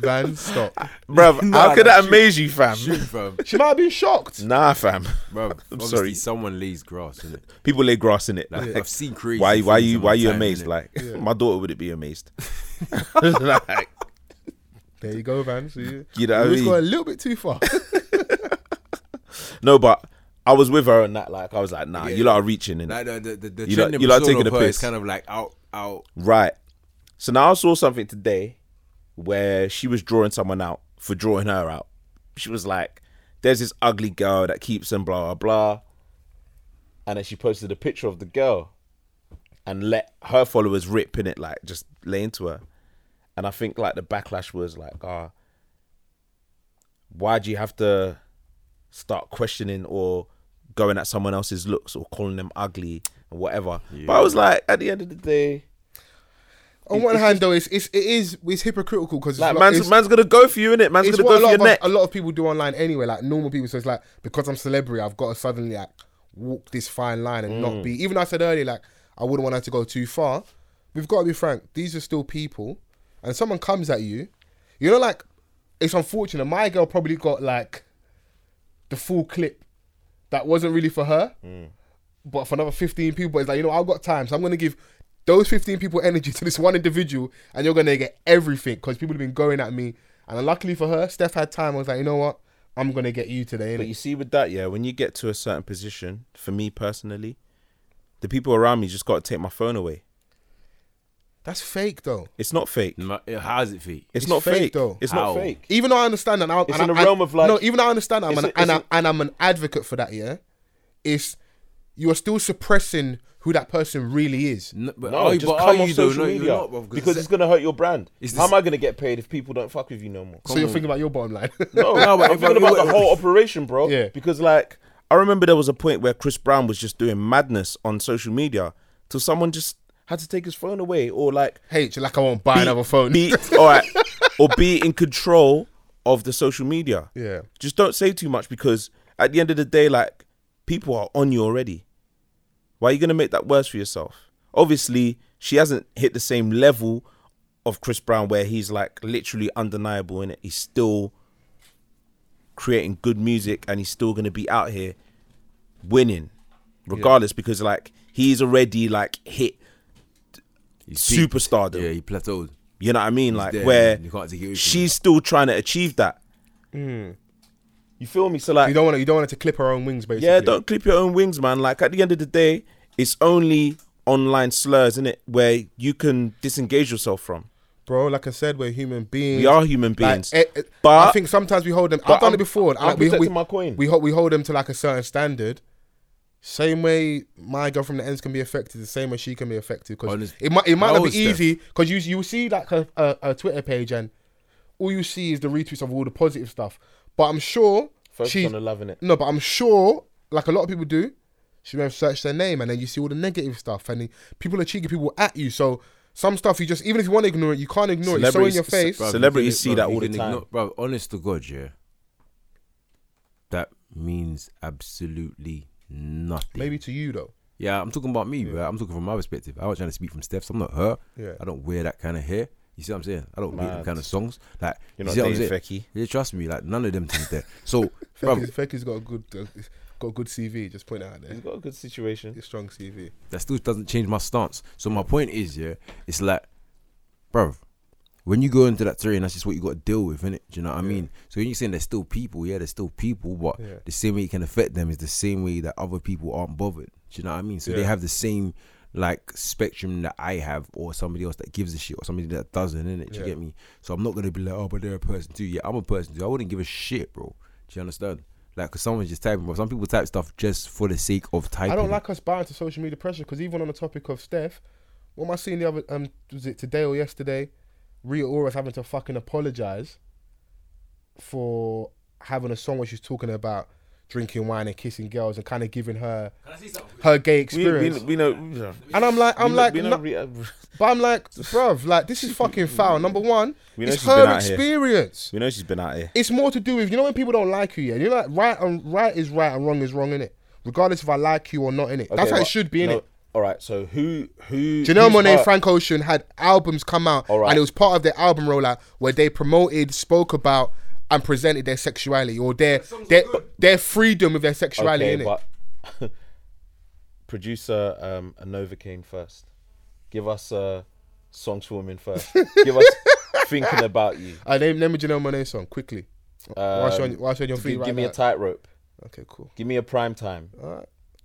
[SPEAKER 2] Van, stop.
[SPEAKER 1] <laughs> bruv how
[SPEAKER 3] <laughs> Nah,
[SPEAKER 1] could
[SPEAKER 3] nah,
[SPEAKER 1] that
[SPEAKER 3] shoot.
[SPEAKER 1] amaze you fam
[SPEAKER 3] Shoot, fam.
[SPEAKER 2] She might have been shocked.
[SPEAKER 1] nah fam
[SPEAKER 3] Bro, obviously
[SPEAKER 1] sorry.
[SPEAKER 3] someone lays grass, innit?
[SPEAKER 1] people lay grass in it like
[SPEAKER 3] I've seen crazy.
[SPEAKER 1] why why
[SPEAKER 3] things
[SPEAKER 1] you
[SPEAKER 3] in
[SPEAKER 1] why
[SPEAKER 3] my
[SPEAKER 1] you
[SPEAKER 3] time,
[SPEAKER 1] amazed
[SPEAKER 3] innit?
[SPEAKER 1] like <laughs> my daughter wouldn't be
[SPEAKER 3] <laughs>
[SPEAKER 1] amazed <laughs> like
[SPEAKER 2] There you go, Van. So you,
[SPEAKER 1] You know what I
[SPEAKER 2] just
[SPEAKER 1] mean?
[SPEAKER 2] going a little bit too far.
[SPEAKER 1] no but I was with her and that like I was like nah
[SPEAKER 3] Yeah.
[SPEAKER 1] you lot are reaching in
[SPEAKER 3] Like the the the, the
[SPEAKER 1] You
[SPEAKER 3] trend
[SPEAKER 1] lot-
[SPEAKER 3] of
[SPEAKER 1] you lot
[SPEAKER 3] persona
[SPEAKER 1] taking
[SPEAKER 3] of
[SPEAKER 1] the
[SPEAKER 3] her
[SPEAKER 1] piss.
[SPEAKER 3] is kind of like out out.
[SPEAKER 1] Right. So now I saw something today where she was drawing someone out for drawing her out. She was like, there's this ugly girl that keeps and blah, blah, blah. And then she posted a picture of the girl and let her followers rip in it, like just lay into her. And I think like the backlash was like, ah, why do you have to start questioning or going at someone else's looks or calling them ugly and whatever? But I was like, at the end of the day,
[SPEAKER 2] On one hand, though, it's, it's it is it's hypocritical because
[SPEAKER 1] Like man's, man's gonna go for you in it. Man's
[SPEAKER 2] it's
[SPEAKER 1] gonna
[SPEAKER 2] what
[SPEAKER 1] go
[SPEAKER 2] a
[SPEAKER 1] for
[SPEAKER 2] lot,
[SPEAKER 1] your
[SPEAKER 2] of us,
[SPEAKER 1] neck.
[SPEAKER 2] a lot of people do online anyway, like normal people. So it's like because I'm celebrity, I've got to suddenly like walk this fine line and
[SPEAKER 1] Mm.
[SPEAKER 2] not be. Even I said earlier, like I wouldn't want her to go too far. We've got to be frank. These are still people, and someone comes at you. You know, like it's unfortunate. My girl probably got like the full clip that wasn't really for her,
[SPEAKER 1] Mm.
[SPEAKER 2] but for another 15 people, it's like, you know, I've got time, so I'm going to give those 15 people energy <laughs> to this one individual, and you're going to get everything because people have been going at me. And luckily for her, Steph had time. I was like, you know what? I'm going to get you today.
[SPEAKER 1] But
[SPEAKER 2] innit?
[SPEAKER 1] you see, with that, yeah, when you get to a certain position, for me personally, the people around me just got to take my phone away.
[SPEAKER 2] That's fake, though.
[SPEAKER 1] It's not fake.
[SPEAKER 3] Ma- How's it feel?
[SPEAKER 1] It's,
[SPEAKER 2] It's
[SPEAKER 1] not
[SPEAKER 2] fake,
[SPEAKER 1] fake.
[SPEAKER 2] though.
[SPEAKER 1] It's not
[SPEAKER 3] How?
[SPEAKER 1] fake.
[SPEAKER 2] Even though I understand that, and I,
[SPEAKER 1] It's
[SPEAKER 2] and
[SPEAKER 1] in
[SPEAKER 2] I-
[SPEAKER 1] the realm
[SPEAKER 2] and-
[SPEAKER 1] of, like-
[SPEAKER 2] no. Even though I understand that, I'm
[SPEAKER 1] It's
[SPEAKER 2] an,
[SPEAKER 1] a-
[SPEAKER 2] and,
[SPEAKER 1] it's
[SPEAKER 2] I, and I'm an advocate for that. Yeah, is you are still suppressing who that person really is.
[SPEAKER 3] No, but
[SPEAKER 1] No,
[SPEAKER 3] are you,
[SPEAKER 1] just
[SPEAKER 3] but
[SPEAKER 1] come
[SPEAKER 3] are
[SPEAKER 1] off
[SPEAKER 3] you though?
[SPEAKER 1] social
[SPEAKER 3] No,
[SPEAKER 1] media
[SPEAKER 3] you're not, bro,
[SPEAKER 1] because it's gonna hurt your brand.
[SPEAKER 3] It's
[SPEAKER 1] How
[SPEAKER 3] this-
[SPEAKER 1] am I gonna get paid if people don't fuck with you no more?
[SPEAKER 2] So you're thinking about your bottom
[SPEAKER 1] <laughs>
[SPEAKER 2] line.
[SPEAKER 1] No,
[SPEAKER 3] No, but
[SPEAKER 1] I'm
[SPEAKER 3] if
[SPEAKER 1] thinking
[SPEAKER 3] I-
[SPEAKER 1] about the
[SPEAKER 3] <laughs>
[SPEAKER 1] whole operation, bro.
[SPEAKER 2] Yeah.
[SPEAKER 1] Because like, I remember there was a point where Chris Brown was just doing madness on social media till someone just had to take his phone away or like
[SPEAKER 2] hey, like I won't buy another phone.
[SPEAKER 1] Be,
[SPEAKER 2] <laughs>
[SPEAKER 1] all right, or be in control of the social media.
[SPEAKER 2] Yeah.
[SPEAKER 1] Just don't say too much because at the end of the day, like people are on you already. Why are you gonna make that worse for yourself? Obviously, she hasn't hit the same level of Chris Brown where he's like literally undeniable in it. He's still creating good music and he's still gonna be out here winning, regardless, because like he's already like hit superstardom.
[SPEAKER 3] Yeah, he plateaued.
[SPEAKER 1] You know what I mean? Like
[SPEAKER 3] there,
[SPEAKER 1] where
[SPEAKER 3] you can't take it away from him.
[SPEAKER 1] she's still trying to achieve that. Mm. You feel me? So like,
[SPEAKER 2] You don't want to. You don't want her to clip her own wings, basically.
[SPEAKER 1] yeah, don't clip your own wings, man. Like at the end of the day, it's only online slurs, is it? Where you can disengage yourself from.
[SPEAKER 2] bro. Like I said, we're human beings.
[SPEAKER 1] We are human beings,
[SPEAKER 2] Mm. Like, eh, eh,
[SPEAKER 1] but
[SPEAKER 2] I think sometimes we hold them.
[SPEAKER 1] but
[SPEAKER 2] I've done
[SPEAKER 1] I'm-
[SPEAKER 2] it before.
[SPEAKER 1] I'm
[SPEAKER 2] like, we, we,
[SPEAKER 1] protecting my coin.
[SPEAKER 2] We hold we hold them to like a certain standard. Same way my girl from the ends can be affected, the same way she can be affected. Because
[SPEAKER 3] Honest-
[SPEAKER 2] it might it might
[SPEAKER 3] How
[SPEAKER 2] not be
[SPEAKER 3] is that?
[SPEAKER 2] easy. Because you you see like her, her, her Twitter page and all you see is the retweets of all the positive stuff. But I'm sure
[SPEAKER 1] focus
[SPEAKER 2] she
[SPEAKER 1] on the loving it.
[SPEAKER 2] no, but I'm sure, like a lot of people do, she may have searched their name and then you see all the negative stuff and then people are cheeky, people at you. So some stuff you just, even if you want to ignore it, you can't ignore it. It's so in
[SPEAKER 1] Celebrities-
[SPEAKER 2] your face.
[SPEAKER 1] bruv.
[SPEAKER 3] you
[SPEAKER 1] Celebrities
[SPEAKER 3] can-
[SPEAKER 1] see
[SPEAKER 3] bruv,
[SPEAKER 1] that
[SPEAKER 3] you
[SPEAKER 1] all the
[SPEAKER 3] can
[SPEAKER 1] time.
[SPEAKER 3] bruv, honest to God, yeah. That means absolutely nothing.
[SPEAKER 2] Maybe to you though.
[SPEAKER 3] Yeah, I'm talking about me, bro. I'm talking from my perspective. I'm not trying to speak from Steph's. I'm not her.
[SPEAKER 2] Yeah.
[SPEAKER 3] I don't wear that kind of hair. You see what I'm saying? I don't make them
[SPEAKER 1] Mad.
[SPEAKER 3] kind of songs. Like
[SPEAKER 1] You're
[SPEAKER 3] you
[SPEAKER 1] not
[SPEAKER 3] see what I'm
[SPEAKER 1] dating
[SPEAKER 3] saying?
[SPEAKER 1] Fecky.
[SPEAKER 3] Yeah, trust me. Like none of them things there. So, bruv,
[SPEAKER 2] Fecky's, Fecky's got a good, uh, got a good CV. Just point it out there.
[SPEAKER 1] He's got a good situation.
[SPEAKER 2] A strong CV.
[SPEAKER 3] that still doesn't change my stance. So my point is, yeah, it's like, bruv, when you go into that terrain, that's just what you got to deal with, innit? Do you know what I mean? So when you're saying there's still people, yeah, there's still people, but
[SPEAKER 2] Yeah.
[SPEAKER 3] the same way it can affect them is the same way that other people aren't bothered. Do you know what I mean? So they
[SPEAKER 2] Yeah.
[SPEAKER 3] have the same like spectrum that I have, or somebody else that gives a shit, or somebody that doesn't, innit? Do you
[SPEAKER 2] Yeah.
[SPEAKER 3] get me? So I'm not gonna be like, oh, but they're a person too. Yeah, I'm a person too. I wouldn't give a shit, bro. Do you understand? Like, cause someone's just typing, bro. Some people type stuff just for the sake of typing.
[SPEAKER 2] I don't
[SPEAKER 3] it.
[SPEAKER 2] like us bowing to social media pressure because even on the topic of Steph, what am I seeing the other um was it today or yesterday? Rita Ora's having to fucking apologize for having a song where she's talking about drinking wine and kissing girls and kind of giving her her gay
[SPEAKER 1] We, we,
[SPEAKER 2] experience.
[SPEAKER 1] we know. we know-
[SPEAKER 2] and I'm like, I'm
[SPEAKER 1] we know-
[SPEAKER 2] like,
[SPEAKER 1] we know
[SPEAKER 2] no- <laughs>
[SPEAKER 1] Rita-
[SPEAKER 2] but I'm like, bruv, like this
[SPEAKER 1] <laughs>
[SPEAKER 2] is fucking foul. Number one,
[SPEAKER 1] We know
[SPEAKER 2] it's
[SPEAKER 1] she's been
[SPEAKER 2] her
[SPEAKER 1] out here.
[SPEAKER 2] experience.
[SPEAKER 1] we know she's been out here.
[SPEAKER 2] It's more to do with you know when people don't like you. Yeah, you're like right and right is right and wrong is wrong in it, regardless if I like you or not in it. That's
[SPEAKER 1] Okay,
[SPEAKER 2] how it
[SPEAKER 1] well,
[SPEAKER 2] should be in
[SPEAKER 1] no,
[SPEAKER 2] it.
[SPEAKER 1] all right. So who who?
[SPEAKER 2] Janelle
[SPEAKER 1] whose
[SPEAKER 2] Monet,
[SPEAKER 1] art-
[SPEAKER 2] Frank Ocean had albums come out,
[SPEAKER 1] All right.
[SPEAKER 2] and it was part of their album rollout where they promoted, spoke about, and presented their sexuality or their their, their freedom of their sexuality.
[SPEAKER 1] Okay,
[SPEAKER 2] innit?
[SPEAKER 1] but <laughs> producer um, Anova came first. Give us uh, songs for
[SPEAKER 2] <laughs>
[SPEAKER 1] women first. Give us thinking about you.
[SPEAKER 2] I name name a Janelle Monet song quickly. whilst you're on,
[SPEAKER 1] Um,
[SPEAKER 2] whilst you're on your feet
[SPEAKER 1] Give,
[SPEAKER 2] right
[SPEAKER 1] give me
[SPEAKER 2] now.
[SPEAKER 1] a tightrope.
[SPEAKER 2] okay, cool. <laughs>
[SPEAKER 1] Give me a prime time.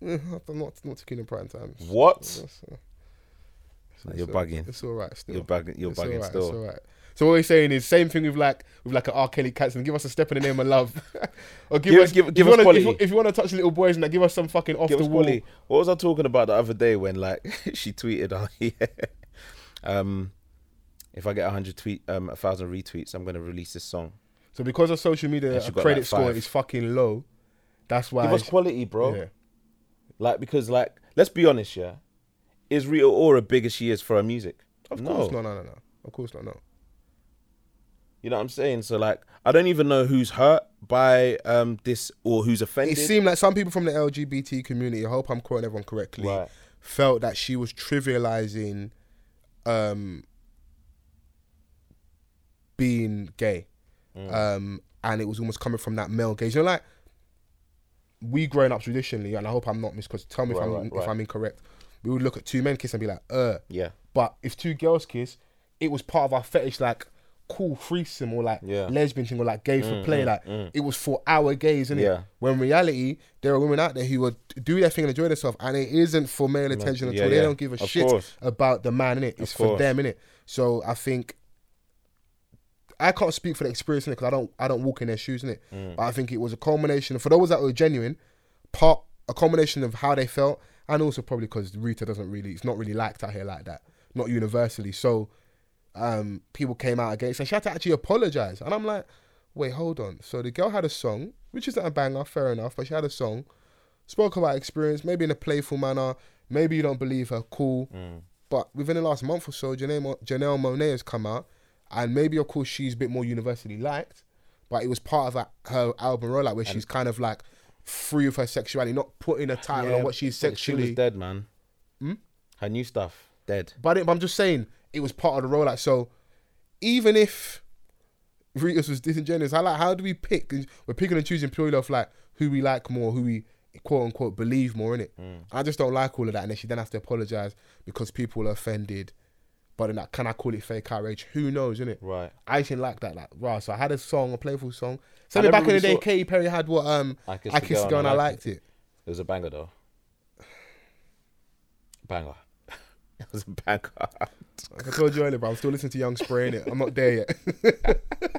[SPEAKER 2] Mm, I'm not not too keen on prime time.
[SPEAKER 1] What?
[SPEAKER 2] It's, uh,
[SPEAKER 1] You're bugging.
[SPEAKER 2] it's all right. Still.
[SPEAKER 1] You're bugging. You're
[SPEAKER 2] It's all
[SPEAKER 1] bugging
[SPEAKER 2] right, It's all
[SPEAKER 1] still.
[SPEAKER 2] right. So what we're saying is same thing with like with like an R Kelly Catson. Give us a step in the name of love, <laughs> or give,
[SPEAKER 1] Give
[SPEAKER 2] us
[SPEAKER 1] us- give-
[SPEAKER 2] if
[SPEAKER 1] give
[SPEAKER 2] you
[SPEAKER 1] us
[SPEAKER 2] wanna,
[SPEAKER 1] quality.
[SPEAKER 2] If, if you want to touch little boys and that, give us some fucking off
[SPEAKER 1] Give
[SPEAKER 2] the
[SPEAKER 1] us
[SPEAKER 2] wall.
[SPEAKER 1] quality. What was I talking about the other day when like <laughs> she tweeted? <laughs> Oh, yeah. Um, if I get hundred tweet, um, thousand retweets, I'm gonna release this song.
[SPEAKER 2] So because of social media,
[SPEAKER 1] And she
[SPEAKER 2] her
[SPEAKER 1] got,
[SPEAKER 2] credit
[SPEAKER 1] like,
[SPEAKER 2] score
[SPEAKER 1] five.
[SPEAKER 2] is fucking low. That's why.
[SPEAKER 1] Give us quality, bro.
[SPEAKER 2] yeah.
[SPEAKER 1] Like because like let's be honest, yeah. Is Rita Ora big as she is for her music?
[SPEAKER 2] Of course, no, no, no, no. Of course not, no.
[SPEAKER 1] You know what I'm saying? So like I don't even know who's hurt by um this or who's
[SPEAKER 2] It
[SPEAKER 1] offended.
[SPEAKER 2] seemed like some people from the LGBT community. I hope I'm quoting everyone correctly.
[SPEAKER 1] Right.
[SPEAKER 2] Felt that she was trivializing, um, being gay,
[SPEAKER 1] Mm.
[SPEAKER 2] um, and it was almost coming from that male gaze. You know, like we growing up traditionally, and I hope I'm not mis. Because tell me
[SPEAKER 1] Right,
[SPEAKER 2] if I'm
[SPEAKER 1] right,
[SPEAKER 2] if
[SPEAKER 1] right.
[SPEAKER 2] I'm incorrect. We would look at two men kiss and be like, uh,
[SPEAKER 1] yeah.
[SPEAKER 2] But if two girls kiss, it was part of our fetish, like cool threesome or like
[SPEAKER 1] Yeah. Mm,
[SPEAKER 2] lesbian thing or like gay for play. Like it was for our gays, innit?
[SPEAKER 1] Yeah.
[SPEAKER 2] When in reality, there are women out there who would do their thing and enjoy themselves, and it isn't for male attention at
[SPEAKER 1] yeah,
[SPEAKER 2] all. They
[SPEAKER 1] yeah.
[SPEAKER 2] don't give a
[SPEAKER 1] Of
[SPEAKER 2] shit
[SPEAKER 1] course.
[SPEAKER 2] about the man, innit? It's for
[SPEAKER 1] course.
[SPEAKER 2] them, innit? So I think. I can't speak for the experience because I don't I don't walk in their shoes in it. But I think it was a culmination for those that were genuine, part a culmination of how they felt, and also probably because Rita doesn't really it's not really liked out here like that, not universally. So um, people came out against, and she had to actually apologize. And I'm like, wait, hold on. So the girl had a song, which isn't a banger, fair enough, but she had a song, spoke about experience, maybe in a playful manner. Maybe you don't believe her, cool.
[SPEAKER 1] Mm.
[SPEAKER 2] But within the last month or so, Janelle, Mo- Janelle Monet has come out, and maybe of course she's a bit more universally liked, but it was part of her, her album rollout where she's kind of like free of her sexuality, not putting a title on what she's
[SPEAKER 1] but She
[SPEAKER 2] sexually. Hmm?
[SPEAKER 1] was dead, man. Her new stuff dead.
[SPEAKER 2] But I- but I'm just saying it was part of the rollout. So even if Ritas was disingenuous, how like how do we pick? We're picking and choosing purely off like who we like more, who we quote unquote believe more in it. I just don't like all of that, and then she then has to apologize because people are offended. But then that can I call it fake outrage? Who knows, innit?
[SPEAKER 1] Right.
[SPEAKER 2] I didn't like that. Like, wow. So I had a song, a playful song.
[SPEAKER 1] I
[SPEAKER 2] So back
[SPEAKER 1] never
[SPEAKER 2] in the
[SPEAKER 1] really
[SPEAKER 2] day,
[SPEAKER 1] saw-
[SPEAKER 2] Katy Perry had what? Um, I kissed, a girl and I liked it.
[SPEAKER 1] It was a banger though. Banger. <laughs> it was a
[SPEAKER 2] <laughs>
[SPEAKER 1] banger.
[SPEAKER 2] Like I told you earlier, but I'm still listening to Young Spray innit? I'm not there yet. <laughs>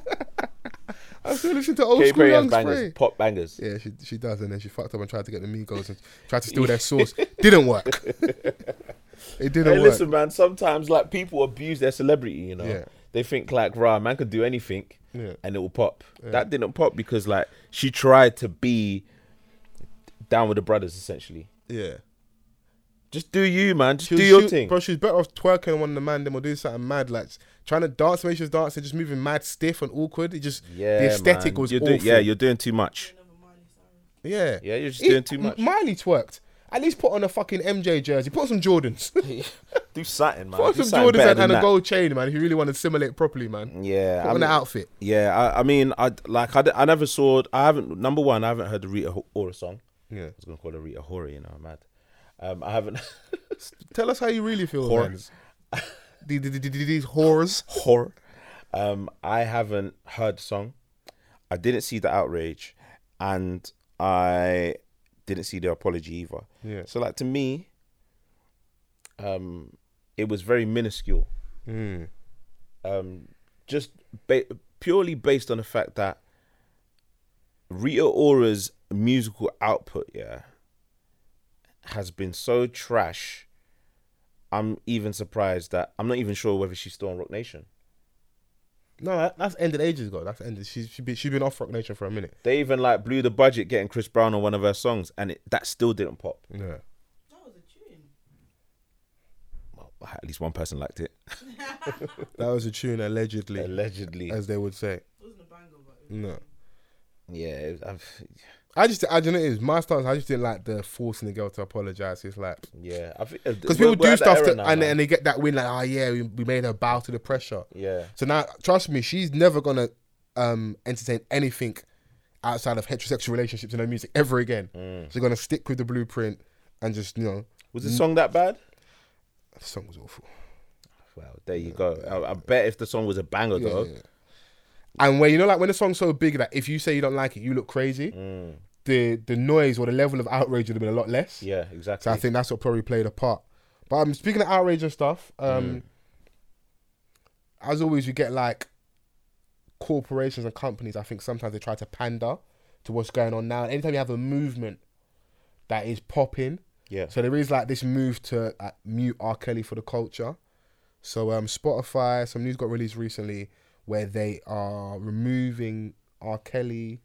[SPEAKER 2] I'm still listening to old
[SPEAKER 1] Katy
[SPEAKER 2] school
[SPEAKER 1] Perry has
[SPEAKER 2] Young
[SPEAKER 1] bangers,
[SPEAKER 2] Spray.
[SPEAKER 1] pop bangers.
[SPEAKER 2] Yeah, she she does, and then she fucked up and tried to get the Migos and tried to steal
[SPEAKER 1] <laughs>
[SPEAKER 2] their source. Didn't work. it didn't
[SPEAKER 1] Hey,
[SPEAKER 2] work.
[SPEAKER 1] listen, man. Sometimes like people abuse their celebrity. You know,
[SPEAKER 2] Yeah.
[SPEAKER 1] they think like, "Rah, man could do anything,
[SPEAKER 2] Yeah.
[SPEAKER 1] and it will pop." That didn't pop because like she tried to be down with the brothers. Essentially,
[SPEAKER 2] Yeah,
[SPEAKER 1] just do you, man. Just
[SPEAKER 2] she was,
[SPEAKER 1] do your
[SPEAKER 2] she-
[SPEAKER 1] thing.
[SPEAKER 2] bro. She's better off twerking on the man than or doing something mad, like trying to dance. Make she was dancing, just moving mad, stiff and awkward. It just
[SPEAKER 1] yeah,
[SPEAKER 2] the aesthetic
[SPEAKER 1] man.
[SPEAKER 2] was
[SPEAKER 1] you're
[SPEAKER 2] awful.
[SPEAKER 1] doing- yeah, you're doing too much.
[SPEAKER 4] Another Miley Cyrus.
[SPEAKER 2] yeah,
[SPEAKER 1] Yeah, you're just
[SPEAKER 2] He-
[SPEAKER 1] doing too much.
[SPEAKER 2] Miley twerked. At least put on a fucking MJ jersey. Put on some Jordans. <laughs>
[SPEAKER 1] do something, man.
[SPEAKER 2] Put
[SPEAKER 1] Do
[SPEAKER 2] on some
[SPEAKER 1] something
[SPEAKER 2] Jordans
[SPEAKER 1] better
[SPEAKER 2] and,
[SPEAKER 1] than
[SPEAKER 2] and a
[SPEAKER 1] that.
[SPEAKER 2] gold chain, man. If you really want to assimilate properly, man.
[SPEAKER 1] Yeah,
[SPEAKER 2] Put
[SPEAKER 1] I
[SPEAKER 2] on
[SPEAKER 1] mean-
[SPEAKER 2] an outfit.
[SPEAKER 1] Yeah, I, I mean, I like I, d- I never saw. I haven't number one. I haven't heard the Rita Ho- Ora song.
[SPEAKER 2] Yeah.
[SPEAKER 1] I was gonna call her Rita Hora. You know, I'm mad. Um, I haven't. <laughs>
[SPEAKER 2] Tell us how you really feel.
[SPEAKER 1] Whores.
[SPEAKER 2] man. The- the- the- the- the- These whores.
[SPEAKER 1] horror. Um, I haven't heard the song. I didn't see the outrage, and I didn't see the apology either.
[SPEAKER 2] Yeah.
[SPEAKER 1] So like to me, um, it was very minuscule. Um, just ba- purely based on the fact that Rita Ora's musical output, yeah, has been so trash. I'm even surprised that I'm not even sure whether she's still on Rock Nation.
[SPEAKER 2] No, that, that's ended ages ago. That's ended. She's she been, she been off Rock Nation for a minute.
[SPEAKER 1] They even like blew the budget getting Chris Brown on one of her songs, and it, that still didn't pop.
[SPEAKER 2] Yeah.
[SPEAKER 4] That was a tune.
[SPEAKER 1] Well, at least one person liked it.
[SPEAKER 2] That was a tune, allegedly,
[SPEAKER 1] <laughs> Allegedly,
[SPEAKER 2] as they would say.
[SPEAKER 4] Mm. It wasn't a banger, but it was
[SPEAKER 2] No.
[SPEAKER 1] yeah. I've,
[SPEAKER 2] I just, I don't know. It is my stance. I just didn't like the forcing the girl to apologize. It's like
[SPEAKER 1] Yeah, I think uh,
[SPEAKER 2] because people do stuff to, and and they get that win. Like, oh yeah, we, we made her bow to the pressure.
[SPEAKER 1] yeah,
[SPEAKER 2] So now, trust me, she's never gonna um, entertain anything outside of heterosexual relationships in her music ever again. She's gonna stick with the blueprint and just you know,
[SPEAKER 1] was the song that bad?
[SPEAKER 2] the song was awful.
[SPEAKER 1] Well, there you go. I, I bet if the song was a banger
[SPEAKER 2] Yeah,
[SPEAKER 1] though,
[SPEAKER 2] yeah, yeah. And when you know, like when the song's so big that if you say you don't like it, you look
[SPEAKER 1] Mm.
[SPEAKER 2] crazy. The the noise or the level of outrage would have been a lot less.
[SPEAKER 1] yeah, exactly.
[SPEAKER 2] So I think that's what probably played a part. But I'm um, speaking of outrage and stuff. Um, As always, you get like corporations and companies. I think sometimes they try to pander to what's going on now. Anytime you have a movement that is popping,
[SPEAKER 1] yeah,
[SPEAKER 2] so there is like this move to uh, mute R. Kelly for the culture. So um, Spotify, some news got released recently where they are removing R. Kelly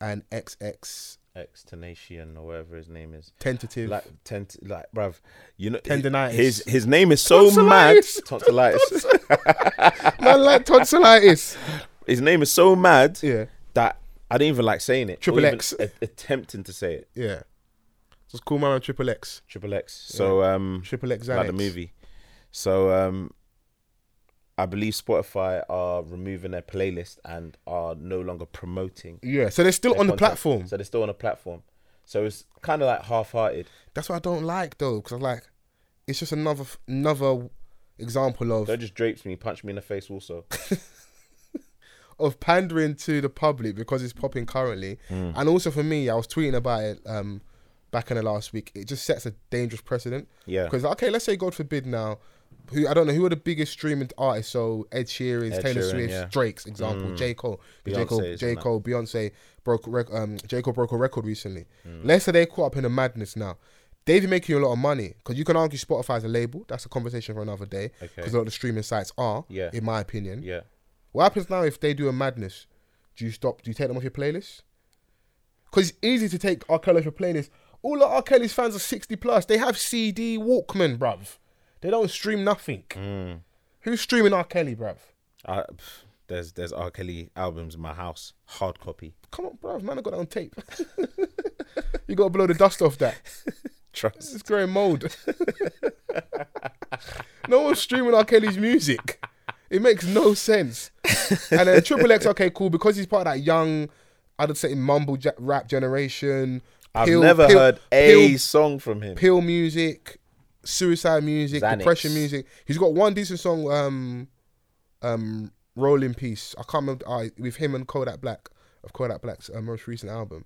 [SPEAKER 2] and XX
[SPEAKER 1] Extenation or whatever his name is.
[SPEAKER 2] tentative.
[SPEAKER 1] Like tent, like bruv, you know,
[SPEAKER 2] Tendinitis.
[SPEAKER 1] His his name is so mad.
[SPEAKER 2] <laughs>
[SPEAKER 1] Tonsillitis.
[SPEAKER 2] Man, like tonsillitis.
[SPEAKER 1] his name is so mad
[SPEAKER 2] Yeah.
[SPEAKER 1] that I didn't even like saying it. or
[SPEAKER 2] Triple
[SPEAKER 1] even
[SPEAKER 2] X.
[SPEAKER 1] a- attempting to say it.
[SPEAKER 2] Yeah. Just call my man Triple X.
[SPEAKER 1] Triple X. So um,
[SPEAKER 2] Triple X
[SPEAKER 1] like
[SPEAKER 2] Xanax.
[SPEAKER 1] the movie. So um, I believe Spotify are removing their playlist and are no longer promoting
[SPEAKER 2] Yeah. So they're still
[SPEAKER 1] their
[SPEAKER 2] on the
[SPEAKER 1] content.
[SPEAKER 2] platform.
[SPEAKER 1] So they're still on the platform. So it's kind of like half-hearted.
[SPEAKER 2] That's what I don't like though, because I'm like, it's just another f- another example of
[SPEAKER 1] Don't just drape me, punch me in the face. Also,
[SPEAKER 2] of pandering to the public because it's popping currently.
[SPEAKER 1] Hmm.
[SPEAKER 2] And also for me, I was tweeting about it um, back in the last week. It just sets a dangerous precedent.
[SPEAKER 1] Yeah.
[SPEAKER 2] Because okay, let's say God forbid now, who I don't know who are the biggest streaming artists. So Ed Sheeran's,
[SPEAKER 1] Ed
[SPEAKER 2] Taylor
[SPEAKER 1] Sheeran,
[SPEAKER 2] Swift's,
[SPEAKER 1] yeah. Hmm.
[SPEAKER 2] Drake's example, J Cole, 'Cause J
[SPEAKER 1] Beyonce's
[SPEAKER 2] Cole, J
[SPEAKER 1] and that.
[SPEAKER 2] Cole, Beyonce broke rec- um, J Cole broke a record recently.
[SPEAKER 1] Hmm.
[SPEAKER 2] Let's say they caught up in a madness now. They've been making you a lot of money because you can argue Spotify is a label. That's a conversation for another day.
[SPEAKER 1] Okay.
[SPEAKER 2] Because a lot of the streaming sites are,
[SPEAKER 1] Yeah.
[SPEAKER 2] in my opinion.
[SPEAKER 1] yeah,
[SPEAKER 2] What happens now if they do a madness? Do you stop? Do you take them off your playlist? Because it's easy to take R. Kelly off your playlist. All of R. Kelly's fans are 60 plus. They have CD Walkman, bruv. They don't stream nothing. Who's streaming R. Kelly, bruv?
[SPEAKER 1] Mm. I, pff, there's there's R. Kelly albums in my house, hard copy.
[SPEAKER 2] Come on, bruv. Man, I got that on tape. <laughs> you got to blow the dust off that.
[SPEAKER 1] Trust.
[SPEAKER 2] It's growing mold. no one's streaming R. Kelly's music. It makes no sense. And then Triple X, okay, cool, because he's part of that young, I'd say mumble ja- rap generation.
[SPEAKER 1] I've
[SPEAKER 2] pill-
[SPEAKER 1] never
[SPEAKER 2] pill-
[SPEAKER 1] heard a
[SPEAKER 2] pill,
[SPEAKER 1] song from him.
[SPEAKER 2] pill music, suicide music,
[SPEAKER 1] Xanax.
[SPEAKER 2] depression music. He's got one decent song, um, um, Roll in Peace. I can't remember uh, with him and Kodak Black of Kodak Black's uh, most recent album.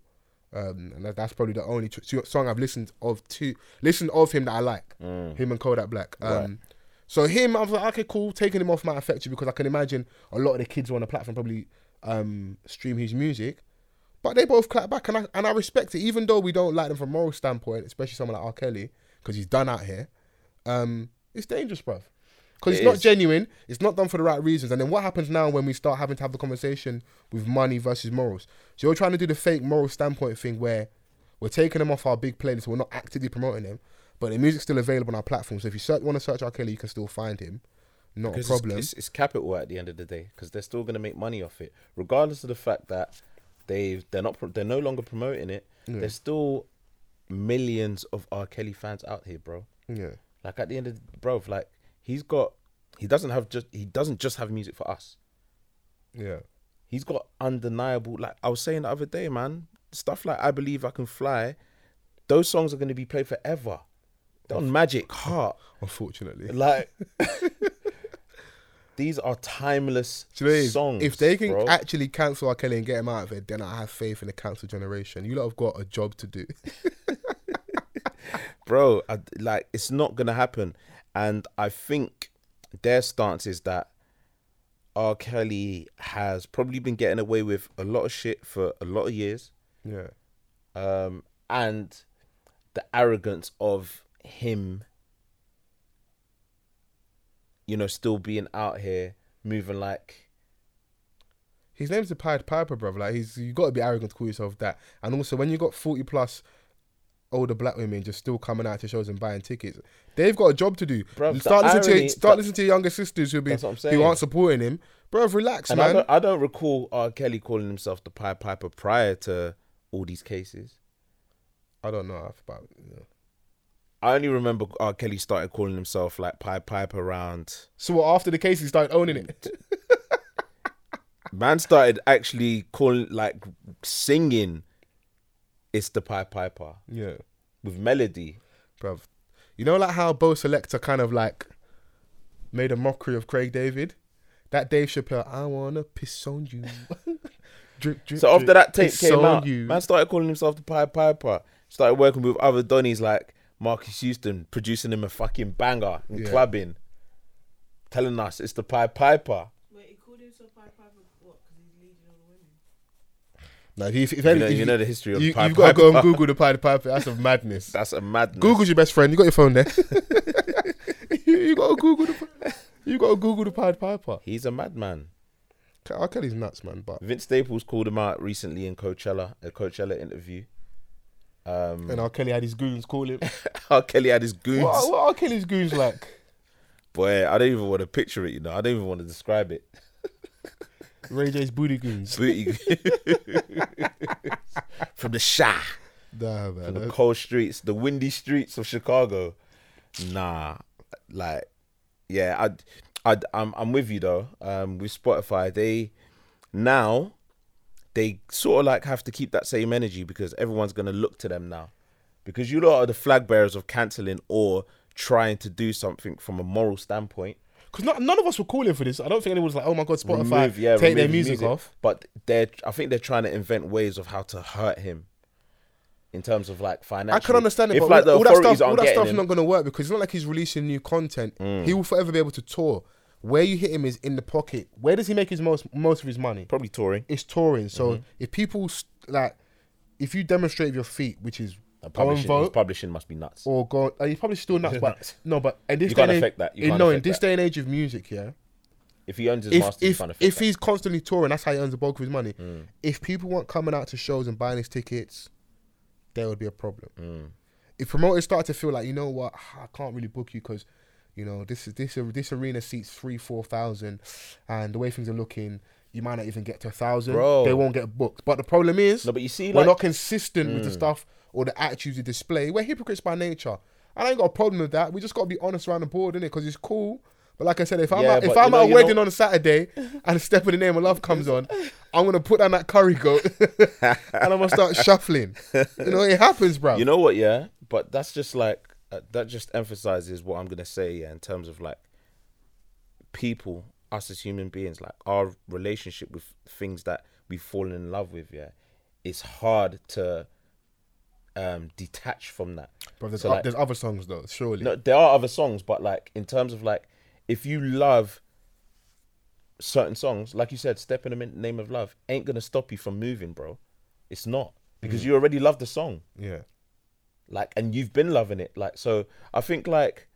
[SPEAKER 2] Um, and that, that's probably the only tr- two- song I've listened of to listened of him that I like. Him and Kodak Black. Um, So him, I was like, okay, cool. Taking him off might affect you because I can imagine a lot of the kids who are on the platform probably um, stream his music. But they both clap back, and I and I respect it, even though we don't like them from a moral standpoint, especially someone like R. Kelly, because he's done out here. Um, it's dangerous, bruv. Because
[SPEAKER 1] It
[SPEAKER 2] it's not
[SPEAKER 1] is.
[SPEAKER 2] genuine. It's not done for the right reasons. And then what happens now when we start having to have the conversation with money versus morals? So you're trying to do the fake moral standpoint thing where we're taking them off our big playlist. We're not actively promoting them, but the music's still available on our platform. So if you search, want to search R. Kelly, you can still find him. Not a
[SPEAKER 1] 'Cause
[SPEAKER 2] problem.
[SPEAKER 1] It's, it's, it's capital at the end of the day because they're still going to make money off it, regardless of the fact that they they're not pro- they're no longer promoting it. There's still millions of R. Kelly fans out here, bro.
[SPEAKER 2] yeah.
[SPEAKER 1] Like at the end of the, bro, like he's got he doesn't have just he doesn't just have music for us.
[SPEAKER 2] Yeah.
[SPEAKER 1] He's got undeniable like I was saying the other day, man. Stuff like I believe I can fly. Those songs are going to be played forever. They're on Magic Heart.
[SPEAKER 2] Unfortunately.
[SPEAKER 1] <laughs> Like these are timeless
[SPEAKER 2] Do you know what it is?
[SPEAKER 1] songs.
[SPEAKER 2] If they can
[SPEAKER 1] bro.
[SPEAKER 2] actually cancel R. Kelly and get him out of it, then I have faith in the cancel generation. You lot have got a job to do. <laughs>
[SPEAKER 1] bro, I, like it's not gonna happen. And I think their stance is that R. Kelly has probably been getting away with a lot of shit for a lot of years,
[SPEAKER 2] yeah.
[SPEAKER 1] um, and the arrogance of him, you know, still being out here moving like
[SPEAKER 2] His name's the Pied Piper, bro. Like he's you got to be arrogant to call yourself that. And also, when you got forty plus older black women just still coming out to shows and buying tickets, they've got a job to do.
[SPEAKER 1] Bruv, the
[SPEAKER 2] start listening to
[SPEAKER 1] irony-
[SPEAKER 2] your, start
[SPEAKER 1] that-
[SPEAKER 2] listening to your younger sisters who be
[SPEAKER 1] That's what I'm
[SPEAKER 2] who
[SPEAKER 1] saying.
[SPEAKER 2] aren't supporting him, bro. Relax,
[SPEAKER 1] And I
[SPEAKER 2] man.
[SPEAKER 1] don't, I don't recall R. Kelly calling himself the Pied Piper prior to all these cases.
[SPEAKER 2] I don't know Alf, but you know.
[SPEAKER 1] I only remember R. Kelly started calling himself like Pipe Pipe around.
[SPEAKER 2] So what, after the case, he started owning it.
[SPEAKER 1] <laughs> Man started actually calling like singing. It's the Pipe Piper
[SPEAKER 2] yeah,
[SPEAKER 1] with melody.
[SPEAKER 2] bruv. You know, like how Bo Selector kind of like made a mockery of Craig David. That Dave Chappelle, I wanna piss on you. <laughs> drip, drip,
[SPEAKER 1] So after
[SPEAKER 2] drip,
[SPEAKER 1] that tape
[SPEAKER 2] piss
[SPEAKER 1] came
[SPEAKER 2] on
[SPEAKER 1] out,
[SPEAKER 2] you.
[SPEAKER 1] man started calling himself the Pied Piper. Started working with other Donnies like Marcus Houston, producing him a fucking banger and
[SPEAKER 2] Yeah.
[SPEAKER 1] clubbing, telling us it's the Pied Piper.
[SPEAKER 4] Wait, he called himself Pied Piper, what? Because he's leading all the women.
[SPEAKER 2] No, if, if, if,
[SPEAKER 1] You know,
[SPEAKER 2] if
[SPEAKER 1] you know the history of
[SPEAKER 2] you,
[SPEAKER 1] the Pied
[SPEAKER 2] have got to go
[SPEAKER 1] Piper.
[SPEAKER 2] and Google the Pied Piper. That's a madness.
[SPEAKER 1] That's a <laughs> madness.
[SPEAKER 2] Google's your best friend. You got your phone there. <laughs> you, you got to Google the. You got to Google the Pied Piper.
[SPEAKER 1] He's a madman.
[SPEAKER 2] R. Kelly's nuts, man. But
[SPEAKER 1] Vince Staples called him out recently in Coachella, a Coachella interview. <laughs> Um,
[SPEAKER 2] and R. Kelly had his goons call
[SPEAKER 1] <laughs>
[SPEAKER 2] him.
[SPEAKER 1] R. Kelly had his goons.
[SPEAKER 2] what, what R. Kelly's goons like?
[SPEAKER 1] Boy, I don't even want to picture it. You know, I don't even want to describe it.
[SPEAKER 2] Ray J's booty goons.
[SPEAKER 1] Booty goons. <laughs> from the shy.
[SPEAKER 2] Nah,
[SPEAKER 1] from
[SPEAKER 2] man.
[SPEAKER 1] the
[SPEAKER 2] that's-
[SPEAKER 1] cold streets, the windy streets of Chicago. Nah, like, yeah, I, I, I'm, I'm with you though. Um, with Spotify, they now they sort of like have to keep that same energy because everyone's gonna look to them now, because you lot are the flag bearers of canceling or trying to do something from a moral standpoint.
[SPEAKER 2] Because none of us were calling for this. I don't think anyone was like, oh my God, Spotify,
[SPEAKER 1] Remove- yeah,
[SPEAKER 2] take their
[SPEAKER 1] remove his
[SPEAKER 2] music, off.
[SPEAKER 1] But they're, I think they're trying to invent ways of how to hurt him. In terms of like financial,
[SPEAKER 2] I can understand it,
[SPEAKER 1] If
[SPEAKER 2] but
[SPEAKER 1] like the
[SPEAKER 2] all, all that
[SPEAKER 1] authorities
[SPEAKER 2] stuff, all
[SPEAKER 1] aren't
[SPEAKER 2] that
[SPEAKER 1] getting
[SPEAKER 2] stuff's
[SPEAKER 1] him- Mm.
[SPEAKER 2] not going to work because it's not like he's releasing new content. He will forever be able to tour. Where you hit him is in the pocket. Where does he make his most most of his money?
[SPEAKER 1] probably touring.
[SPEAKER 2] It's touring. So
[SPEAKER 1] Mm-hmm.
[SPEAKER 2] if people s- like, if you demonstrate with your feet, which is
[SPEAKER 1] And
[SPEAKER 2] go and
[SPEAKER 1] publishing, his
[SPEAKER 2] vote
[SPEAKER 1] publishing must be nuts.
[SPEAKER 2] or go, uh, he's probably still
[SPEAKER 1] <laughs>
[SPEAKER 2] nuts. But
[SPEAKER 1] Nuts.
[SPEAKER 2] no, but in this
[SPEAKER 1] You
[SPEAKER 2] day
[SPEAKER 1] can't
[SPEAKER 2] and age,
[SPEAKER 1] affect that. You
[SPEAKER 2] in-
[SPEAKER 1] can't
[SPEAKER 2] no, in
[SPEAKER 1] affect
[SPEAKER 2] this
[SPEAKER 1] that.
[SPEAKER 2] day and age of music, yeah.
[SPEAKER 1] if he owns his
[SPEAKER 2] If
[SPEAKER 1] master, you
[SPEAKER 2] if
[SPEAKER 1] can't affect
[SPEAKER 2] if
[SPEAKER 1] that. Mm.
[SPEAKER 2] he's constantly touring, that's how he earns the bulk of his money. If people weren't coming out to shows and buying his tickets, there would be a problem.
[SPEAKER 1] Mm.
[SPEAKER 2] If promoters start to feel like, you know what, <sighs> I can't really book you because, you know, this is this this arena seats three four thousand, and the way things are looking, you might not even get to a thousand.
[SPEAKER 1] Bro.
[SPEAKER 2] They won't get booked. But the problem is,
[SPEAKER 1] No, but you see,
[SPEAKER 2] we're
[SPEAKER 1] like- Mm.
[SPEAKER 2] not consistent with the stuff or the attitudes you display. We're hypocrites by nature. I ain't got a problem with that. We just got to be honest around the board, innit? Because it's cool. But like I said, if I'm
[SPEAKER 1] Yeah,
[SPEAKER 2] at, if
[SPEAKER 1] but
[SPEAKER 2] I'm
[SPEAKER 1] you know-
[SPEAKER 2] at a
[SPEAKER 1] you
[SPEAKER 2] wedding
[SPEAKER 1] know-
[SPEAKER 2] on a Saturday <laughs> and Step in the Name of Love comes on, I'm gonna put down that curry goat <laughs> and I'm gonna
[SPEAKER 1] <laughs>
[SPEAKER 2] start shuffling. You know, it happens, bro.
[SPEAKER 1] you know what? Yeah, but that's just like uh, that. Just emphasizes what I'm gonna say. Yeah, in terms of like people, us as human beings, like our relationship with things that we've fallen in love with. Yeah, it's hard to um detach from that.
[SPEAKER 2] bro, there's,
[SPEAKER 1] So,
[SPEAKER 2] o-
[SPEAKER 1] like-
[SPEAKER 2] there's other songs though, surely.
[SPEAKER 1] No, there are other songs, but like in terms of like, if you love certain songs, like you said, "Step in the Min- Name of Love" ain't gonna stop you from moving, bro. It's not because you already love the song,
[SPEAKER 2] Yeah,
[SPEAKER 1] like, and you've been loving it, like. So I think like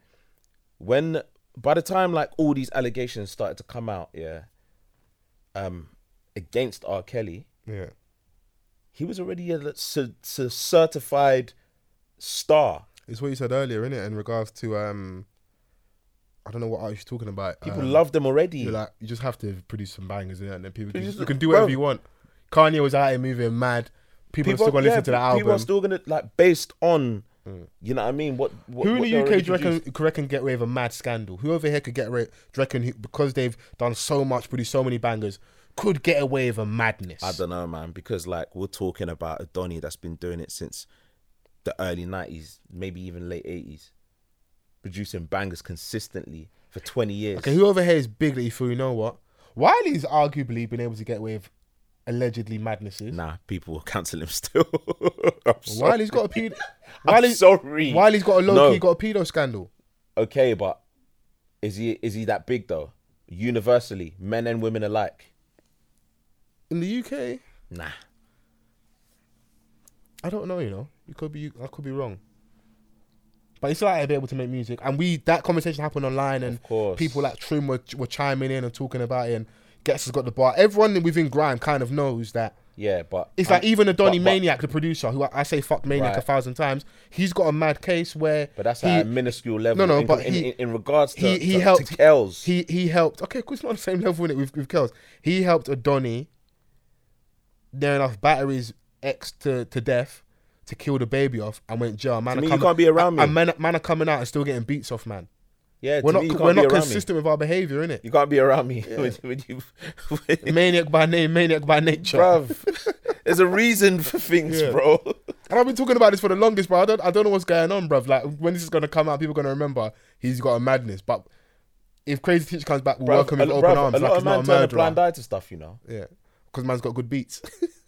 [SPEAKER 1] when by the time like all these allegations started to come out, yeah, um, against R. Kelly,
[SPEAKER 2] yeah.
[SPEAKER 1] he was already a l- c- c- certified star.
[SPEAKER 2] It's what you said earlier, innit? In regards to um, I don't know what I was talking about.
[SPEAKER 1] People
[SPEAKER 2] um,
[SPEAKER 1] loved him already.
[SPEAKER 2] You're like, you just have to produce some bangers, innit? And then people can,
[SPEAKER 1] Produce-
[SPEAKER 2] you can do whatever
[SPEAKER 1] bro.
[SPEAKER 2] you want. Kanye was out here moving mad. People, are still gonna
[SPEAKER 1] yeah,
[SPEAKER 2] listen to the
[SPEAKER 1] pe- People
[SPEAKER 2] album.
[SPEAKER 1] are still gonna like based on, you know what I mean? What, what
[SPEAKER 2] Who in
[SPEAKER 1] what
[SPEAKER 2] the
[SPEAKER 1] they
[SPEAKER 2] UK do
[SPEAKER 1] already
[SPEAKER 2] you reckon,
[SPEAKER 1] produced.
[SPEAKER 2] do you reckon get away with a mad scandal? Who over here could get away? Do you reckon who, because they've done so much, produced so many bangers, could get away with a madness?
[SPEAKER 1] I don't know, man, because like we're talking about a Donny that's been doing it since the early '90s, maybe even late '80s, producing bangers consistently for 20 years.
[SPEAKER 2] Okay, who over here is big that you feel you know what? Wiley's arguably been able to get away with allegedly madnesses.
[SPEAKER 1] Nah, people will cancel him still. <laughs> I'm sorry.
[SPEAKER 2] Wiley's got a pedo.
[SPEAKER 1] <laughs> I'm
[SPEAKER 2] Wiley,
[SPEAKER 1] sorry.
[SPEAKER 2] Wiley's got a low
[SPEAKER 1] No.
[SPEAKER 2] key, got a pedo scandal.
[SPEAKER 1] Okay, but is he is he that big though? Universally, men and women alike.
[SPEAKER 2] In the UK,
[SPEAKER 1] Nah,
[SPEAKER 2] I don't know. You know, you could be. I could be wrong. But it's like I'd be able to make music, and we that conversation happened online, and
[SPEAKER 1] Of course.
[SPEAKER 2] people like Trim were, were chiming in and talking about it, and Gets has got the bar. Everyone within Grime kind of knows that.
[SPEAKER 1] yeah, but
[SPEAKER 2] It's like even the Donny
[SPEAKER 1] but- but-
[SPEAKER 2] Maniac, the producer, who I, I say fuck Maniac a
[SPEAKER 1] Right.
[SPEAKER 2] thousand times, he's got a mad case where.
[SPEAKER 1] But that's
[SPEAKER 2] he,
[SPEAKER 1] at a minuscule level.
[SPEAKER 2] No, no,
[SPEAKER 1] in,
[SPEAKER 2] but
[SPEAKER 1] in,
[SPEAKER 2] he-
[SPEAKER 1] in, in regards to
[SPEAKER 2] he he
[SPEAKER 1] to,
[SPEAKER 2] helped
[SPEAKER 1] to Kells,
[SPEAKER 2] He he helped. Okay, cool, it's not on the same level in it with with Kells. He helped Donny. Near enough batteries ex to, to death to kill the baby off and went jail. Man,
[SPEAKER 1] To
[SPEAKER 2] are
[SPEAKER 1] me, you
[SPEAKER 2] coming-
[SPEAKER 1] can't be around me.
[SPEAKER 2] And man, man are coming out and still getting beats off, man.
[SPEAKER 1] Yeah,
[SPEAKER 2] We're
[SPEAKER 1] to
[SPEAKER 2] not
[SPEAKER 1] me, you can't
[SPEAKER 2] we're
[SPEAKER 1] be
[SPEAKER 2] not
[SPEAKER 1] around me.
[SPEAKER 2] consistent with our behavior, innit?
[SPEAKER 1] You can't be around me when, when
[SPEAKER 2] <laughs>
[SPEAKER 1] you, when,
[SPEAKER 2] maniac by name, maniac by nature.
[SPEAKER 1] bruv. There's a reason for things,
[SPEAKER 2] Yeah.
[SPEAKER 1] bro.
[SPEAKER 2] And I've been talking about this for the longest, bro. I don't, I don't know what's going on, bruv. Like, when this is going to come out, people going to remember he's got a madness. But if Crazy Teacher comes back, we'll
[SPEAKER 1] Bruv,
[SPEAKER 2] welcome him
[SPEAKER 1] a-
[SPEAKER 2] with open
[SPEAKER 1] bruv,
[SPEAKER 2] arms.
[SPEAKER 1] A lot
[SPEAKER 2] Like,
[SPEAKER 1] of
[SPEAKER 2] he's
[SPEAKER 1] man
[SPEAKER 2] not a
[SPEAKER 1] turn a blind
[SPEAKER 2] murderer.
[SPEAKER 1] eye to stuff, you know.
[SPEAKER 2] Yeah. Because man's got good beats.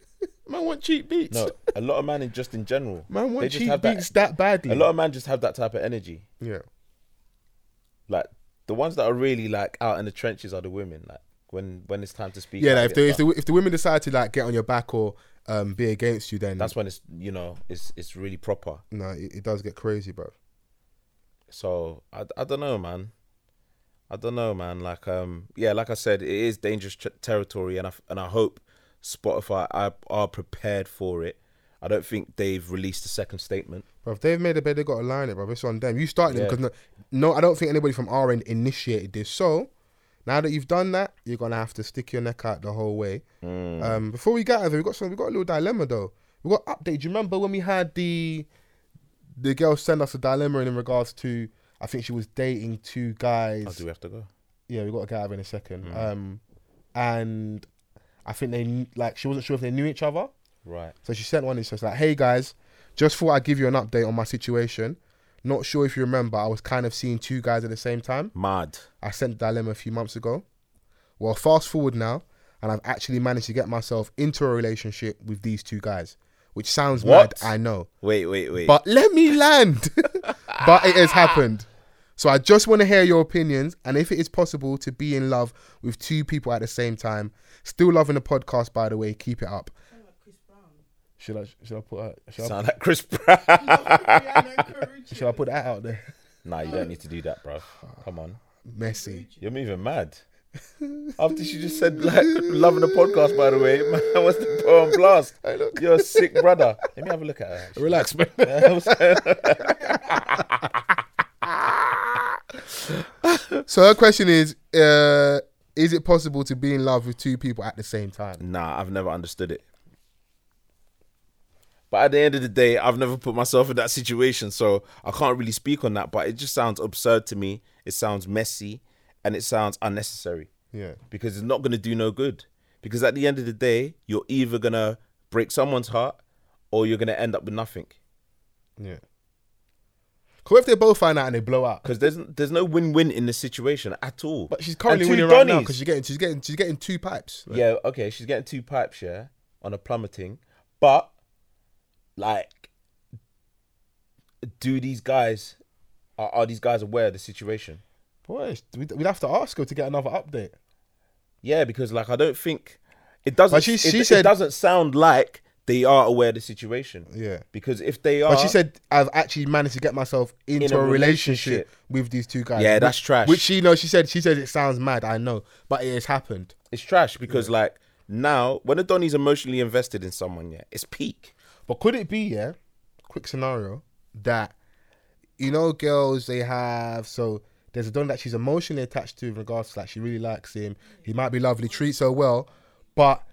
[SPEAKER 2] <laughs> man want cheap beats. <laughs>
[SPEAKER 1] No, a lot of man in just in general.
[SPEAKER 2] Man
[SPEAKER 1] they
[SPEAKER 2] want
[SPEAKER 1] just
[SPEAKER 2] cheap
[SPEAKER 1] have that-
[SPEAKER 2] beats that, badly.
[SPEAKER 1] A lot of man just have that type of energy.
[SPEAKER 2] yeah.
[SPEAKER 1] Like the ones that are really like out in the trenches are the women. Like when when it's time to speak.
[SPEAKER 2] Yeah,
[SPEAKER 1] out
[SPEAKER 2] like, if,
[SPEAKER 1] their
[SPEAKER 2] the, if,
[SPEAKER 1] stuff,
[SPEAKER 2] the, if the women decide to, like, get on your back or um, be against you, then
[SPEAKER 1] that's when it's you know it's it's really proper.
[SPEAKER 2] no, it, it does get crazy, bro.
[SPEAKER 1] So I, I don't know, man. I don't know, man. Like um yeah, like I said, it is dangerous tr territory, and I f- and I hope Spotify are, are prepared for it. I don't think they've released a second statement.
[SPEAKER 2] Bro, if they've made a bed, they got to line it, bro. It's on them. You started
[SPEAKER 1] Yeah.
[SPEAKER 2] it because no, no, I don't think anybody from our end initiated this. So now that you've done that, you're gonna have to stick your neck out the whole way.
[SPEAKER 1] Hmm.
[SPEAKER 2] Um, before we get out of here, we got some. We got a little dilemma though. We got update. Do you remember when we had the the girl send us a dilemma in regards to? I think she was dating two guys
[SPEAKER 1] How do Hmm. we have to go?
[SPEAKER 2] yeah, we got to get out of in a second. Um, and I think they kn- like she wasn't sure if they knew each other,
[SPEAKER 1] Right.
[SPEAKER 2] so she sent one. And she was like, "Hey guys, just thought I'd give you an update on my situation. Not sure if you remember, I was kind of seeing two guys at the same time.
[SPEAKER 1] Mad.
[SPEAKER 2] I sent the dilemma a few months ago. Well, fast forward now, and I've actually managed to get myself into a relationship with these two guys, which sounds
[SPEAKER 1] What?
[SPEAKER 2] mad, I know."
[SPEAKER 1] Wait, wait, wait.
[SPEAKER 2] But let me land. <laughs> but it has happened. So I just want to hear your opinions and if it is possible to be in love with two people at the same time. Still loving the podcast, by the way. Keep it up.
[SPEAKER 4] Sound like Chris Brown.
[SPEAKER 2] Should I should I put her, should, I,
[SPEAKER 1] Sound like Chris Brown. <laughs>
[SPEAKER 4] Rihanna, Karrueche.
[SPEAKER 2] should I put that out there?
[SPEAKER 1] nah, you don't need to do that, bro. Come on.
[SPEAKER 2] Messy.
[SPEAKER 1] You're moving mad. After she just said, like, loving the podcast, by the way, <laughs> man wants to put on blast. You're a sick brother. Let me have a look at her.
[SPEAKER 2] Relax,
[SPEAKER 1] <laughs>
[SPEAKER 2] man. so her question is: uh, Is it possible to be in love with two people at the same time?
[SPEAKER 1] Nah, I've never understood it. But at the end of the day, I've never put myself in that situation, so I can't really speak on that. But it just sounds absurd to me. It sounds messy, and it sounds unnecessary.
[SPEAKER 2] Yeah.
[SPEAKER 1] because it's not going to do no good. Because at the end of the day, you're either going to break someone's heart or you're going to end up with nothing.
[SPEAKER 2] Yeah. Cause if they both find out and they blow out?
[SPEAKER 1] Because there's there's no win-win in this situation at all.
[SPEAKER 2] But she's
[SPEAKER 1] And
[SPEAKER 2] currently
[SPEAKER 1] two
[SPEAKER 2] winning right now
[SPEAKER 1] Donnies.
[SPEAKER 2] because she's getting she's getting she's getting two pipes.
[SPEAKER 1] yeah, okay, she's getting two pipes, yeah, on a plummeting. But like, do these guys are, are these guys aware of the situation?
[SPEAKER 2] Boy, we'd, we'd have to ask her to get another update.
[SPEAKER 1] Yeah, because like I don't think it doesn't.
[SPEAKER 2] But she-
[SPEAKER 1] it-
[SPEAKER 2] she
[SPEAKER 1] it
[SPEAKER 2] said-
[SPEAKER 1] doesn't sound like they are aware of the situation.
[SPEAKER 2] Yeah.
[SPEAKER 1] Because if they are,
[SPEAKER 2] But she said, I've actually managed to get myself into
[SPEAKER 1] a
[SPEAKER 2] a, relationship,
[SPEAKER 1] relationship.
[SPEAKER 2] with these two guys.
[SPEAKER 1] Yeah,
[SPEAKER 2] which-
[SPEAKER 1] that's trash.
[SPEAKER 2] Which she knows. She said, she says it sounds mad, I know, but it has happened.
[SPEAKER 1] It's trash because like now when a Donny's emotionally invested in someone, yeah, it's peak.
[SPEAKER 2] But could it be, yeah, quick scenario, that, you know, girls, they have, so there's a don that she's emotionally attached to in regards to like, she really likes him. He might be lovely, treats her well, but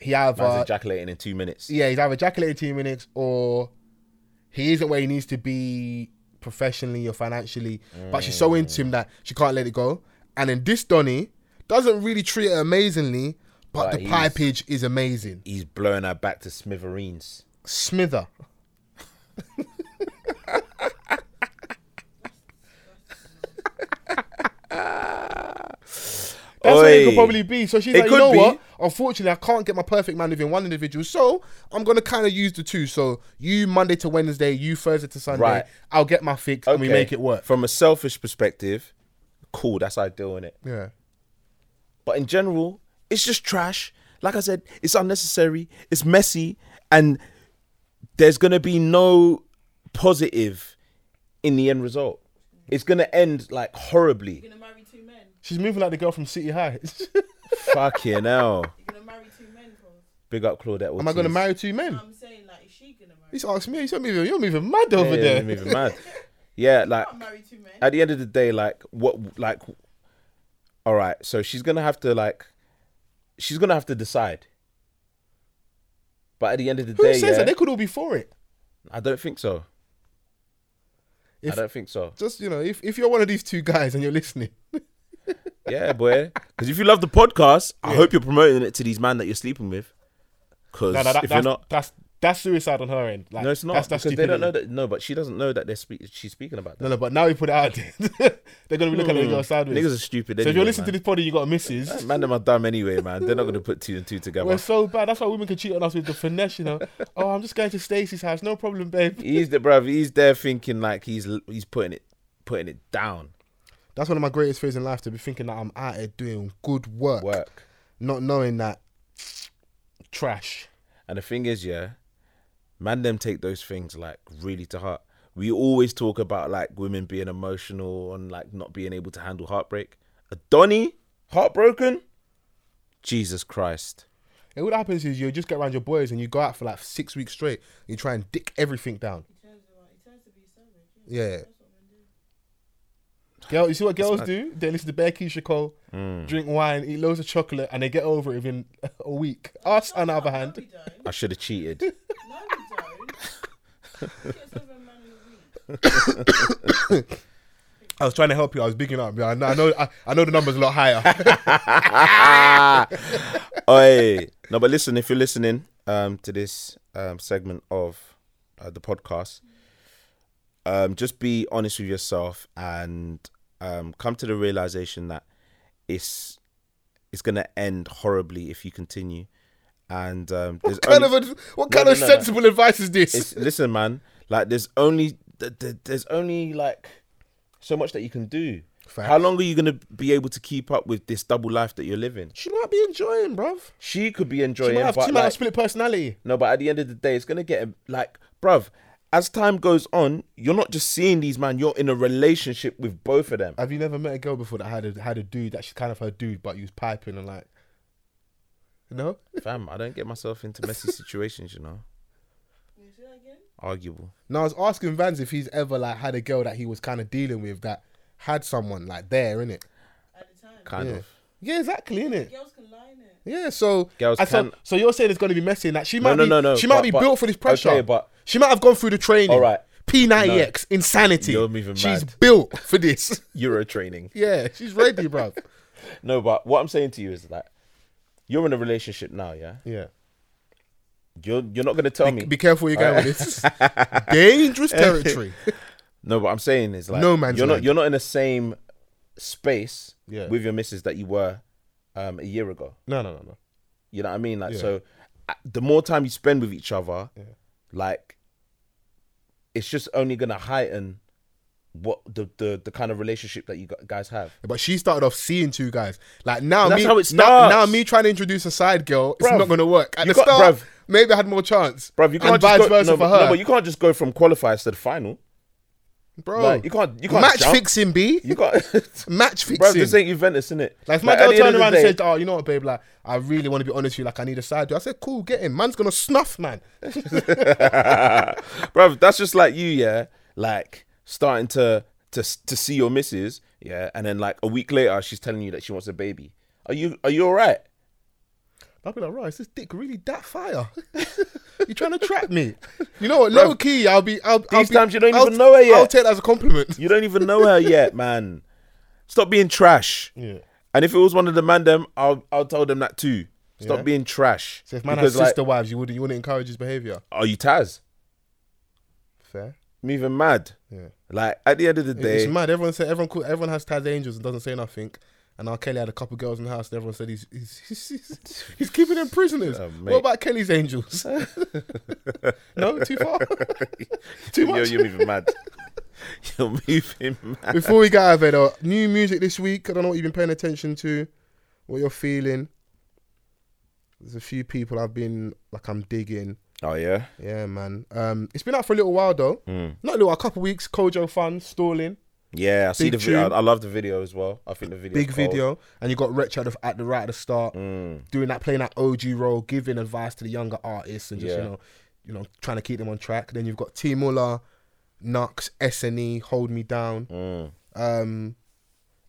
[SPEAKER 2] he either
[SPEAKER 1] Man's ejaculating in two minutes.
[SPEAKER 2] yeah, he's either ejaculating two minutes or he isn't where he needs to be professionally or financially. But she's
[SPEAKER 1] Mm.
[SPEAKER 2] so into him that she can't let it go. And then this Donny doesn't really treat her amazingly, but
[SPEAKER 1] But
[SPEAKER 2] the
[SPEAKER 1] he's-
[SPEAKER 2] pipage is amazing.
[SPEAKER 1] He's blowing her back to smithereens.
[SPEAKER 2] Smither. That's what it
[SPEAKER 1] Oi.
[SPEAKER 2] could probably be. So she's
[SPEAKER 1] It
[SPEAKER 2] like, you
[SPEAKER 1] could
[SPEAKER 2] know
[SPEAKER 1] be.
[SPEAKER 2] what? Unfortunately, I can't get my perfect man within one individual. So I'm gonna kind of use the two. So you Monday to Wednesday, you Thursday to Sunday.
[SPEAKER 1] Right.
[SPEAKER 2] I'll get my fix and we
[SPEAKER 1] Okay,
[SPEAKER 2] make it work.
[SPEAKER 1] From a selfish perspective, cool, that's ideal in it.
[SPEAKER 2] Yeah.
[SPEAKER 1] But in general, it's just trash. Like I said, it's unnecessary, it's messy, and there's gonna be no positive in the end result. It's gonna end like horribly.
[SPEAKER 4] <laughs> You're gonna marry two men.
[SPEAKER 2] She's moving like the girl from City High. <laughs>
[SPEAKER 1] Fucking hell.
[SPEAKER 4] You're gonna marry two men, bro.
[SPEAKER 1] Big up Claudette.
[SPEAKER 2] Am I gonna
[SPEAKER 1] Ortiz.
[SPEAKER 2] marry two men?
[SPEAKER 4] I'm saying like, is she gonna marry?
[SPEAKER 2] He's asked me. He's not moving. You're moving mad over
[SPEAKER 1] yeah,
[SPEAKER 2] there.
[SPEAKER 1] you're moving mad. Yeah, like
[SPEAKER 4] Can't marry two men.
[SPEAKER 1] at the end of the day, like what, like, all right. So she's gonna have to like, she's gonna have to decide. But at the end of the
[SPEAKER 2] Who
[SPEAKER 1] day,
[SPEAKER 2] says
[SPEAKER 1] yeah,
[SPEAKER 2] that? They could all be for it.
[SPEAKER 1] I don't think so.
[SPEAKER 2] If-
[SPEAKER 1] I don't think so.
[SPEAKER 2] Just you know, if, if you're one of these two guys and you're listening,
[SPEAKER 1] Yeah, <laughs> boy. Because if you love the podcast, I hope you're promoting it to these men that you're sleeping with. Because
[SPEAKER 2] no, no, that,
[SPEAKER 1] if you're
[SPEAKER 2] that's,
[SPEAKER 1] not,
[SPEAKER 2] that's that's suicide on her end. Like,
[SPEAKER 1] no, it's not.
[SPEAKER 2] That's, that's
[SPEAKER 1] because they don't know
[SPEAKER 2] stupidity.
[SPEAKER 1] that. No, but she doesn't know that they're speak- she's speaking about
[SPEAKER 2] No, no,
[SPEAKER 1] that.
[SPEAKER 2] but now we put it out there, <laughs> they're gonna be looking at it and go sideways.
[SPEAKER 1] Hmm. Niggas are stupid.
[SPEAKER 2] so if
[SPEAKER 1] anyway,
[SPEAKER 2] you're listening to
[SPEAKER 1] man.
[SPEAKER 2] this pod and you got a missus,
[SPEAKER 1] man, them are dumb anyway, man. They're not going to put two
[SPEAKER 2] <laughs>
[SPEAKER 1] and two together.
[SPEAKER 2] We're so bad. That's why women can cheat on us with the finesse, you
[SPEAKER 1] <laughs>
[SPEAKER 2] know. oh, I'm just going to Stacey's house. No problem, babe.
[SPEAKER 1] he's the bruv. He's there thinking like he's he's putting it putting it down.
[SPEAKER 2] That's one of my greatest fears in life to be thinking that I'm out here doing good work,
[SPEAKER 1] Work.
[SPEAKER 2] not knowing that trash.
[SPEAKER 1] And the thing is, yeah, man, them take those things like really to heart. We always talk about like women being emotional and like not being able to handle heartbreak. A Donny heartbroken. Jesus Christ.
[SPEAKER 2] And what happens is you just get around your boys and you go out for like six weeks straight. And you try and dick everything down.
[SPEAKER 4] turns out, it turns to be savage. Yeah.
[SPEAKER 2] Yeah.
[SPEAKER 4] That's what men do.
[SPEAKER 2] Girl, you see what girls do? They listen to Bear Keisha Cole,
[SPEAKER 1] Mm.
[SPEAKER 2] drink wine, eat loads of chocolate, and they get over it within a week. Us, on the other
[SPEAKER 4] No,
[SPEAKER 2] hand,
[SPEAKER 4] we don't.
[SPEAKER 1] I should have cheated.
[SPEAKER 4] No, we don't. Shit's over a man in a week.
[SPEAKER 2] I was trying to help you. I was bigging up. Yeah, I know, I know, I, <laughs> I know the number's a lot higher. Um,
[SPEAKER 1] <laughs> Oi. No, but listen, if you're listening um, to this um, segment of uh, the podcast, um, just be honest with yourself and um, come to the realization that it's it's going to end horribly if you continue. And um, there's
[SPEAKER 2] What kind
[SPEAKER 1] only-
[SPEAKER 2] of ad what kind
[SPEAKER 1] no,
[SPEAKER 2] of
[SPEAKER 1] no, no.
[SPEAKER 2] sensible advice is this?
[SPEAKER 1] <laughs> it's, listen, man. Like, there's only th- th- there's only like so much that you can do.
[SPEAKER 2] Facts.
[SPEAKER 1] How long are you going to be able to keep up with this double life that you're living?
[SPEAKER 2] she might be enjoying, bruv.
[SPEAKER 1] She could be
[SPEAKER 2] She
[SPEAKER 1] enjoying.
[SPEAKER 2] might have,
[SPEAKER 1] but
[SPEAKER 2] she might have
[SPEAKER 1] like-
[SPEAKER 2] split personality.
[SPEAKER 1] No, but at the end of the day, it's gonna get like, bruv. As time goes on, you're not just seeing these man. You're in a relationship with both of them.
[SPEAKER 2] Have you never met a girl before that had a had a dude that she's kind of her dude, but he was piping and like, no?
[SPEAKER 1] Fam, I don't get myself into <laughs> messy situations. You know,
[SPEAKER 4] Can you say that again?
[SPEAKER 1] arguable.
[SPEAKER 2] No, I was asking Vans if he's ever like had a girl that he was kind of dealing with that had someone like there in it.
[SPEAKER 4] At the time.
[SPEAKER 1] Kind of.
[SPEAKER 2] Yeah, exactly in it.
[SPEAKER 4] Girls can lie in it.
[SPEAKER 2] Yeah, so
[SPEAKER 1] Girls
[SPEAKER 2] I said-
[SPEAKER 1] can-
[SPEAKER 2] so you're saying it's going to be messy and that she
[SPEAKER 1] No,
[SPEAKER 2] might
[SPEAKER 1] no,
[SPEAKER 2] be,
[SPEAKER 1] no, no,
[SPEAKER 2] she might
[SPEAKER 1] but-
[SPEAKER 2] be
[SPEAKER 1] but-
[SPEAKER 2] built for this pressure.
[SPEAKER 1] okay, but-
[SPEAKER 2] she might have gone through the training.
[SPEAKER 1] All right.
[SPEAKER 2] P90X insanity.
[SPEAKER 1] You're moving
[SPEAKER 2] She's
[SPEAKER 1] mad.
[SPEAKER 2] built for this. <laughs>
[SPEAKER 1] Euro training.
[SPEAKER 2] yeah, she's ready, bruv.
[SPEAKER 1] No, but what I'm saying to you is that you're in a relationship now. Yeah,
[SPEAKER 2] Yeah.
[SPEAKER 1] you're you're not gonna tell me.
[SPEAKER 2] Be careful where you're going with this.
[SPEAKER 1] <laughs>
[SPEAKER 2] Dangerous territory. <laughs>
[SPEAKER 1] No, what I'm saying is like
[SPEAKER 2] No man's
[SPEAKER 1] you're not
[SPEAKER 2] land.
[SPEAKER 1] you're not in the same space
[SPEAKER 2] Yeah.
[SPEAKER 1] with your missus that you were um, a year ago.
[SPEAKER 2] No, no, no, no.
[SPEAKER 1] You know what I mean? Like
[SPEAKER 2] Yeah.
[SPEAKER 1] so, uh, the more time you spend with each other,
[SPEAKER 2] Yeah.
[SPEAKER 1] like it's just only gonna heighten what the the, the kind of relationship that you gu- guys have.
[SPEAKER 2] But she started off seeing two guys. Like now,
[SPEAKER 1] That's
[SPEAKER 2] me,
[SPEAKER 1] how it
[SPEAKER 2] now,
[SPEAKER 1] starts.
[SPEAKER 2] now me trying to introduce a side girl, it's
[SPEAKER 1] Bruv,
[SPEAKER 2] not gonna work. At
[SPEAKER 1] you
[SPEAKER 2] the
[SPEAKER 1] got-
[SPEAKER 2] start,
[SPEAKER 1] bruv.
[SPEAKER 2] maybe I had more chance,
[SPEAKER 1] Bruv, you can't
[SPEAKER 2] and
[SPEAKER 1] just
[SPEAKER 2] vice
[SPEAKER 1] go,
[SPEAKER 2] versa
[SPEAKER 1] no,
[SPEAKER 2] for
[SPEAKER 1] but,
[SPEAKER 2] her,
[SPEAKER 1] no, but you can't just go from qualifiers to the final.
[SPEAKER 2] bro.
[SPEAKER 1] like, you can't- you can't
[SPEAKER 2] match
[SPEAKER 1] jump.
[SPEAKER 2] fixing, b
[SPEAKER 1] You got
[SPEAKER 2] <laughs> match
[SPEAKER 1] Bro,
[SPEAKER 2] fixing.
[SPEAKER 1] this ain't Juventus, innit?
[SPEAKER 2] like if my
[SPEAKER 1] at
[SPEAKER 2] girl
[SPEAKER 1] the end
[SPEAKER 2] turned
[SPEAKER 1] of the
[SPEAKER 2] around and
[SPEAKER 1] day-
[SPEAKER 2] said, "Oh, you know what, babe? Like, I really want to be honest with you. Like, I need a side dude." I said, "Cool, get him. Man's gonna snuff, man." <laughs>
[SPEAKER 1] <laughs> bro, that's just like you, yeah. Like starting to to to see your missus, yeah, and then like a week later, she's telling you that she wants a baby. Are you are you alright?
[SPEAKER 2] I'll be like, "Right, is this dick really that fire? <laughs> you trying to trap me? You know what? Low key, I'll be. I'll, I'll
[SPEAKER 1] These
[SPEAKER 2] be,
[SPEAKER 1] times you don't
[SPEAKER 2] I'll,
[SPEAKER 1] even know her yet.
[SPEAKER 2] I'll take that as a
[SPEAKER 1] <laughs>
[SPEAKER 2] compliment.
[SPEAKER 1] You don't even know her yet, <laughs> man. Stop being trash.
[SPEAKER 2] Yeah.
[SPEAKER 1] And if it was one of the man them, I'll I'll tell them that too. Stop
[SPEAKER 2] Yeah.
[SPEAKER 1] being trash.
[SPEAKER 2] So if man
[SPEAKER 1] Because,
[SPEAKER 2] has
[SPEAKER 1] like,
[SPEAKER 2] sister wives, you wouldn't. You wouldn't encourage his behavior.
[SPEAKER 1] are you Taz?
[SPEAKER 2] Fair.
[SPEAKER 1] I'm even mad.
[SPEAKER 2] Yeah.
[SPEAKER 1] Like at the end of the day,
[SPEAKER 2] It's mad. Everyone said everyone call, everyone has Taz Angels and doesn't say nothing. And R. Kelly had a couple girls in the house. And everyone said he's he's, he's, he's, he's keeping them prisoners.
[SPEAKER 1] Oh, mate.
[SPEAKER 2] what about Kelly's
[SPEAKER 1] <laughs>
[SPEAKER 2] Angels? no, too far. Too
[SPEAKER 1] <laughs> you're,
[SPEAKER 2] much. <laughs>
[SPEAKER 1] you're moving mad. <laughs> you're moving mad.
[SPEAKER 2] Before we get out of it, though, new music this week. I don't know what you've been paying attention to, what you're feeling. There's a few people I've been like I'm digging.
[SPEAKER 1] Oh yeah.
[SPEAKER 2] Yeah, man. Um, it's been out for a little while though.
[SPEAKER 1] Mm.
[SPEAKER 2] Not a little, while, a couple weeks. Kojo Fun, Stalling.
[SPEAKER 1] Yeah, I see
[SPEAKER 2] Big
[SPEAKER 1] the video.
[SPEAKER 2] tune.
[SPEAKER 1] I, I love the video as well. I think the video.
[SPEAKER 2] big video, and you got Rich at the, at the right at the start,
[SPEAKER 1] Mm.
[SPEAKER 2] doing that playing that OG role, giving advice to the younger artists, and just
[SPEAKER 1] Yeah.
[SPEAKER 2] you know, you know, trying to keep them on track. Then you've got T Muller, E,
[SPEAKER 1] Mm.
[SPEAKER 2] Nux, SNE, Hold Me Down. Um,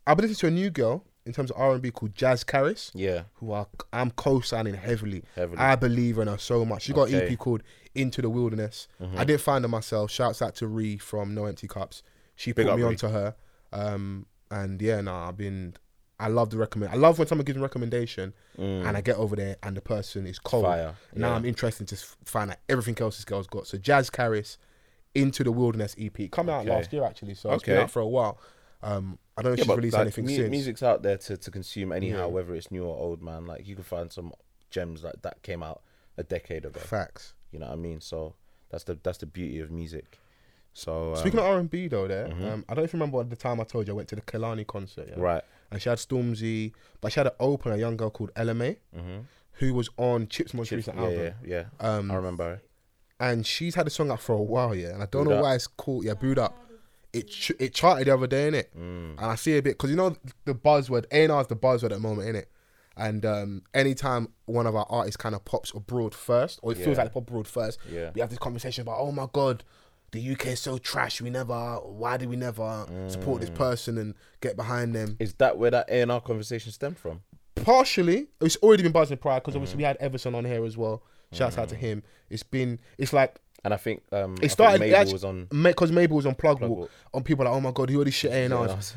[SPEAKER 2] I've been listening to a new girl. in terms of R and B called Jazz Caris,
[SPEAKER 1] Yeah.
[SPEAKER 2] who are I'm co-signing heavily.
[SPEAKER 1] Heavily.
[SPEAKER 2] I believe in her so much. She got an
[SPEAKER 1] Okay. Mm-hmm.
[SPEAKER 2] EP called Into the Wilderness. I didn't find her myself. Shouts out to Ree from No Empty Cups. She
[SPEAKER 1] Big
[SPEAKER 2] put
[SPEAKER 1] up,
[SPEAKER 2] me
[SPEAKER 1] Ree.
[SPEAKER 2] onto her. Um, and yeah, nah, I've been. I love the recommend. I love when someone gives me a recommendation, and I get over there and the person is cold.
[SPEAKER 1] Mm. Fire,
[SPEAKER 2] Now
[SPEAKER 1] yeah.
[SPEAKER 2] I'm interested to s- find out everything else this girl's got. So Jazz Caris, Into the Wilderness EP, it come out
[SPEAKER 1] Okay.
[SPEAKER 2] last year actually. So it's been
[SPEAKER 1] Okay.
[SPEAKER 2] out for a while. Um, I don't know if
[SPEAKER 1] Yeah,
[SPEAKER 2] she's
[SPEAKER 1] but
[SPEAKER 2] released
[SPEAKER 1] like,
[SPEAKER 2] anything
[SPEAKER 1] mu-
[SPEAKER 2] since.
[SPEAKER 1] music's out there to, to consume anyhow, whether it's new or old, man. Like you can find some gems like that came out a decade ago.
[SPEAKER 2] Facts.
[SPEAKER 1] You know what I mean? So that's the that's the beauty of music. So um, Mm-hmm.
[SPEAKER 2] Speaking of R and B though, there, um, I don't even remember at the time I told you I went to the Kalani concert. Yeah?
[SPEAKER 1] right,
[SPEAKER 2] And she had Stormzy, but she had an opener, a young girl called LMA, who was on Chip's most
[SPEAKER 1] Mm-hmm. Chips-
[SPEAKER 2] recent
[SPEAKER 1] yeah,
[SPEAKER 2] album.
[SPEAKER 1] yeah, yeah.
[SPEAKER 2] Um,
[SPEAKER 1] I remember.
[SPEAKER 2] And she's had a song out for a while, yeah. And I don't
[SPEAKER 1] Booed
[SPEAKER 2] know
[SPEAKER 1] Up.
[SPEAKER 2] why it's called, yeah, Booed Up. It ch- it charted the other day, innit? Mm. And I see a bit, because you know the buzzword, A&R is the buzzword at the moment, innit? And um, anytime one of our artists kind of pops abroad first, or it feels
[SPEAKER 1] Yeah.
[SPEAKER 2] like they pop abroad first,
[SPEAKER 1] Yeah.
[SPEAKER 2] we have this conversation about, oh my God, the UK is so trash. We never, why do we never support
[SPEAKER 1] Mm.
[SPEAKER 2] this person and get behind them?
[SPEAKER 1] Is that where that A and R conversation stemmed from?
[SPEAKER 2] partially it's already been buzzing prior because
[SPEAKER 1] Mm.
[SPEAKER 2] obviously we had Everson on here as well. Shouts out to him. It's been it's like
[SPEAKER 1] And I think um, I
[SPEAKER 2] it
[SPEAKER 1] think
[SPEAKER 2] started
[SPEAKER 1] Mabel was on.
[SPEAKER 2] because Mabel was on Plug,
[SPEAKER 1] Plug
[SPEAKER 2] Walk,
[SPEAKER 1] Walk.
[SPEAKER 2] on people like oh my god he already shit A and
[SPEAKER 1] I
[SPEAKER 2] R's
[SPEAKER 1] was-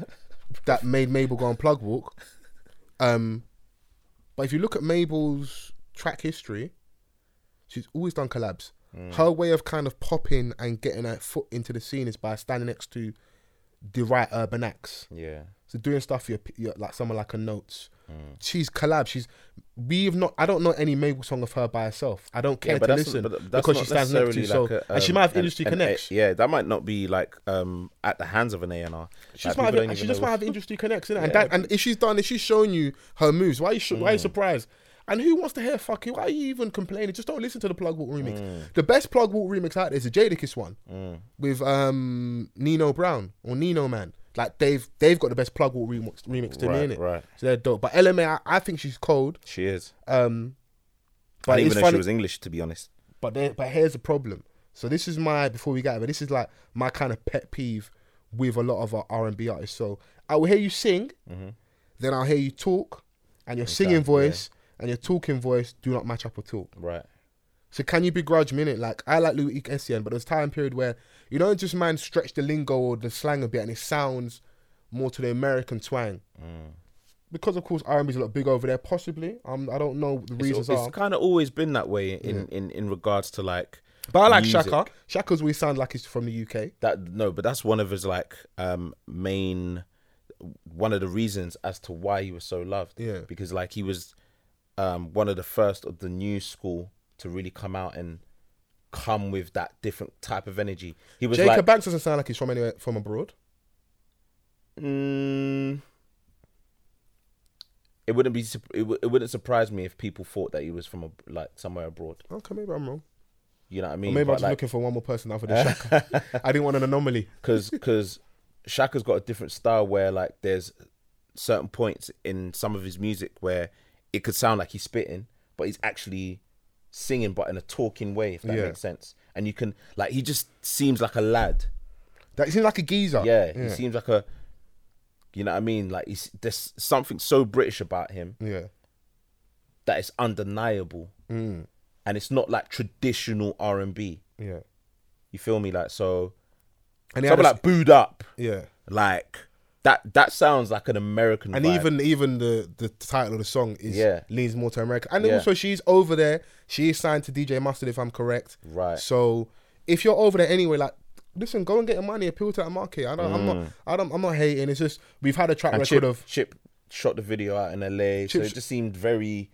[SPEAKER 2] that made Mabel go on Plug Walk. Um, but if you look at Mabel's track history, she's always done collabs.
[SPEAKER 1] Mm.
[SPEAKER 2] Her way of kind of popping and getting her foot into the scene is by standing next to the right urban acts.
[SPEAKER 1] <laughs> yeah,
[SPEAKER 2] So doing stuff for your, your like someone like a notes.
[SPEAKER 1] Mm.
[SPEAKER 2] She's collab. She's we've not. I don't know any Mabel song of her by herself. I don't care
[SPEAKER 1] yeah,
[SPEAKER 2] to listen
[SPEAKER 1] th-
[SPEAKER 2] because she
[SPEAKER 1] not
[SPEAKER 2] stands next to.
[SPEAKER 1] necessarily
[SPEAKER 2] so
[SPEAKER 1] like a,
[SPEAKER 2] and she
[SPEAKER 1] um,
[SPEAKER 2] might have
[SPEAKER 1] an-
[SPEAKER 2] industry
[SPEAKER 1] an A-
[SPEAKER 2] connects.
[SPEAKER 1] yeah, that might not be like um, at the hands of an A and R.
[SPEAKER 2] She just might have, and she just might have
[SPEAKER 1] <laughs>
[SPEAKER 2] industry connects, innit? And
[SPEAKER 1] Yeah. Mm.
[SPEAKER 2] that, and if she's done, if she's shown you her moves, why are you sh- why are you surprised? And who wants to hear fuck you? Why are you even complaining? Just don't listen to the plug walk remix.
[SPEAKER 1] Mm.
[SPEAKER 2] The best plug walk remix out there is the Jadakiss one with um Nino Brown or Nino Man. Like they've they've got the best plug walk remix remix to
[SPEAKER 1] Right,
[SPEAKER 2] me, innit?
[SPEAKER 1] right.
[SPEAKER 2] So they're dope. But LMA, I, I think she's cold.
[SPEAKER 1] She is.
[SPEAKER 2] Um,
[SPEAKER 1] I
[SPEAKER 2] but
[SPEAKER 1] didn't
[SPEAKER 2] it's
[SPEAKER 1] even know she
[SPEAKER 2] funny.
[SPEAKER 1] was English, to be honest.
[SPEAKER 2] but there, but here's the problem. So this is my before we get out of it. This is like my kind of pet peeve with a lot of our R and B artists. So I will hear you sing,
[SPEAKER 1] Mm-hmm.
[SPEAKER 2] then I'll hear you talk, and your singing voice and your talking voice do not match up at all.
[SPEAKER 1] Right.
[SPEAKER 2] So can you begrudge me? Innit? Like I like Louis Essien, but there's a time period where you don't just man stretch the lingo or the slang a bit, and it sounds more to the American twang.
[SPEAKER 1] Mm.
[SPEAKER 2] Because of course R and B is a lot bigger over there. Possibly, um, I don't know what the
[SPEAKER 1] It's,
[SPEAKER 2] reasons are.
[SPEAKER 1] kind of always been that way in, in, in regards to like.
[SPEAKER 2] But I like
[SPEAKER 1] music.
[SPEAKER 2] Shaka. Shaka's always sound like he's from the UK.
[SPEAKER 1] That no, but that's one of his like um main, one of the reasons as to why he was so loved.
[SPEAKER 2] Yeah.
[SPEAKER 1] Because like he was, um, one of the first of the new school to really come out and come with that different type of energy. He was
[SPEAKER 2] Jacob
[SPEAKER 1] like,
[SPEAKER 2] Banks doesn't sound like he's from anywhere from abroad.
[SPEAKER 1] Mm, it wouldn't be. sup- It, w- it wouldn't surprise me if people thought that he was from a, like somewhere abroad.
[SPEAKER 2] Okay, maybe I'm wrong.
[SPEAKER 1] You know what I
[SPEAKER 2] Or
[SPEAKER 1] mean?
[SPEAKER 2] maybe I'm
[SPEAKER 1] Mm, But,
[SPEAKER 2] just
[SPEAKER 1] like,
[SPEAKER 2] looking for one more person other than Shaka.
[SPEAKER 1] <laughs>
[SPEAKER 2] I didn't want an anomaly.
[SPEAKER 1] because because Shaka's got a different style where like there's certain points in some of his music where it could sound like he's spitting, but he's actually singing, but in a talking way, if that
[SPEAKER 2] Yeah.
[SPEAKER 1] makes sense. And you can like he just seems like a lad.
[SPEAKER 2] That seems like a geezer.
[SPEAKER 1] Yeah, he seems like a. You know what I mean? Like he's, there's something so British about him
[SPEAKER 2] yeah.
[SPEAKER 1] that it's undeniable, mm. and it's not like traditional R and B.
[SPEAKER 2] yeah.
[SPEAKER 1] You feel me? Like so,
[SPEAKER 2] And he had
[SPEAKER 1] something
[SPEAKER 2] a-
[SPEAKER 1] like booed up.
[SPEAKER 2] yeah.
[SPEAKER 1] Like that that sounds like an American
[SPEAKER 2] And
[SPEAKER 1] vibe.
[SPEAKER 2] even even the, the title of the song is
[SPEAKER 1] Yeah.
[SPEAKER 2] leans more to America. And
[SPEAKER 1] Yeah.
[SPEAKER 2] also she's over there. She is signed to DJ Mustard if I'm correct.
[SPEAKER 1] Right.
[SPEAKER 2] So if you're over there anyway, like listen, go and get your money, appeal to that market. I don't I'm not I don't I'm not hating. It's just we've had a track
[SPEAKER 1] Mm. and
[SPEAKER 2] record
[SPEAKER 1] Chip,
[SPEAKER 2] of
[SPEAKER 1] Chip shot the video out in LA, so
[SPEAKER 2] Chip sh-
[SPEAKER 1] it just seemed very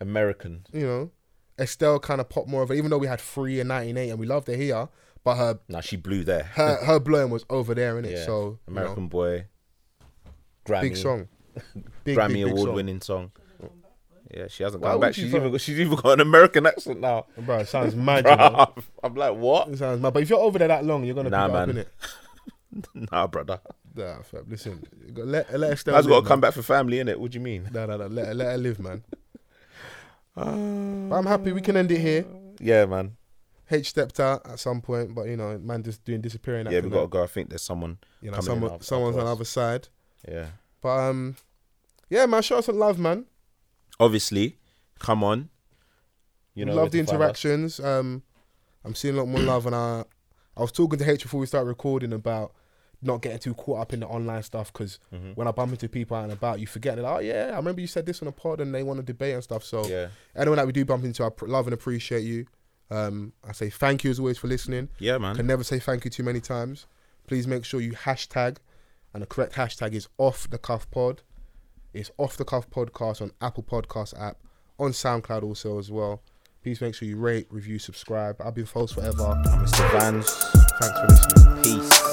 [SPEAKER 1] American.
[SPEAKER 2] you know, Estelle kind of popped more of it, even though we had Free in 98 and we loved her here, but her
[SPEAKER 1] Now she blew there.
[SPEAKER 2] her, her blowing was over there, innit?
[SPEAKER 1] Yeah.
[SPEAKER 2] So, you know,
[SPEAKER 1] American boy, Grammy,
[SPEAKER 2] big
[SPEAKER 1] <laughs>
[SPEAKER 2] song. Big,
[SPEAKER 1] Grammy
[SPEAKER 2] big, big
[SPEAKER 1] award
[SPEAKER 2] song.
[SPEAKER 1] winning song. Yeah, she hasn't
[SPEAKER 2] Why
[SPEAKER 1] gone
[SPEAKER 2] would
[SPEAKER 1] back.
[SPEAKER 2] she,
[SPEAKER 1] She's
[SPEAKER 2] bro?
[SPEAKER 1] even, got, she's even got an American accent now.
[SPEAKER 2] Bro, it sounds mad. <laughs>
[SPEAKER 1] <laughs>
[SPEAKER 2] you know?
[SPEAKER 1] Bruh, I'm like, what?
[SPEAKER 2] It sounds mad. But if you're over there that long, you're going to
[SPEAKER 1] Nah,
[SPEAKER 2] pick
[SPEAKER 1] man.
[SPEAKER 2] it up, <laughs>
[SPEAKER 1] Nah, brother.
[SPEAKER 2] innit? Nah, fam, listen, you gotta let, let Estelle
[SPEAKER 1] That's got
[SPEAKER 2] live,
[SPEAKER 1] to come back for family, innit? What do you mean?
[SPEAKER 2] man. Nah, nah, nah, let, her- let her live, man. But I'm happy we can end it here.
[SPEAKER 1] Yeah, man.
[SPEAKER 2] H stepped out at some point, but you know, man, just doing disappearing.
[SPEAKER 1] Yeah,
[SPEAKER 2] act
[SPEAKER 1] we
[SPEAKER 2] and
[SPEAKER 1] gotta
[SPEAKER 2] that.
[SPEAKER 1] go. I think there's someone.
[SPEAKER 2] You know,
[SPEAKER 1] coming in
[SPEAKER 2] someone,
[SPEAKER 1] after-
[SPEAKER 2] someone's on the
[SPEAKER 1] after
[SPEAKER 2] other side.
[SPEAKER 1] us. Yeah.
[SPEAKER 2] But um, Yeah, man, show us some love, man.
[SPEAKER 1] Obviously, come on. You know,
[SPEAKER 2] love the
[SPEAKER 1] where to find us.
[SPEAKER 2] interactions. Um, I'm seeing a lot more love, and I, I was talking to H before we started recording about not getting too caught up in the online stuff because
[SPEAKER 1] Mm-hmm.
[SPEAKER 2] when I bump into people out and about, you forget that. Like, oh yeah, I remember you said this on a pod, and they want to debate and stuff. So
[SPEAKER 1] Yeah.
[SPEAKER 2] anyone that we do bump into, I pr- love and appreciate you. Um, I say thank you as always for listening.
[SPEAKER 1] Yeah, man.
[SPEAKER 2] Can never say thank you too many times. Please make sure you hashtag, and the correct hashtag is off the cuff pod. It's off the cuff podcast on Apple Podcast app, on SoundCloud also as well. Please make sure you rate, review, subscribe. I'll be the host forever.
[SPEAKER 1] Mr. Vans.
[SPEAKER 2] Thanks for listening.
[SPEAKER 1] Peace.